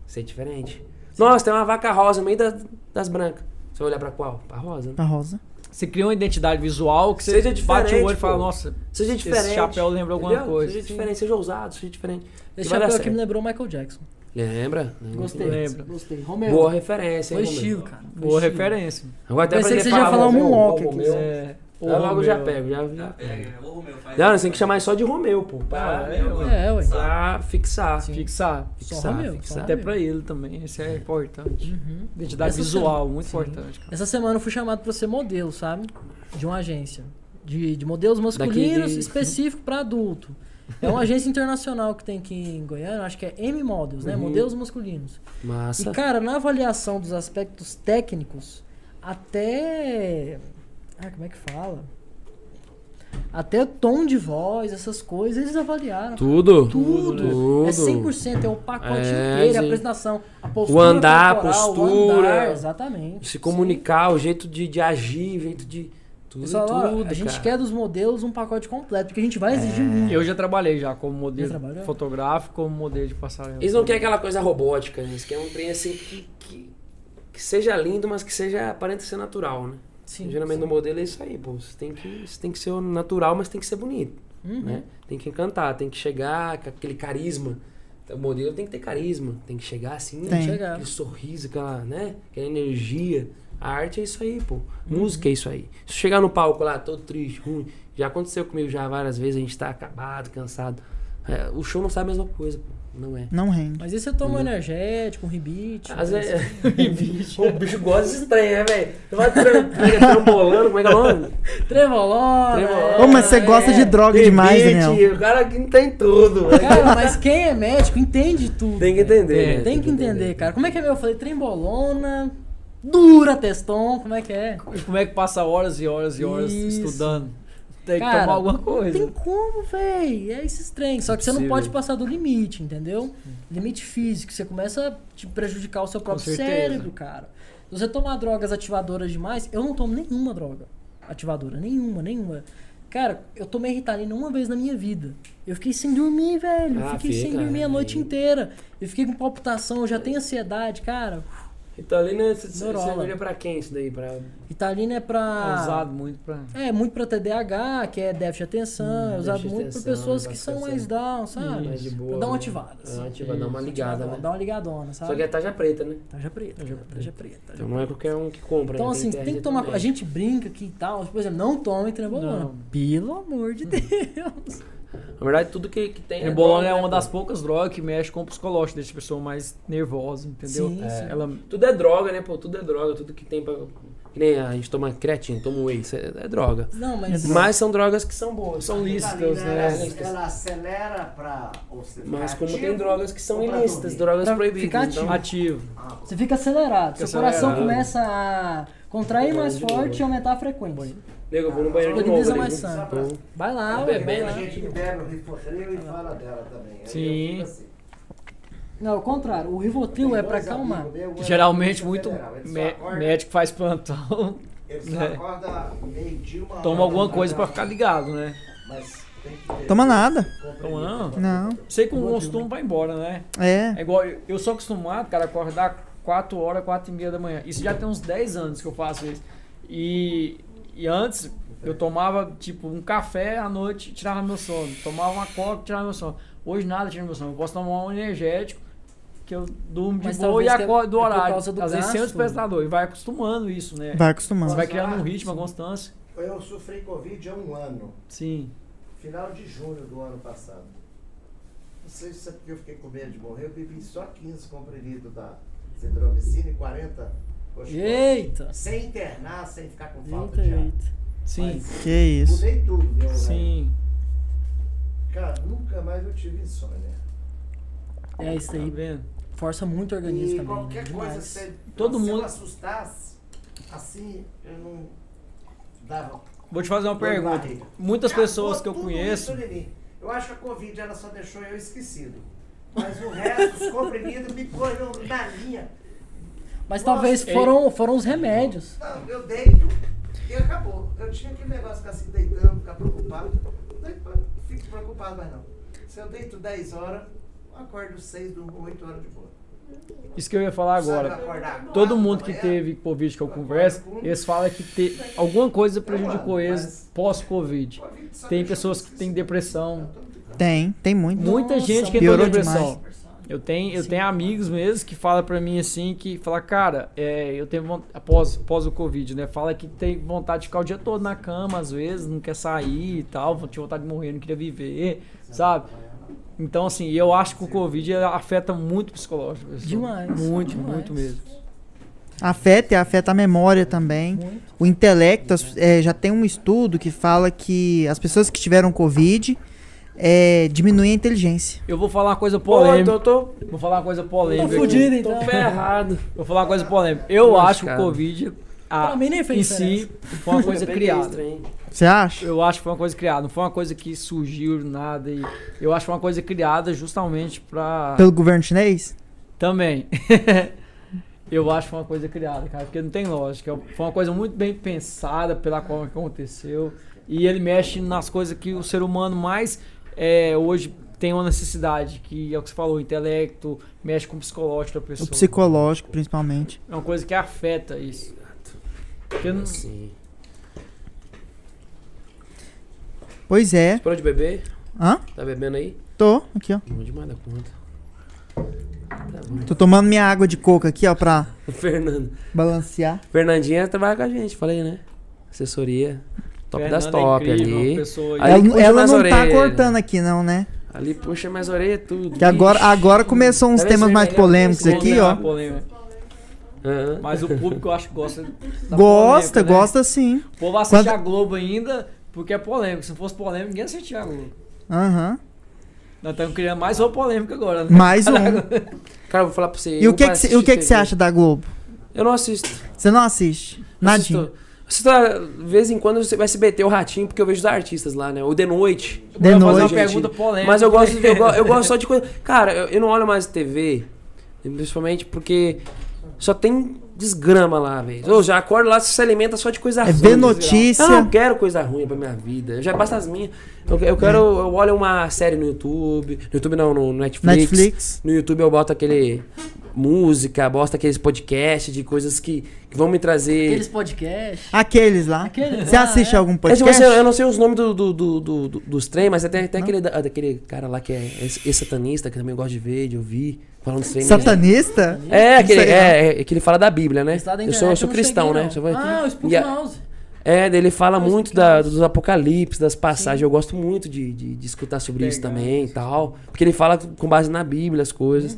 Você é diferente. Nossa, tem uma vaca rosa no meio da- das brancas. Você vai olhar pra qual? Pra rosa, né?
A Rosa.
Você cria uma identidade visual que você
Seja
bate o olho e
diferente,
fala,
pô.
nossa,
Seja
Esse
diferente.
chapéu lembra alguma
entendeu?
coisa,
Seja
sim.
diferente, seja ousado, seja diferente.
Esse
Vai dar
chapéu aqui
certo.
me lembrou o Michael Jackson.
Lembra? Lembra.
Gostei.
Lembra.
Gostei. Romeu.
Boa referência,
Foi
hein, Romeu?
estilo, cara. Foi
boa
estilo.
referência.
Agora até
Pensei que
aprender
você já ia
a
falar um
Romeu,
Moonwalk
Romeu.
aqui,
É.
É,
Ô,
Já logo
Romeu. É.
já pego, já, já.
É,
Pega, ô Romeu, faz.
Não, nós temos que chamar só de Romeu, pô.
Ah,
Pra,
é, ué.
É, ué.
pra fixar.
Fixar.
Só
Fixar,
Romeu,
fixar.
só
Até
Romeu.
pra ele também, isso é importante.
Uhum.
Identidade
Essa
visual, muito
Sim.
importante, cara.
Essa semana eu fui chamado pra ser modelo, sabe? De uma agência. De, de modelos masculinos
Daquele-
específico pra adulto. É uma agência internacional que tem aqui em Goiânia, acho que é M Models, né?
Uhum.
Modelos masculinos.
Massa.
E, cara, na avaliação dos aspectos técnicos, até. Ah, como é que fala? Até tom de voz, essas coisas, eles avaliaram.
Tudo.
Tudo.
Tudo.
É 100%, é o pacote
É,
inteiro, a
gente.
apresentação, a postura.
andar, a
corporal,
postura.
O andar, exatamente.
Se comunicar, o jeito de, de agir, o jeito de. Tudo,
Pessoal, ó,
tudo.
a gente
cara. É,
quer dos modelos um pacote completo, porque a gente vai exigir muito.
Eu já trabalhei já como
Já
modelo
trabalhou?
fotográfico, como modelo de passarela.
Eles não querem aquela coisa robótica, né? eles querem um trem assim que, que, que seja lindo, mas que seja aparente ser natural, né?
Sim,
Geralmente no modelo é isso aí, pô. Você tem que, você tem que ser natural, mas tem que ser bonito,
Uhum.
né? Tem que encantar, tem que chegar com aquele carisma. O modelo tem que ter carisma, tem que chegar assim,
Tem que
Tem.
chegar.
aquele sorriso, aquela, né? Aquela energia. A arte é isso aí, pô. Música é isso aí. Se chegar no palco lá, todo triste, ruim, já aconteceu comigo já várias vezes, a gente tá acabado, cansado. É, o show não sai a mesma coisa, pô. Não é.
Não rende.
Mas aí você toma um energético, um ribite.
Às
né?
vezes. o bicho gosta desse trem, né, velho? Tu vai tram- pega trambolando, como é que é o nome?
Trevolona.
Trevolona.
Ô, mas você gosta de droga demais,
Bebite,
Daniel.
O cara É. que tem tudo, velho.
Cara, mas quem é médico entende tudo.
Tem que
velho.
entender,
Tem,
né?
que entender, cara. Como é que é meu? Eu falei trembolona, dura testom, como é que é?
E como é que passa horas e horas e horas
Isso.
estudando? Tem que
Cara,
tomar alguma
Não
coisa.
tem como, véi. É esses trem. Só que você não
Impossível.
pode passar do limite, entendeu? Limite físico. Você começa a te prejudicar o seu próprio
certeza.
cérebro, cara. Se você tomar drogas ativadoras demais, eu não tomo nenhuma droga ativadora. Nenhuma, nenhuma. Cara, eu tomei Ritalina uma vez na minha vida. Eu fiquei sem dormir, velho. Eu
Ah,
fiquei sem
fica,
dormir a
né?
noite inteira. Eu fiquei com palpitação, eu já tenho ansiedade, cara.
Ritalina, você
Neurola.
serviria pra quem isso daí? Pra... ah,
Ritalina é pra.
É usado muito pra.
É, muito pra TDAH, que é déficit de atenção, é usado
Hum, déficit de
muito pra
atenção,
pessoas que
negócio
são
assim.
mais down, sabe?
Mais de boa,
pra dar uma
né?
ativada.
Dá uma ativada, dá uma ligada, né?
Dá uma ligadona,
Só que é
sabe?
tarja preta, né?
Taja preta, taja preta. Taja preta.
Então não é qualquer um que compra.
Então,
né?
assim,
TRG
tem que tomar.
também.
A gente brinca aqui e tal, por exemplo, não tome trembolona.
Não.
Pelo amor de Deus.
Na verdade, tudo que, que tem.
Embolona
droga,
é
né,
uma
pô?
das poucas drogas que mexe com o psicológico, deixa a pessoa mais nervosa, entendeu?
Sim, sim.
Ela
Tudo é droga, né, pô? Tudo é droga, tudo que tem pra. Que nem a gente toma creatina, toma whey, isso é, é droga.
Não, mas.
Mas são drogas que são boas. São lícitas,
Ritalina,
Tá
ela-
né?
é, Ela acelera pra. ou seja,
Mas
pra
como tem
ativo
drogas que são
ou pra
ilícitas,
dormir? Ah,
drogas
Pra
proibidas.
ficar
então-
ativo.
ativo.
Você fica acelerado,
Fica
seu coração
acelerado.
começa a contrair mais
De boa.
forte e aumentar a frequência.
Nego, eu vou no banheiro de novo.
Disponibiliza
nego.
tipo, ah, mais sangue.
Então,
Vai lá,
Tá
ué, vai
né?
bebendo,
lá.
A gente bebe o Rifotril e fala dela também. Aí
Sim.
eu fico assim.
Não, ao contrário, o Rivotril é pra
Dois
acalmar.
amigos meus, um é
Geralmente
polícia
muito
federal, ele só
mé-
acorda-
médico faz plantão,
Ele só
né?
acorda meio-dia, uma hora,
toma alguma
não
coisa
dá.
pra ficar ligado, né?
Mas tem que ter. um
Toma nada.
Toma não?
Não.
Sei que um costume vai embora, né? É
É.
igual, eu eu sou acostumado, cara, a acordar 4 horas, 4 e meia da manhã. Isso já tem uns 10 anos que eu faço isso. E, e antes eu tomava, tipo, um café à noite tirava meu sono. Tomava uma coca tirava meu sono. Hoje nada tira meu sono. Eu posso tomar um energético que eu durmo de
Mas
boa
talvez
e
que é-
acordo do
é por
horário.
causa do
Às vezes sem o
gasto.
despertador. E vai acostumando isso, né?
Vai
Você
acostumando.
vai criando um ritmo, uma constância.
Eu sofri Covid há um ano,
Sim.
final de junho do ano passado. Não sei se é porque eu fiquei com medo de morrer, eu bebi só 15 comprimidos da citromicina e 40 oxigênio.
Eita!
Sem internar, sem ficar com falta
Eita,
de ar.
eita.
Sim.
Mas
Que isso.
Mudei tudo, meu horário.
Sim.
Cara, nunca mais eu tive insônia.
É isso
Tá
aí.
vendo?
Força muito o organismo
E
também.
qualquer
né?
coisa,
Demais.
se,
Todo
se
mundo-
eu assustasse, assim, eu não dava
Vou te fazer uma
dor de
pergunta.
barriga.
Muitas
Acabou
pessoas que eu
tudo
conheço.
isso em mim. Eu acho que a Covid ela só deixou eu esquecido. Mas o resto, os comprimidos, me põe no- na linha.
Mas
Nossa,
talvez
ei.
foram, foram os remédios.
Não, eu deito e acabou. Eu tinha aquele negócio de ficar se deitando, ficar preocupado. Não fico preocupado mais não. Se eu deito 10 horas, eu acordo 6, durmo 8 horas de boa.
Isso que eu ia falar agora. Todo mundo que teve Covid que eu converso, eles falam que te, alguma coisa prejudicou eles pós-Covid. Tem pessoas que têm depressão.
Tem, tem muito.
Muita
Nossa,
gente que entrou
piorou
em depressão.
demais.
Eu tenho, eu tenho amigos mesmo que falam pra mim assim, que fala, cara, é, eu tenho vontade, após, após o Covid, né? Fala que tem vontade de ficar o dia todo na cama, às vezes, não quer sair e tal, tinha vontade de morrer, não queria viver, sabe? Então, assim, eu acho que o Covid afeta muito o psicológico. pessoal.
Demais,
Muito,
demais.
muito mesmo.
Afeta e afeta a memória também.
Muito.
O intelecto, as- é, já tem um estudo que fala que as pessoas que tiveram Covid é, diminuem a inteligência.
Eu vou falar uma coisa
Pô,
polêmica.
então eu tô,
Vou falar uma coisa polêmica.
Tô
aqui.
fudido,
tô
então.
ferrado.
Vou falar uma coisa polêmica. Eu
Nossa,
acho que
cara.
o Covid a-
Pra mim nem fez
Ah, em si foi uma coisa
É Bem
criada.
extra, hein?
Você acha?
Eu acho que foi uma coisa criada, não foi uma coisa que surgiu do nada. E eu acho que foi uma coisa criada justamente pra.
Pelo governo chinês?
Também. eu acho que foi uma coisa criada, cara, porque não tem lógica. É um, Foi uma coisa muito bem pensada pela qual aconteceu. E ele mexe nas coisas que o ser humano mais é, hoje tem uma necessidade, que é o que você falou, o intelecto, mexe com o psicológico da
O
pessoa.
psicológico, principalmente.
É uma coisa que afeta isso. Porque não-
Sim.
Pois é.
Parou de beber?
Hã?
Tá bebendo aí?
Tô. Aqui, ó.
Bom demais da conta. Tá bom.
Tô tomando minha água de coco aqui, ó, pra
Fernando.
balancear.
Fernandinha trabalha com a gente, falei, né? Assessoria. Top das
Fernanda é
top
incrível, uma
ali.
pessoa
Aí
ela
puxa
ela
mais
não
a
tá
orelha.
cortando aqui, não, né?
Ali puxa mais orelha tudo.
Que agora,
Ixi.
agora começou uns
Deve
temas
ser
mais
legal,
polêmicos
deve ser
aqui,
legal.
ó.
Polêmica.
Aham.
Mas o público eu acho que gosta. da
Gosta,
polêmica, né?
gosta sim.
O povo assiste
Quando-
a Globo ainda porque é polêmico. Se não fosse polêmico, ninguém assistia a Globo.
Aham.
Nós estamos criando mais uma polêmica agora, né?
Mais um.
Cara, eu vou falar pra você.
E
eu
o que,
paro
que, cê-
de
o que, que
assistir
você
TV.
acha da Globo?
Eu não assisto.
Você não assiste? Nadinho.
Assisto, assisto a- de vez em quando você vai se o ratinho, porque eu vejo os artistas lá, né? O The Noite.
De
Eu vou fazer
noite.
uma pergunta polêmica.
Mas eu gosto, de- eu, go- eu gosto só de coisa. Cara, eu, eu não olho mais TV, principalmente porque só tem desgrama lá, velho. Eu já acordo lá, se alimenta só de coisa
É
ruim.
ver
Eu não
notícia.
quero coisa ruim pra minha vida. Já basta as minhas. Eu, eu quero. Eu olho uma série no YouTube. No YouTube não, no Netflix.
Netflix.
No YouTube eu boto aquele. Música, boto aqueles podcasts de coisas que, que vão me trazer.
Aqueles podcasts.
Aqueles lá.
Aqueles
Você
lá,
assiste
é.
algum
É, se
podcast?
você- eu não sei os nomes do, do- do- do- do- dos trem, mas tem até aquele, da- daquele cara lá que é ex- ex-satanista, que também gosta de ver, de ouvir, falando dos trem. né?
Satanista?
É, aquele,
Não sei,
é, é, que ele fala da Bíblia, né?
Estado da
Eu sou, eu
internet,
sou
não
cristão,
cheguei,
né?
não.
Só vou-
Ah, o Spook
E a-
Mouse.
É, ele fala
Os
muito da- dos apocalipse, das passagens. Eu gosto muito de, de, de escutar sobre isso
Legal.
também e tal. Porque ele fala com base na Bíblia as coisas.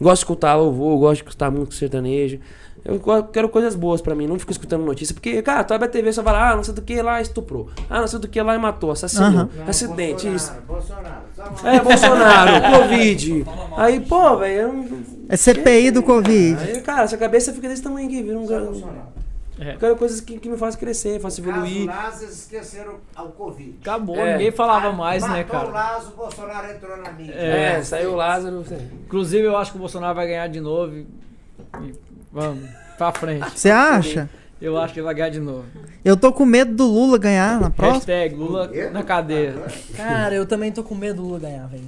Gosto de escutar louvor, gosto de escutar música sertaneja. Eu go- quero coisas boas pra mim, não fico escutando notícia. Porque, cara, tu abre a TV e só fala, ah, não sei do que lá estuprou. Ah, não sei do que lá e matou, assassinou. É
Aham.
Não,
Acidente, isso.
Bolsonaro, Bolsonaro, só uma-
É, Bolsonaro, Covid. Aí, pô, velho, eu não-
É CPI do Covid.
Aí, cara, sua cabeça fica desse tamanho aqui, vira um...
Só
gra-
Bolsonaro.
Eu quero coisas que, que me façam crescer, façam
Caso
evoluir.
Lazo esqueceram ao Covid.
Acabou,
É.
ninguém falava mais, né,
Matou o
cara?
Lazo, Bolsonaro entrou na mídia.
É.
É, saiu o Lázaro. é.
Inclusive, eu acho que o Bolsonaro vai ganhar de novo. E... e Vamos, pra frente.
Você acha?
Eu acho que ele vai ganhar de novo.
Eu tô com medo do Lula ganhar na próxima.
Hashtag Lula na cadeia.
Cara, eu também tô com medo do Lula ganhar, velho.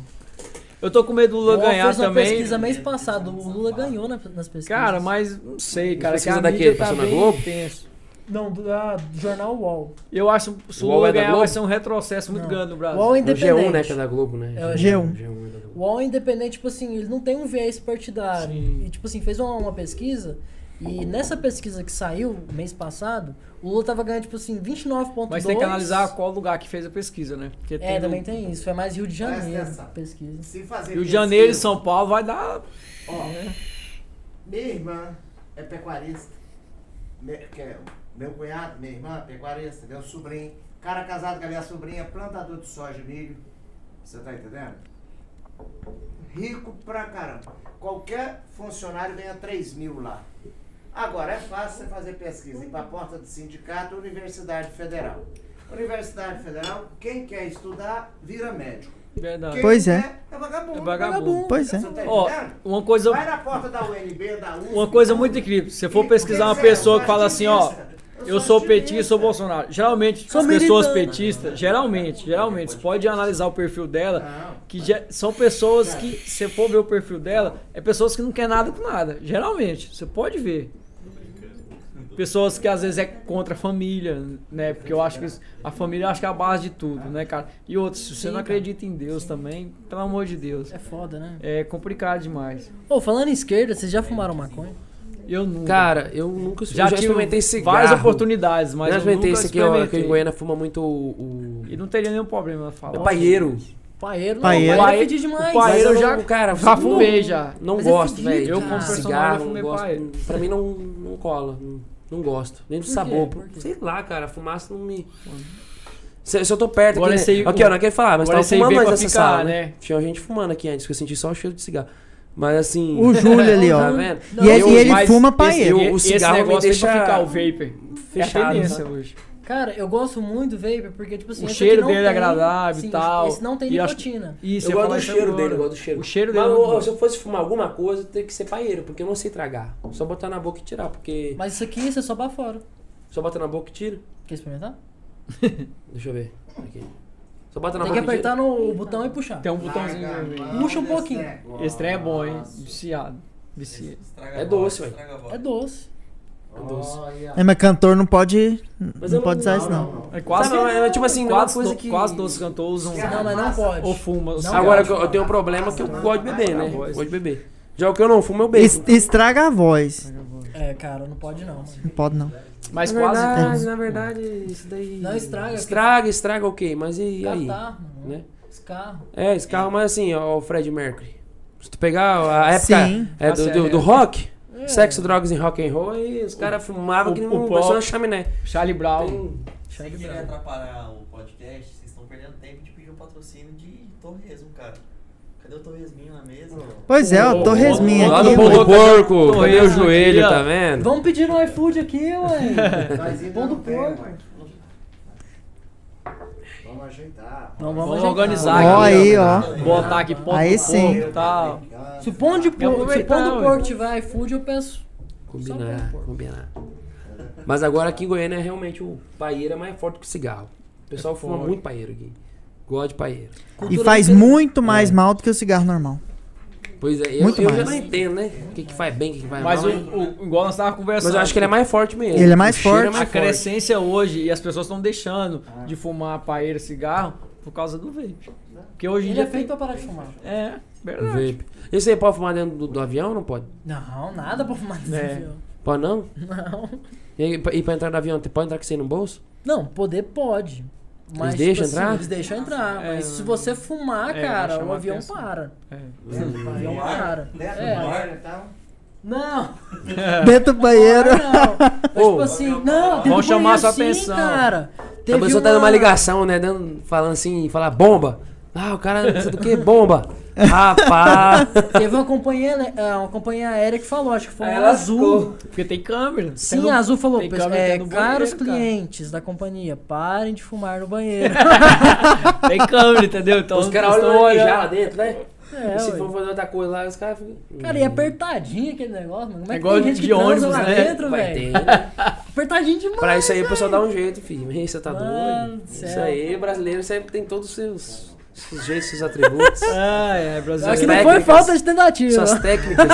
Eu tô com medo do Lula
Eu
ganhar
fiz uma
também.
pesquisa mês passado. O Lula ganhou na- nas pesquisas.
Cara, mas não sei, cara. Que
Pesquisa
a
da quê?
mídia tá
Passou na
bem
Globo?
tenso.
Não, do, ah, do jornal UOL.
Eu acho que se o
O UOL
Lula
é da
ganhar vai
Globo?
ser um retrocesso muito
Não.
grande no Brasil.
UOL é
É o G1, né?
independente.
Que é da Globo, né?
É, o
G1.
G1 é da Globo.
O UOL independente, tipo assim, ele não tem um viés partidário.
Sim.
E, tipo assim, fez uma, uma pesquisa. E nessa pesquisa que saiu mês passado, o Lula tava ganhando, tipo assim, 29,2.
Mas tem que analisar qual lugar que fez a pesquisa, né? Porque
É,
o-
também tem isso. É mais Rio de
Presta
Janeiro
atenção.
pesquisa.
Se fazer
Rio de Janeiro e
pesquisa-
São Paulo vai dar.
Ó, minha irmã é pecuarista. Me- que é meu cunhado, minha irmã é pecuarista, meu sobrinho. Cara casado com a minha sobrinha, plantador de soja e milho. Você tá entendendo? Rico pra caramba. Qualquer funcionário ganha 3 mil lá. Agora é fácil você fazer pesquisa. Ir pra porta do sindicato, Universidade Federal. Universidade Federal, quem quer estudar, vira médico.
Verdade.
Quem
Pois
não
é.
quer, é vagabundo.
Tá. É vagabundo.
Pois é.
Você tá
Ó,
entendendo?
uma coisa,
Vai na porta da UNB, da USP.
uma coisa muito incrível. Se você for pesquisar uma
é um
pessoa que fala assim, ó, eu sou petista, sou Bolsonaro. Geralmente,
Sou
as pessoas
militante.
petistas, geralmente, geralmente, você pode analisar o perfil dela,
Não.
que ge- são pessoas que, se você for ver o perfil dela, é pessoas que não quer nada com nada. Geralmente, você pode ver. Pessoas que às vezes é contra a família, né? Porque eu acho que isso- a família eu acho que é a base de tudo, né, cara? E outros, se você
Sim,
não
cara.
acredita em Deus também, pelo amor de Deus.
É foda, né?
É complicado demais.
Ô, falando em esquerda, vocês já
É,
fumaram maconha?
Eu nunca.
Cara, eu nunca
já,
eu já
tive
experimentei cigarro.
várias oportunidades, mas
já
eu nunca
experimentei esse aqui, ó, que
experimentei.
em Goiânia fuma muito o... o...
E não teria nenhum problema falar.
É paieiro.
Paeiro, não,
Paeiro.
paeiro,
Paeiro-
é fedido demais.
O paeiro
Mas
eu
eu
já,
não-
cara,
Já
não-
fumei já.
Não
Mas é
gosto,
fedido,
velho.
Eu, como
personagem, eu
cigarro, não
fumei
gosto.
paeiro.
Pra mim não, não cola. Não, não gosto. Nem do
Por quê?
sabor.
Por quê?
sei lá, cara, a fumaça não me. Se, se eu tô perto
Agora
aqui.
esse aí-
né? Aqui, ó, não quero falar, mas
agora
tava
esse aí
fumando
veio
antes
pra
dessa
ficar,
sala, né?
né?
Tinha gente fumando aqui antes, que eu senti só o cheiro de cigarro. Mas assim.
O Júlio ali,
Tá
ó.
vendo?
E ele,
eu-
e ele
mas
fuma
esse-
paeiro.
eu- o
esse
cigarro me
negócio aí pra
deixa
ficar o vapor. é a
Fechado.
tendência
né?
hoje.
assim, Cara, eu gosto muito do vapor, porque, tipo assim...
O
esse aqui
cheiro
não
dele é
tem-
agradável e
sim,
tal.
Esse não tem
E acho-
nicotina.
Isso,
Eu
ia falar
gosto do
isso
cheiro
agora.
dele, eu gosto do cheiro.
O cheiro
Mas
dele. é muito
ô,
bom.
se eu fosse fumar alguma coisa, teria que ser paeiro, porque eu não sei tragar. Só botar na boca e tirar, porque.
Mas isso aqui você só pra fora.
Só bota na boca e tira.
Quer experimentar?
Deixa eu ver. Aqui. Só bota Tá na
Tem que
boca e tira.
avertar no botão e puxar.
Tem um
Larga
botãozinho.
a
vermelho.
mão
Puxa um
desse
pouquinho.
negócio.
Esse trem é bom, hein? Viciado. Viciado.
É doce, velho.
É doce.
É doce.
Olha.
É, mas cantor não pode.
Mas
não
eu
pode
não-
usar isso, não.
É quase.
Sabe, mas, tipo assim, não é uma
quase,
coisa
do-
que-
quase todos os cantores
é
usam.
Não, mas não
massa.
pode.
um Ou fuma. ou
Não,
cigarro.
Agora eu tenho um problema que eu gosto de beber, né?
Ah,
Gosto de beber. Já o que eu não fumo, eu bebo.
Es- Estraga a voz.
É, cara, não pode não. mano.
Não pode, não.
Mas
na
quase
verdade,
todos.
na verdade, isso daí.
Não estraga, Tá,
Estraga, estraga, ok. Mas e, e aí?
Catar, mano.
Né?
Esse carro.
É, esse carro, mas assim, ó, o Fred Mercury. Se tu pegar a época
Sim.
é, do,
Nossa,
do,
é.
do rock,
É.
sexo, drogas e rock and roll, e os caras fumavam
o-
que
o
não
pop.
passou na chaminé.
Charlie Brown.
Tem-
Chá
Sem
de
querer
branco.
atrapalhar o podcast, vocês estão perdendo tempo de pedir um patrocínio de torresmo, cara. Cadê o torresminho na mesa?
Pois é, ó,
Ô,
torresminho
ô,
Lá
aqui.
no pão do
mano.
Cadê-
porco,
Cadê-
cadê
Cadê-
o joelho,
Cadê-
tá vendo?
Vamos pedir no iFood aqui, ué.
Nós ainda
Pão do
não tem,
porco.
mãe. Vamos ajeitar.
Não, vamos,
Vamos
ajeitar.
organizar
Ó,
aqui.
aí, ó.
Botar aqui ponto
Aí
do
sim.
corpo e tal.
Obrigado.
né? Se o pão de
Eu vou
porco, se o
aproveitar,
pão do
ué.
porco tiver iFood, eu peço. Só
Combinar,
pão, pô.
combinar. Mas agora aqui em Goiânia é realmente o paeiro é mais forte que o cigarro. O pessoal fuma
É forte.
muito paeiro aqui. Gosta de paeiro.
E
Cultura
faz
diferente.
muito mais mal do que o cigarro normal.
Pois é, eu,
Muito
eu já
mais.
não entendo, né? O que, que faz bem, o que, que faz
Mas o,
mal.
o- igual nós estávamos
mas
conversando.
eu acho que ele é mais forte mesmo.
Ele é mais
O cheiro
forte.
A
mais
crescência hoje, e as pessoas estão deixando
Ah.
de fumar paeira, cigarro, por causa do vape. Porque hoje em
Ele
dia
é feito
tem-
pra parar de fumar.
É,
O
verdade.
vape. Esse aí pode fumar dentro do, do avião ou não pode?
Não, nada pra fumar dentro
É.
do avião.
Pode não?
Não.
E, aí, pra- e pra entrar no avião, pode entrar com isso aí no bolso?
Não, poder pode. Mas,
Eles deixam
assim,
entrar?
eles deixam entrar.
É,
mas se você fumar,
é, vai
cara,
chamar
o avião
atenção.
para.
É.
Dentro do
O avião
banheiro.
para.
Dentro
É.
do banheiro, então.
Não,
Dentro do banheiro.
não. Mas,
Ô,
tipo assim, não, tem
Vão
um
chamar sua
banheiro assim,
atenção.
cara.
A
Teve
pessoa tá numa ligação, né? dando- falando assim, falar bomba. Ah, o cara não sei do que, bomba. Rapaz.
Teve uma companhia, né, é, uma companhia aérea que falou, acho que foi uma azul.
Porque tem câmera.
Sim,
Tem
a Azul falou,
tem
"Pessoal,
câmera
é,
até no
caros
banheiro, cara."
clientes da companhia, parem de fumar no banheiro.
Tem câmera, entendeu? Então
Os caras olham
estão
no olho já lá
olhando.
dentro, né?
É,
e se for
ué.
fazer outra coisa lá, os caras ficam. "Hum,
Cara, e é apertadinho aquele negócio, mano. Como é
É
que
igual
tem gente
de
que transa
ônibus,
lá
né?
dentro,
Vai ter,
velho?
né?
Apertadinho demais.
Pra isso aí o pessoal
velho.
dá um jeito, filho. Ih, Você tá
Mano
doido?
do
Isso
céu.
aí, brasileiro sempre tem todos os seus, seus jeitos, seus atributos,
Ah, é, Brasil.
Aqui
As
não foi
técnicas.
falta de tentativa.
suas técnicas.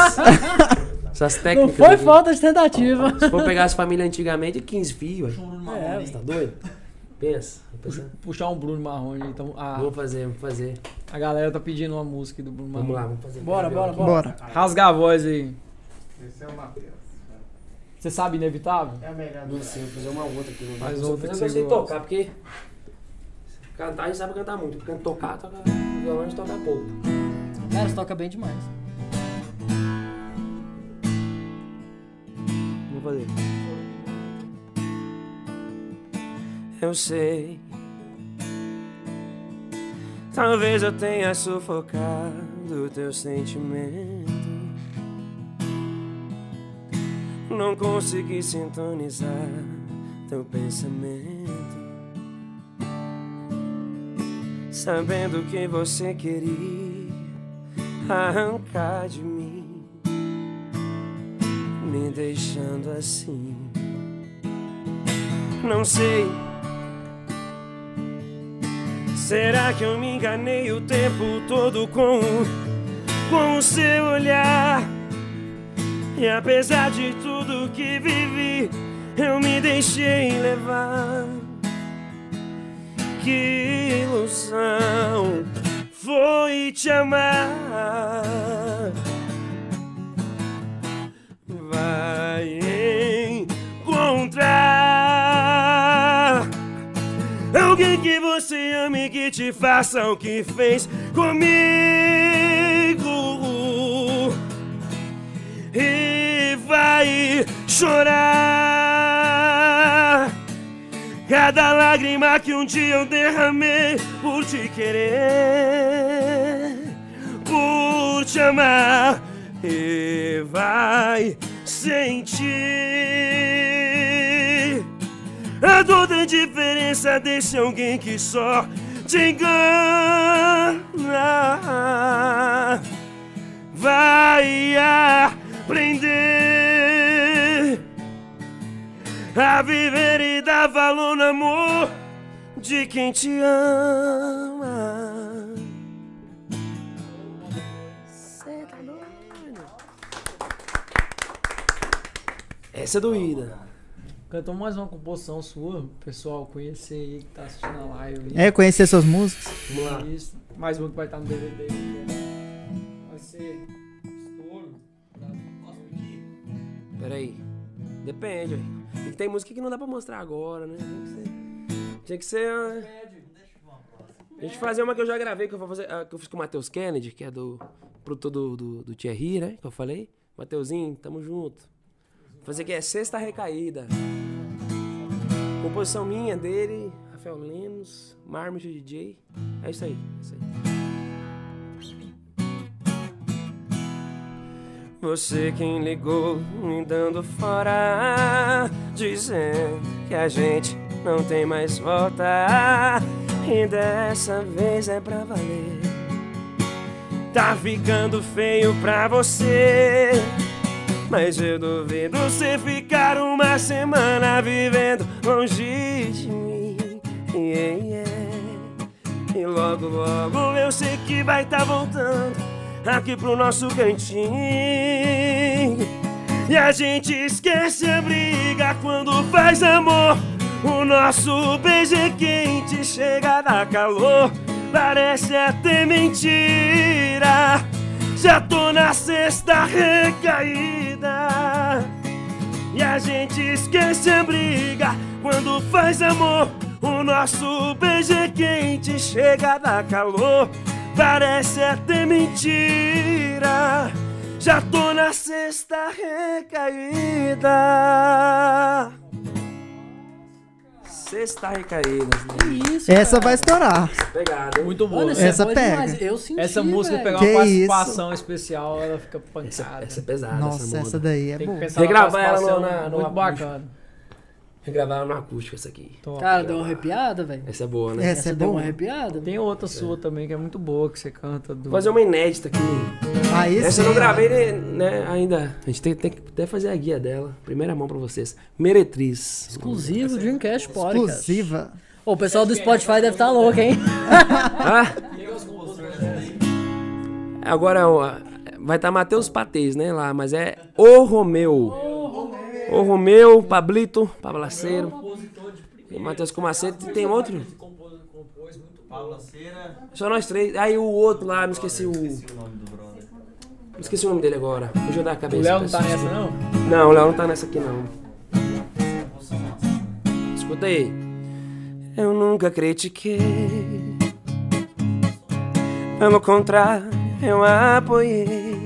suas
Não
técnicas.
foi
aqui.
falta de tentativa.
Se for pegar as famílias antigamente, 15 fios, ué.
Choro
É,
marrom,
Você tá doido? Pensa. pensa.
Puxar um Bruno Marrone. Então,
Ah.
a,
Vamos fazer, vamos fazer.
a galera tá pedindo uma música do Bruno Marrone.
Vamos lá, vamos fazer.
Bora, bora, bora.
Bora.
Rasga a voz aí.
Esse é o Matheus.
Você sabe inevitável?
É o melhor
Não
do
sei, vou fazer uma outra aqui. Vou
Faz
fazer
outra que
eu
você
sei
gosta.
tocar, porque. Cantar a gente sabe cantar muito. Porque tocar, toca. Violão a gente toca pouco.
Cara, você toca bem demais.
Vou fazer. Eu sei. Talvez eu tenha sufocado o teu sentimento. Não consegui sintonizar teu pensamento. Sabendo que você queria arrancar de mim me deixando assim. Não sei. Será que eu me enganei o tempo todo com o, com o seu olhar? E apesar de tudo que vivi, me deixei levar. Que ilusão foi te amar. Vai encontrar alguém que você ame, que te faça o que fez comigo e vai chorar. Cada lágrima que um dia eu derramei por te querer, por te amar, e vai sentir a dor da diferença desse alguém que só te engana vai aprender a viver e dar valor no amor de quem te ama. tá Essa é doída.
Cantou mais uma composição sua, pessoal, conhecer aí que tá assistindo a live. aí.
É, conhecer suas músicas.
É. Vamos lá.
Isso. Mais uma que vai estar no DVD. né? Vai ser estouro. Tá? Posso pedir?
Peraí. Depende, ué. É que Tem música que não dá pra mostrar agora, né? Tinha que ser. Tinha que ser. ah, Deixa eu fazer uma que eu já gravei, que eu, vou fazer, ah, que eu fiz com o Matheus Kennedy, que é do produtor do, do, do Thierry, né? Que eu falei. Mateuzinho, tamo junto. Vou fazer que é Sexta Recaída. Composição minha, dele, Rafael Lemos, Marmite DJ. É isso aí, é isso aí. Você quem ligou me dando fora, dizendo que a gente não tem mais volta. E dessa vez é pra valer. Tá ficando feio pra você. Mas eu duvido você ficar uma semana vivendo longe de mim. Yeah, yeah. E logo, logo eu sei que vai tá voltando aqui pro nosso cantinho. E a gente esquece a briga quando faz amor. O nosso beijo é quente, chega a dar calor. Parece até mentira. Já tô na sexta recaída. E a gente esquece a briga quando faz amor. O nosso beijo é quente, chega a dar calor. Parece até mentira. Já tô na sexta recaída. Sexta recaída.
Que isso,
Essa
cara?
vai estourar.
Pegado.
Muito bom.
Mano, isso
Essa
é bom
pega.
demais. Eu senti,
Essa música
velho.
pegar
Que
uma
isso?
participação especial, ela fica pancada.
Essa, essa é pesada,
Nossa,
essa
essa
música.
daí
Tem
é
que
boa.
pensar numa
Regravar ela
participação
no- na- no
Muito
acústico.
bacana.
Regravaram no acústico essa aqui.
Top.
Cara, deu uma arrepiada, velho.
Essa é boa, né?
Essa, é
deu uma
boa.
arrepiada.
Tem outra sua também que é muito boa que você canta do.
Vou fazer uma inédita aqui.
Aí
Essa eu
sim,
não
ó.
gravei né, né, ainda. A gente tem, tem que até fazer a guia dela. Primeira mão pra vocês. Meretriz.
Exclusivo Dreamcast Podcast.
Exclusiva.
Ô, o pessoal do Spotify deve estar louco, hein?
Ah! Agora ó, vai estar Matheus Patês, né? Lá, mas é o Romeu. O Romeu, Pablito, Pablaceiro. E Matheus Comacete. Tem outro? Só nós três. Aí o outro lá, me esqueci o. Me esqueci o nome dele agora. Fugiu da
O
cabeça.
Léo não tá
pessoal.
nessa, não?
Não, o Léo não tá nessa aqui não. Escuta aí. Eu nunca critiquei. Pelo contrário, eu apoiei.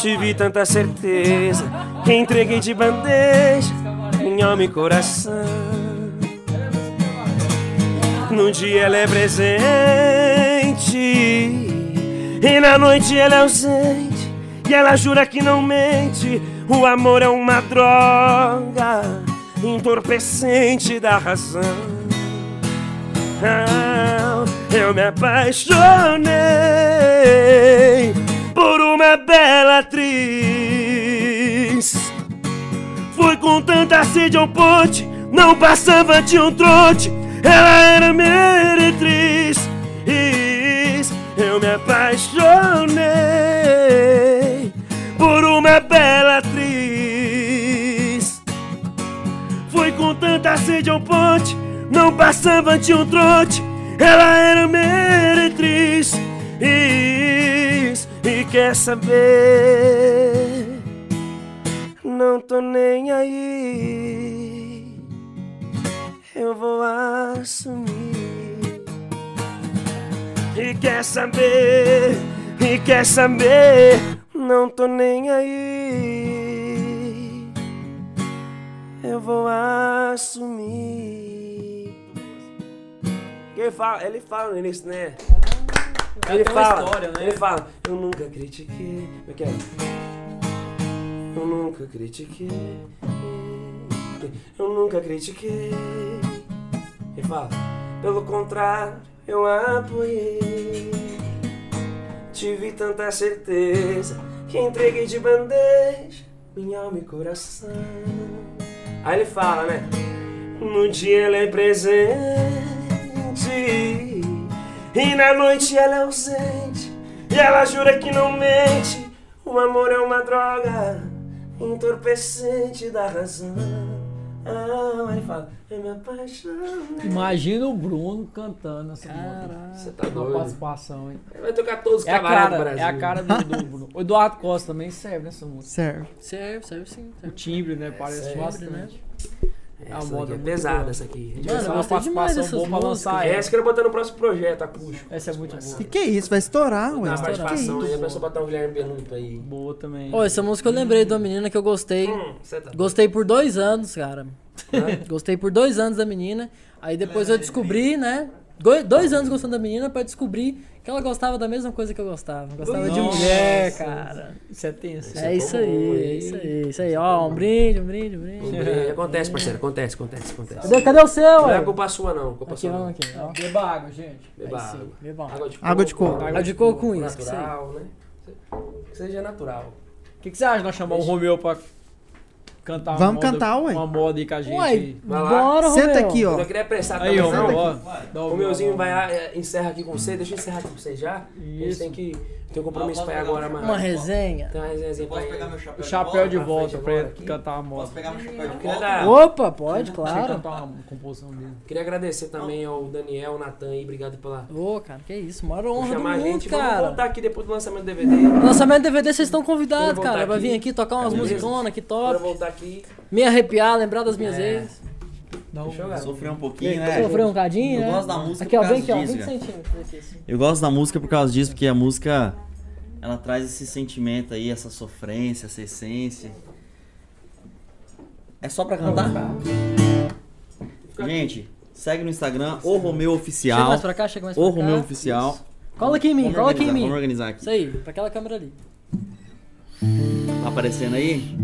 Tive tanta certeza que entreguei de bandeja minha alma e coração. No dia ela é presente E na noite ela é ausente E ela jura que não mente O amor é uma droga Entorpecente da razão Ah, Eu me apaixonei Por uma bela atriz foi com tanta sede ao ponte, não passava de um trote. Ela era meretriz. Eu me apaixonei por uma bela atriz. com tanta sede ao ponte, não passava de um trote. Ela era meretriz e, e quer saber? Não tô nem aí. Eu vou assumir. E quer saber, e quer saber, não tô nem aí. Eu vou assumir. Quem fala? Ele fala nisso, né? Ele
tem uma
fala,
história, né?
ele fala, eu nunca critiquei. Eu quero. é? Eu nunca critiquei. Eu nunca critiquei. Ele fala, pelo contrário, eu apoiei. Tive tanta certeza que entreguei de bandeja minha alma e coração. Aí ele fala, né? No dia ela é presente e na noite ela é ausente. E ela jura que não mente. O amor é uma droga entorpecente da razão. Ah, aí ele fala, é minha paixão.
Imagina o Bruno cantando essa música.
Caralho.
Você tá
Uma
doido.
participação, hein?
Vai tocar todos os
É a
cavalos do
cara,
Brasil.
é a cara do, do Bruno. O Eduardo Costa também serve nessa música.
Serve.
Serve, serve sim.
O
serve.
timbre, né? Parece
serve,
bastante.
Essa
a
daqui
moda
é
muito
pesada
boa.
essa aqui.
A gente
Mano,
vai
eu
fazer uma
gostei demais
participação boa
dessas
pra lançar
músicas.
ela.
Essa que eu quero botar no próximo projeto, acústico.
Ah, é? Essa é muito boa.
Que que é isso? Vai estourar,
Na
ué. Que que é
participação aí,
isso?
a pessoa botar um Guilherme Benuto
É.
aí.
Boa também.
Ó, essa música eu lembrei de uma menina que eu gostei.
Hum, você tá
Gostei por dois anos, cara.
Hã?
Gostei por dois anos da menina. Aí depois eu descobri, né? Go- Dois anos gostando da menina pra descobrir que ela gostava da mesma coisa que eu gostava. Gostava de
Nossa.
mulher, cara.
Isso é tenso.
É isso
bom,
aí, é
hein?
isso aí, isso aí. Ó, um brinde, um brinde, um brinde.
Lembrei. Acontece, parceiro, acontece, acontece, acontece.
Cadê, cadê o seu,
Hum. Não é
ué?
culpa sua, não. Culpa
Aqui,
sua, não.
vamos aqui, ó.
Beba água, gente.
Beba
Aí sim,
água.
bem bom.
Água de coco.
Água de coco.
Água de coco com isso,
Natural, né? Que seja natural.
O que, que você acha de nós chamar o Romeu pra cantar uma
Vamos
moda,
cantar, ué.
uma moda aí com a gente?
Ué, Tá
aí?
Vai lá.
bora, Romeu.
Senta aqui, ó.
Eu não queria apressar
Aí,
também,
ó,
não.
ó, dá
O
o
meuzinho
violão.
vai, é, encerra aqui com você. Deixa eu encerrar aqui com você já.
Isso.
A gente tem que tem um compromisso pra ir agora, mano.
Uma resenha.
Tem uma resenha pra
Posso
ir.
pegar meu chapéu
O chapéu de
Pra
volta
frente
pra ele
agora aqui.
cantar a moda.
Posso pegar meu chapéu de
Queria,
volta?
dar-
Opa,
Tá,
pode,
Tinha que
claro.
cantar uma composição dele.
queria agradecer também ao Daniel, Natan aí. Obrigado pela
Ô, cara, que isso. Maior
por
honra do
tá. chamar a gente.
mundo,
Vamos
cara.
voltar aqui depois do lançamento do DVD.
Lançamento do DVD, vocês estão
Quero
convidados,
voltar
cara. Vai
aqui. É
vir aqui tocar umas
Beleza.
musiconas, que
Quero
top.
voltar aqui.
Me arrepiar, lembrar das minhas
É.
ex.
Dá um...
Deixa eu ver.
Sofrer um pouquinho, né?
Sofreu um cadinho,
Eu
né?
gosto da música
Aqui, ó,
por
vem aqui,
causa
ó.
disso,
20
velho.
centímetros. desse, assim.
Eu gosto da música por causa disso, porque a música ela traz esse sentimento aí, essa sofrência, essa essência. É só pra cantar? Gente, segue no Instagram, o Romeu
Chega
Oficial.
mais pra cá, chega mais pra
O
cá.
Romeu Oficial.
Cola aqui em mim,
Vamos
cola aqui em
né,
organizar,
mim.
Vamos organizar aqui.
Isso aí, pra aquela câmera ali.
Tá aparecendo aí?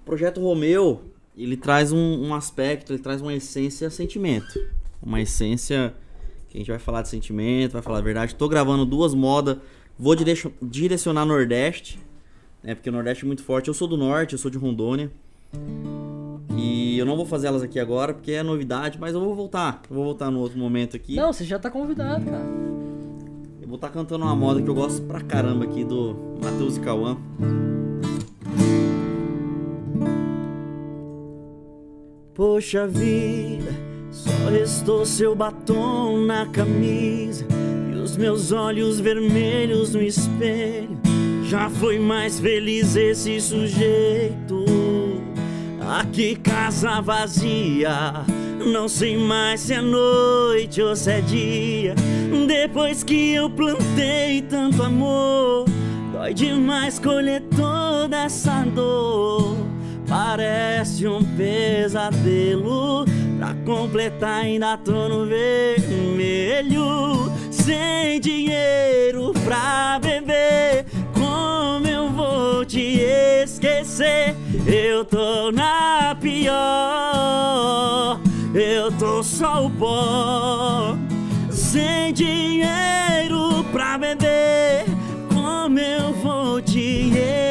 O projeto Romeu, ele traz um, um aspecto, ele traz uma essência sentimento. Uma essência que a gente vai falar de sentimento, vai falar a verdade. Tô gravando duas modas, vou direc- direcionar Nordeste, né? Porque o Nordeste é muito forte. Eu sou do Norte, eu sou de Rondônia. E eu não vou fazer elas aqui agora porque é novidade, mas eu vou voltar. Eu vou voltar no outro momento aqui.
Não, você já tá convidado,
Hum.
cara.
Eu vou estar cantando uma moda que eu gosto pra caramba aqui do Matheus e Cauã. Poxa vida, só restou seu batom na camisa e os meus olhos vermelhos no espelho. Já foi mais feliz esse sujeito. Aqui casa vazia, não sei mais se é noite ou se é dia. Depois que eu plantei tanto amor, dói demais colher toda essa dor. Parece um pesadelo. Pra completar, ainda tô no vermelho. Sem dinheiro pra beber. Como eu vou te esquecer? Eu tô na pior. Eu tô só o pó. Sem dinheiro pra beber. Como eu vou te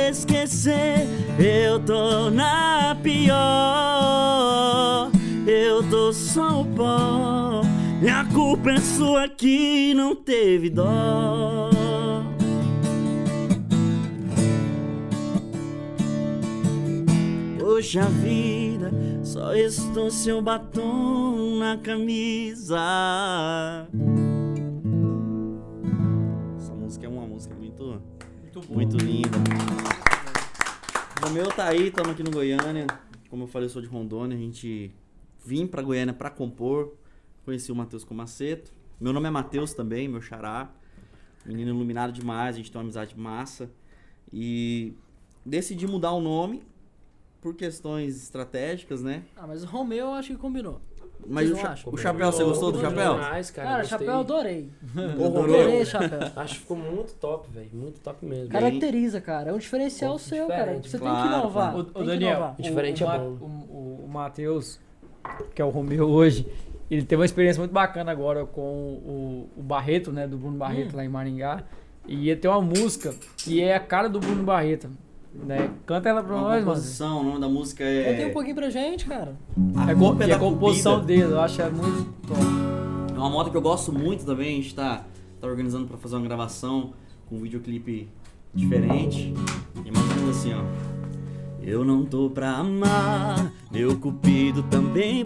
esquecer? Eu tô na pior. Eu tô só o pó. E a culpa é sua que não teve dó. hoje a vida. Só restou seu batom na camisa. Essa música é uma música muito,
Muito bom.
muito linda. Romeu tá aí, estamos aqui no Goiânia. Como eu falei, eu sou de Rondônia. A gente vim pra Goiânia pra compor. Conheci o Matheus Comaceto. Meu nome é Matheus também, meu xará. Menino iluminado demais, a gente tem uma amizade massa. E decidi mudar o nome por questões estratégicas, né?
Ah, mas o Romeu eu acho que combinou.
Mas o,
Vocês não
cha-
acham?
o chapéu, você gostou do
Combinou
chapéu?
Demais, cara,
Cara,
gostei.
chapéu eu adorei.
Ô,
Adorei
Romeu.
chapéu.
Acho que ficou muito top, velho. Muito top mesmo.
Caracteriza, cara. É um diferencial
Pô,
seu, cara.
diferente,
Você tem que
claro,
inovar.
Ô, ô,
tem que
Daniel,
inovar.
o-
Diferente
o,
é
Ma-
bom.
O, o Matheus, que é o Romeu hoje, ele teve uma experiência muito bacana agora com o, o Barreto, né? Do Bruno Barreto
Hum.
lá em Maringá. E ele tem uma música que é a cara do Bruno Barreto, né? Canta ela pra
Uma
nós, mano.
composição, o nome da música
Contem um
é.
pouquinho pra gente, cara.
A
É, co-
Culpa é
e a
da
composição
Cupida.
dele, eu acho é muito top.
É uma moda que eu gosto muito também, a gente tá, tá organizando pra fazer uma gravação com um videoclipe diferente. E mais ou menos assim, ó. Eu não tô pra amar, meu cupido também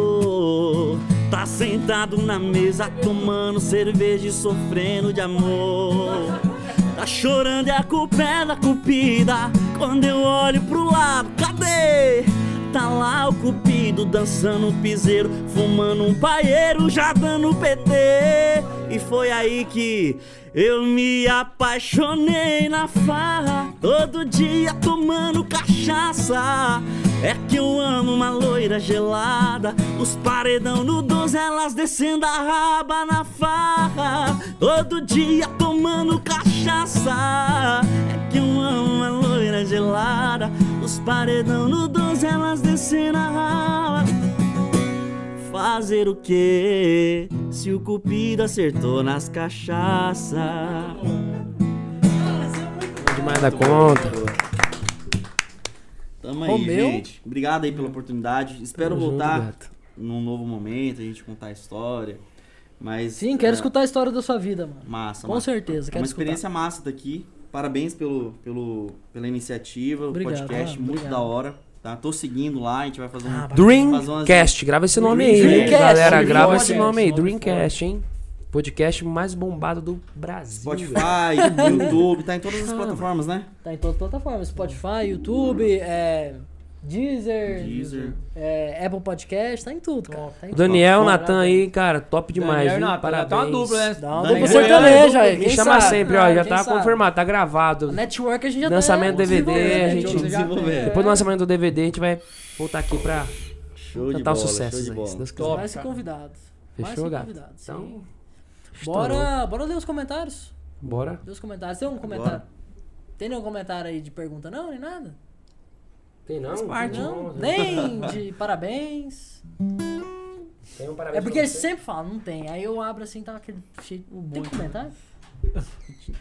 baqueou. Tá sentado na mesa, tomando cerveja e sofrendo de amor. Tá chorando e a culpa é da cupida. Quando eu olho pro lado, cadê? Tá lá o cupido dançando um piseiro, fumando um paeiro, já dando PT. E foi aí que eu me apaixonei na farra, todo dia tomando cachaça. É que eu amo uma loira gelada, os paredão no 12, elas descendo a raba na farra. Todo dia tomando cachaça. É que eu amo uma loira gelada, os paredão no 12, elas descendo a raba. Fazer o quê? Se o cupido acertou nas cachaça.
Demais da conta.
Tamo aí,
Romeu?
gente. Obrigado aí pela oportunidade. Espero
Tamo junto,
voltar
gato.
num novo momento, a gente contar a história. Mas
Sim, quero
é,
escutar a história da sua vida, mano.
Massa,
Com
massa.
certeza,
É
quero
uma
escutar.
experiência massa daqui. Parabéns pelo, pelo, pela iniciativa,
Obrigado,
o podcast,
ah,
muito
obrigado. Ah,
da hora. Tá? Tô seguindo lá, a gente vai fazer um. fazer umas-
Dreamcast, grava esse nome aí, hein?
Dreamcast,
Galera,
nome
grava
forte,
esse nome aí,
nome
Dreamcast, hein? Podcast mais bombado do Brasil.
Spotify, YouTube, tá em todas as plataformas, né?
Tá em todas as plataformas: Spotify, YouTube, é, Deezer,
Deezer.
é, Apple Podcast, tá em tudo, cara. Tá em
O
tudo.
Daniel,
Fora,
Natan aí, cara, top demais,
Daniel e
viu?
Nathan, já
Parabéns.
Tá uma dupla, né?
Dá é uma
Daniel.
dupla sertaneja aí.
Me
quem
chama
sabe?
sempre, ó,
É,
já
quem
tá
sabe? Né?
confirmado, tá
O
gravado.
Network a gente já
Lançamento
tá
DVD,
desenvolvendo, né?
a gente-
Você já tem,
desenvolver.
é.
Depois do lançamento do DVD, a gente vai voltar aqui pra
Show de
Então
cantar
tá
bola,
um
os
show de
né?
sucessos aí, se
bola.
Deus quiser.
Top,
Mais
cara.
convidados. Mais
Fechou, gato?
convidados. sim.
Então,
bora, bora ler os comentários.
bora.
Lê os comentários. Tem um comentário? Tem nenhum comentário aí de pergunta, não? Nem nada?
Tem não? né?
Não, né? nem de parabéns.
Tem um
É
parabéns
porque eles sempre falam, não tem. Aí eu abro assim, tá aquele cheio.
Um
Tem comentário?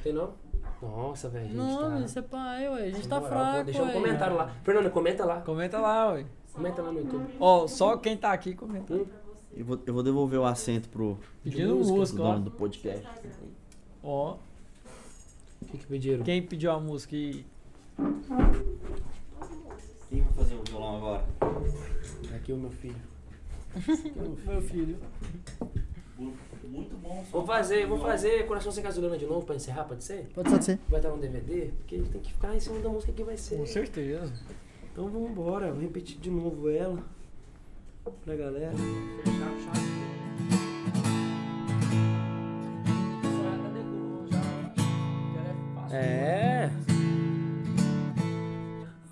Tem não? Nossa, velho, né? a gente
Não,
tá...
mas você pai, ué, a gente tá
Moral,
fraco.
pô, Deixa um
ué.
comentário lá. Fernando, comenta lá.
Comenta lá, ué.
Comenta lá no YouTube.
Ó, só quem tá aqui comenta.
Hum,
Eu vou, eu vou devolver o assento pro,
Pedindo
pro
música, ó.
dono
um
do podcast.
Ó,
O que, que pediram?
quem pediu a música e
Quem vai fazer o violão agora?
Aqui é o meu filho.
Meu filho.
Muito bom.
Vou fazer, vou fazer Coração Sem Gasolina de novo pra encerrar, pode ser?
Pode
Pode ser.
Vai estar no DVD? Porque a gente tem que ficar em cima da música que vai ser.
Com certeza.
Então vamos embora, vou repetir de novo ela. Pra galera. É.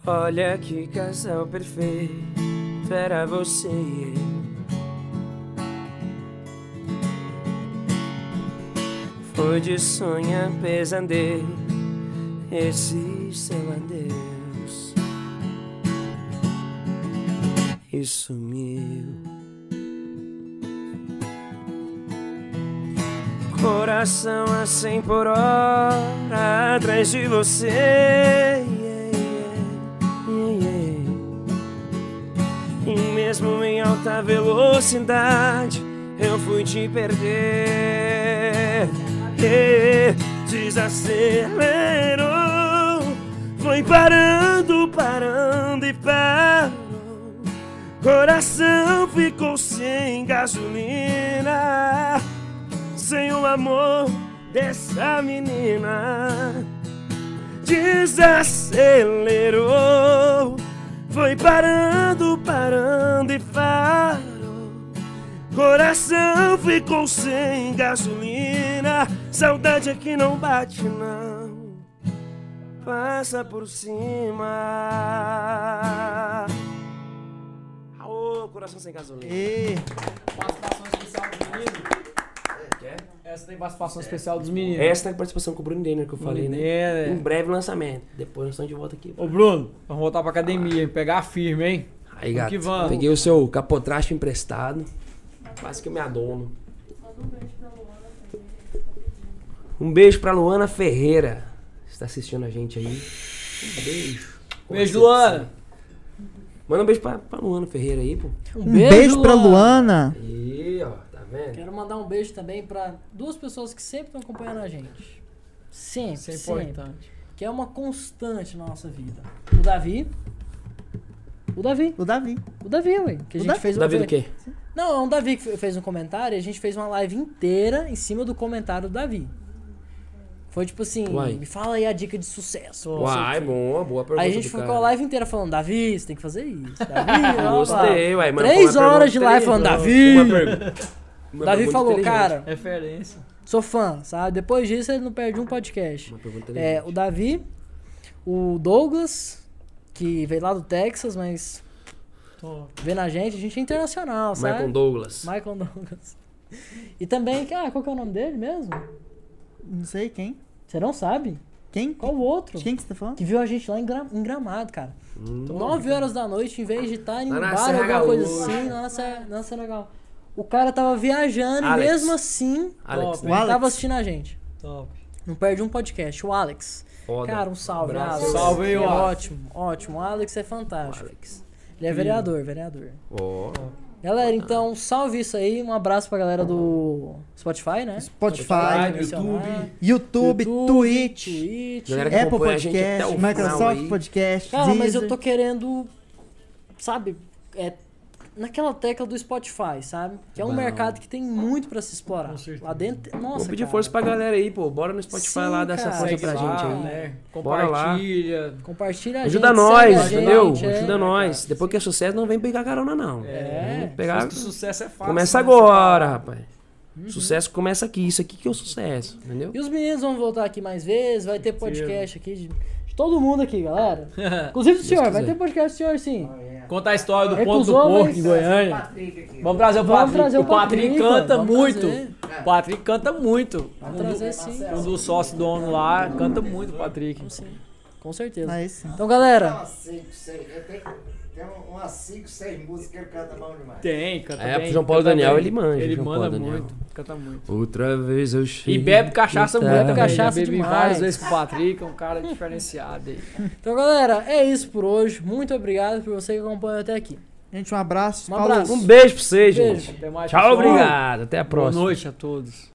Olha que casal perfeito era você e eu. Foi de sonho a pesadelo esse seu adeus e sumiu. Coração a 100 por hora atrás de você. yeah, yeah, yeah, yeah. E mesmo em alta velocidade, eu fui te perder. Yeah, Desacelerou, foi parando, parando.
parando e parou. Coração ficou sem gasolina, sem o amor dessa menina. Desacelerou, foi parando, parando e parou. Coração ficou sem gasolina, saudade é que não bate, não passa por cima. Aô, coração sem gasolina.
E...
Participação especial dos meninos. Essa tem participação especial dos meninos.
Essa é a participação com o Bruno Denner que eu falei, né?
É,
Um
né?
breve lançamento. Depois nós estamos de volta aqui.
Ô, Bruno, vamos voltar pra academia, hein? Pegar firme, hein?
Aí,
Vamos que
gato.
vamos.
Peguei o seu capotraste emprestado. Quase que eu me adono. Um beijo pra Luana Ferreira. Está assistindo a gente aí. Um beijo.
Beijo, Luana.
Manda um beijo pra, pra Luana Ferreira aí, pô.
Um beijo pra Luana.
Aí, ó, tá vendo?
Quero mandar um beijo também pra duas pessoas que sempre estão acompanhando a gente. Sempre,
Isso é
sempre.
importante.
Que é uma constante na nossa vida. O Davi. O Davi.
O Davi.
O Davi, ué. Que a
O
gente
Davi-
fez um-
Davi do tá quê?
Não, é um Davi que fe- fez um comentário e a gente fez uma live inteira em cima do comentário do Davi. Foi tipo assim,
Uai.
me fala aí a dica de sucesso. não sei o
Uai,
quê.
bom, boa pergunta.
Aí a gente
do
ficou
cara.
a live inteira falando, Davi, você tem que fazer isso. Davi, blá, blá, blá."
Ah, Gostei, uai, mano.
Três
foi uma
horas
pergunta
de live falando, Davi.
inteligente. Uma pergunta- uma
Davi
pergunta
falou,
inteligente.
cara,
Referência.
sou fã, sabe? Depois disso ele não perde um podcast.
Uma
É,
pergunta
o
inteligente.
Davi, o Douglas, que veio lá do Texas, mas
Tô.
vê na gente, a gente é internacional, sabe?
Michael Douglas.
Michael Douglas. E também, ah, qual que é o nome dele mesmo?
Não sei quem.
Você não sabe?
Quem?
Qual o outro?
De quem que você tá falando?
Que viu a gente lá em, Gra- em Gramado, cara.
Hum.
Nove horas da noite, em vez de estar em um
Lá na
bar,
Serra
alguma coisa
Gaúcha.
assim, lá na Serra, na Serra Gaúcha. O cara tava viajando
Alex.
e mesmo assim,
Alex,
Top.
né?
O
ele tava
Alex.
assistindo a gente.
Top.
Não perde um podcast. O Alex.
Foda.
Cara, um salve,
Abraço.
Alex.
Salve aí,
Ele é
Alex.
Ótimo, ótimo. O Alex é fantástico.
Alex.
Ele é vereador, vereador.
Ó.
Galera, então, salve isso aí. Um abraço pra galera do Spotify, né?
Spotify,
Spotify,
mencionar.
YouTube, Twitch,
Twitch.
Galera que
Apple
acompanha a gente até o
Podcast,
final
Microsoft
aí.
Podcast,
Cara, Ah, mas eu
Deezer.
tô querendo, sabe, é naquela tecla do Spotify, sabe? Que é um
Não.
mercado que tem muito pra se explorar.
Com certeza.
Lá dentro, nossa,
Vou pedir
cara.
força pra galera aí, pô. Bora no Spotify
Sim,
lá dar essa
cara.
força
Segue
Ah, pra gente aí.
né?
Bora lá.
Compartilha.
Compartilha a
Ajuda
gente, segue a
nós,
gente,
entendeu?
é.
Ajuda nós. Depois que é sucesso, não vem pegar carona, não.
É.
Vem pegar...
Mas que sucesso é fácil.
Começa
né?
agora, rapaz.
Uhum.
Sucesso começa aqui. Isso aqui que é o sucesso, entendeu?
E os meninos vão voltar aqui mais vezes, vai ter podcast aqui de, de todo mundo aqui, galera. Inclusive do senhor, vai
quiser.
ter podcast do senhor sim.
Conta a história do
É com
ponto
os
do
homens.
porco em Goiânia.
Patrick aqui.
Vamos trazer o
Vamos
Patrick.
trazer o
o Patrick,
Patrick,
canta
mano, vamos
muito.
trazer.
O Patrick canta muito.
Vamos
Um do-
trazer sim.
Um dos sócios do ONU lá canta muito o Patrick.
Sim, Com certeza.
Aí sim.
Então,
Tem
galera,
umas 5, 6. Tem umas 5, 6 músicas que ele canta bom demais.
Tem, canta
É,
bem.
o João Paulo
canta
Daniel,
bem.
ele manja,
Ele
João
manda
Paulo Daniel.
muito, canta muito.
Outra vez eu chego.
E bebe cachaça
Tá.
muito, também, já
Cachaça
bebi
demais.
várias vezes com o Patrick, é um cara diferenciado aí.
então, galera, é isso por hoje. Muito obrigado por você que acompanhou até aqui.
Gente, um abraço.
Um
Falou.
abraço.
Um beijo pra vocês,
Beijo.
gente.
Até mais,
Tchau,
pessoal.
obrigado. Até a
Boa
próxima.
noite a todos.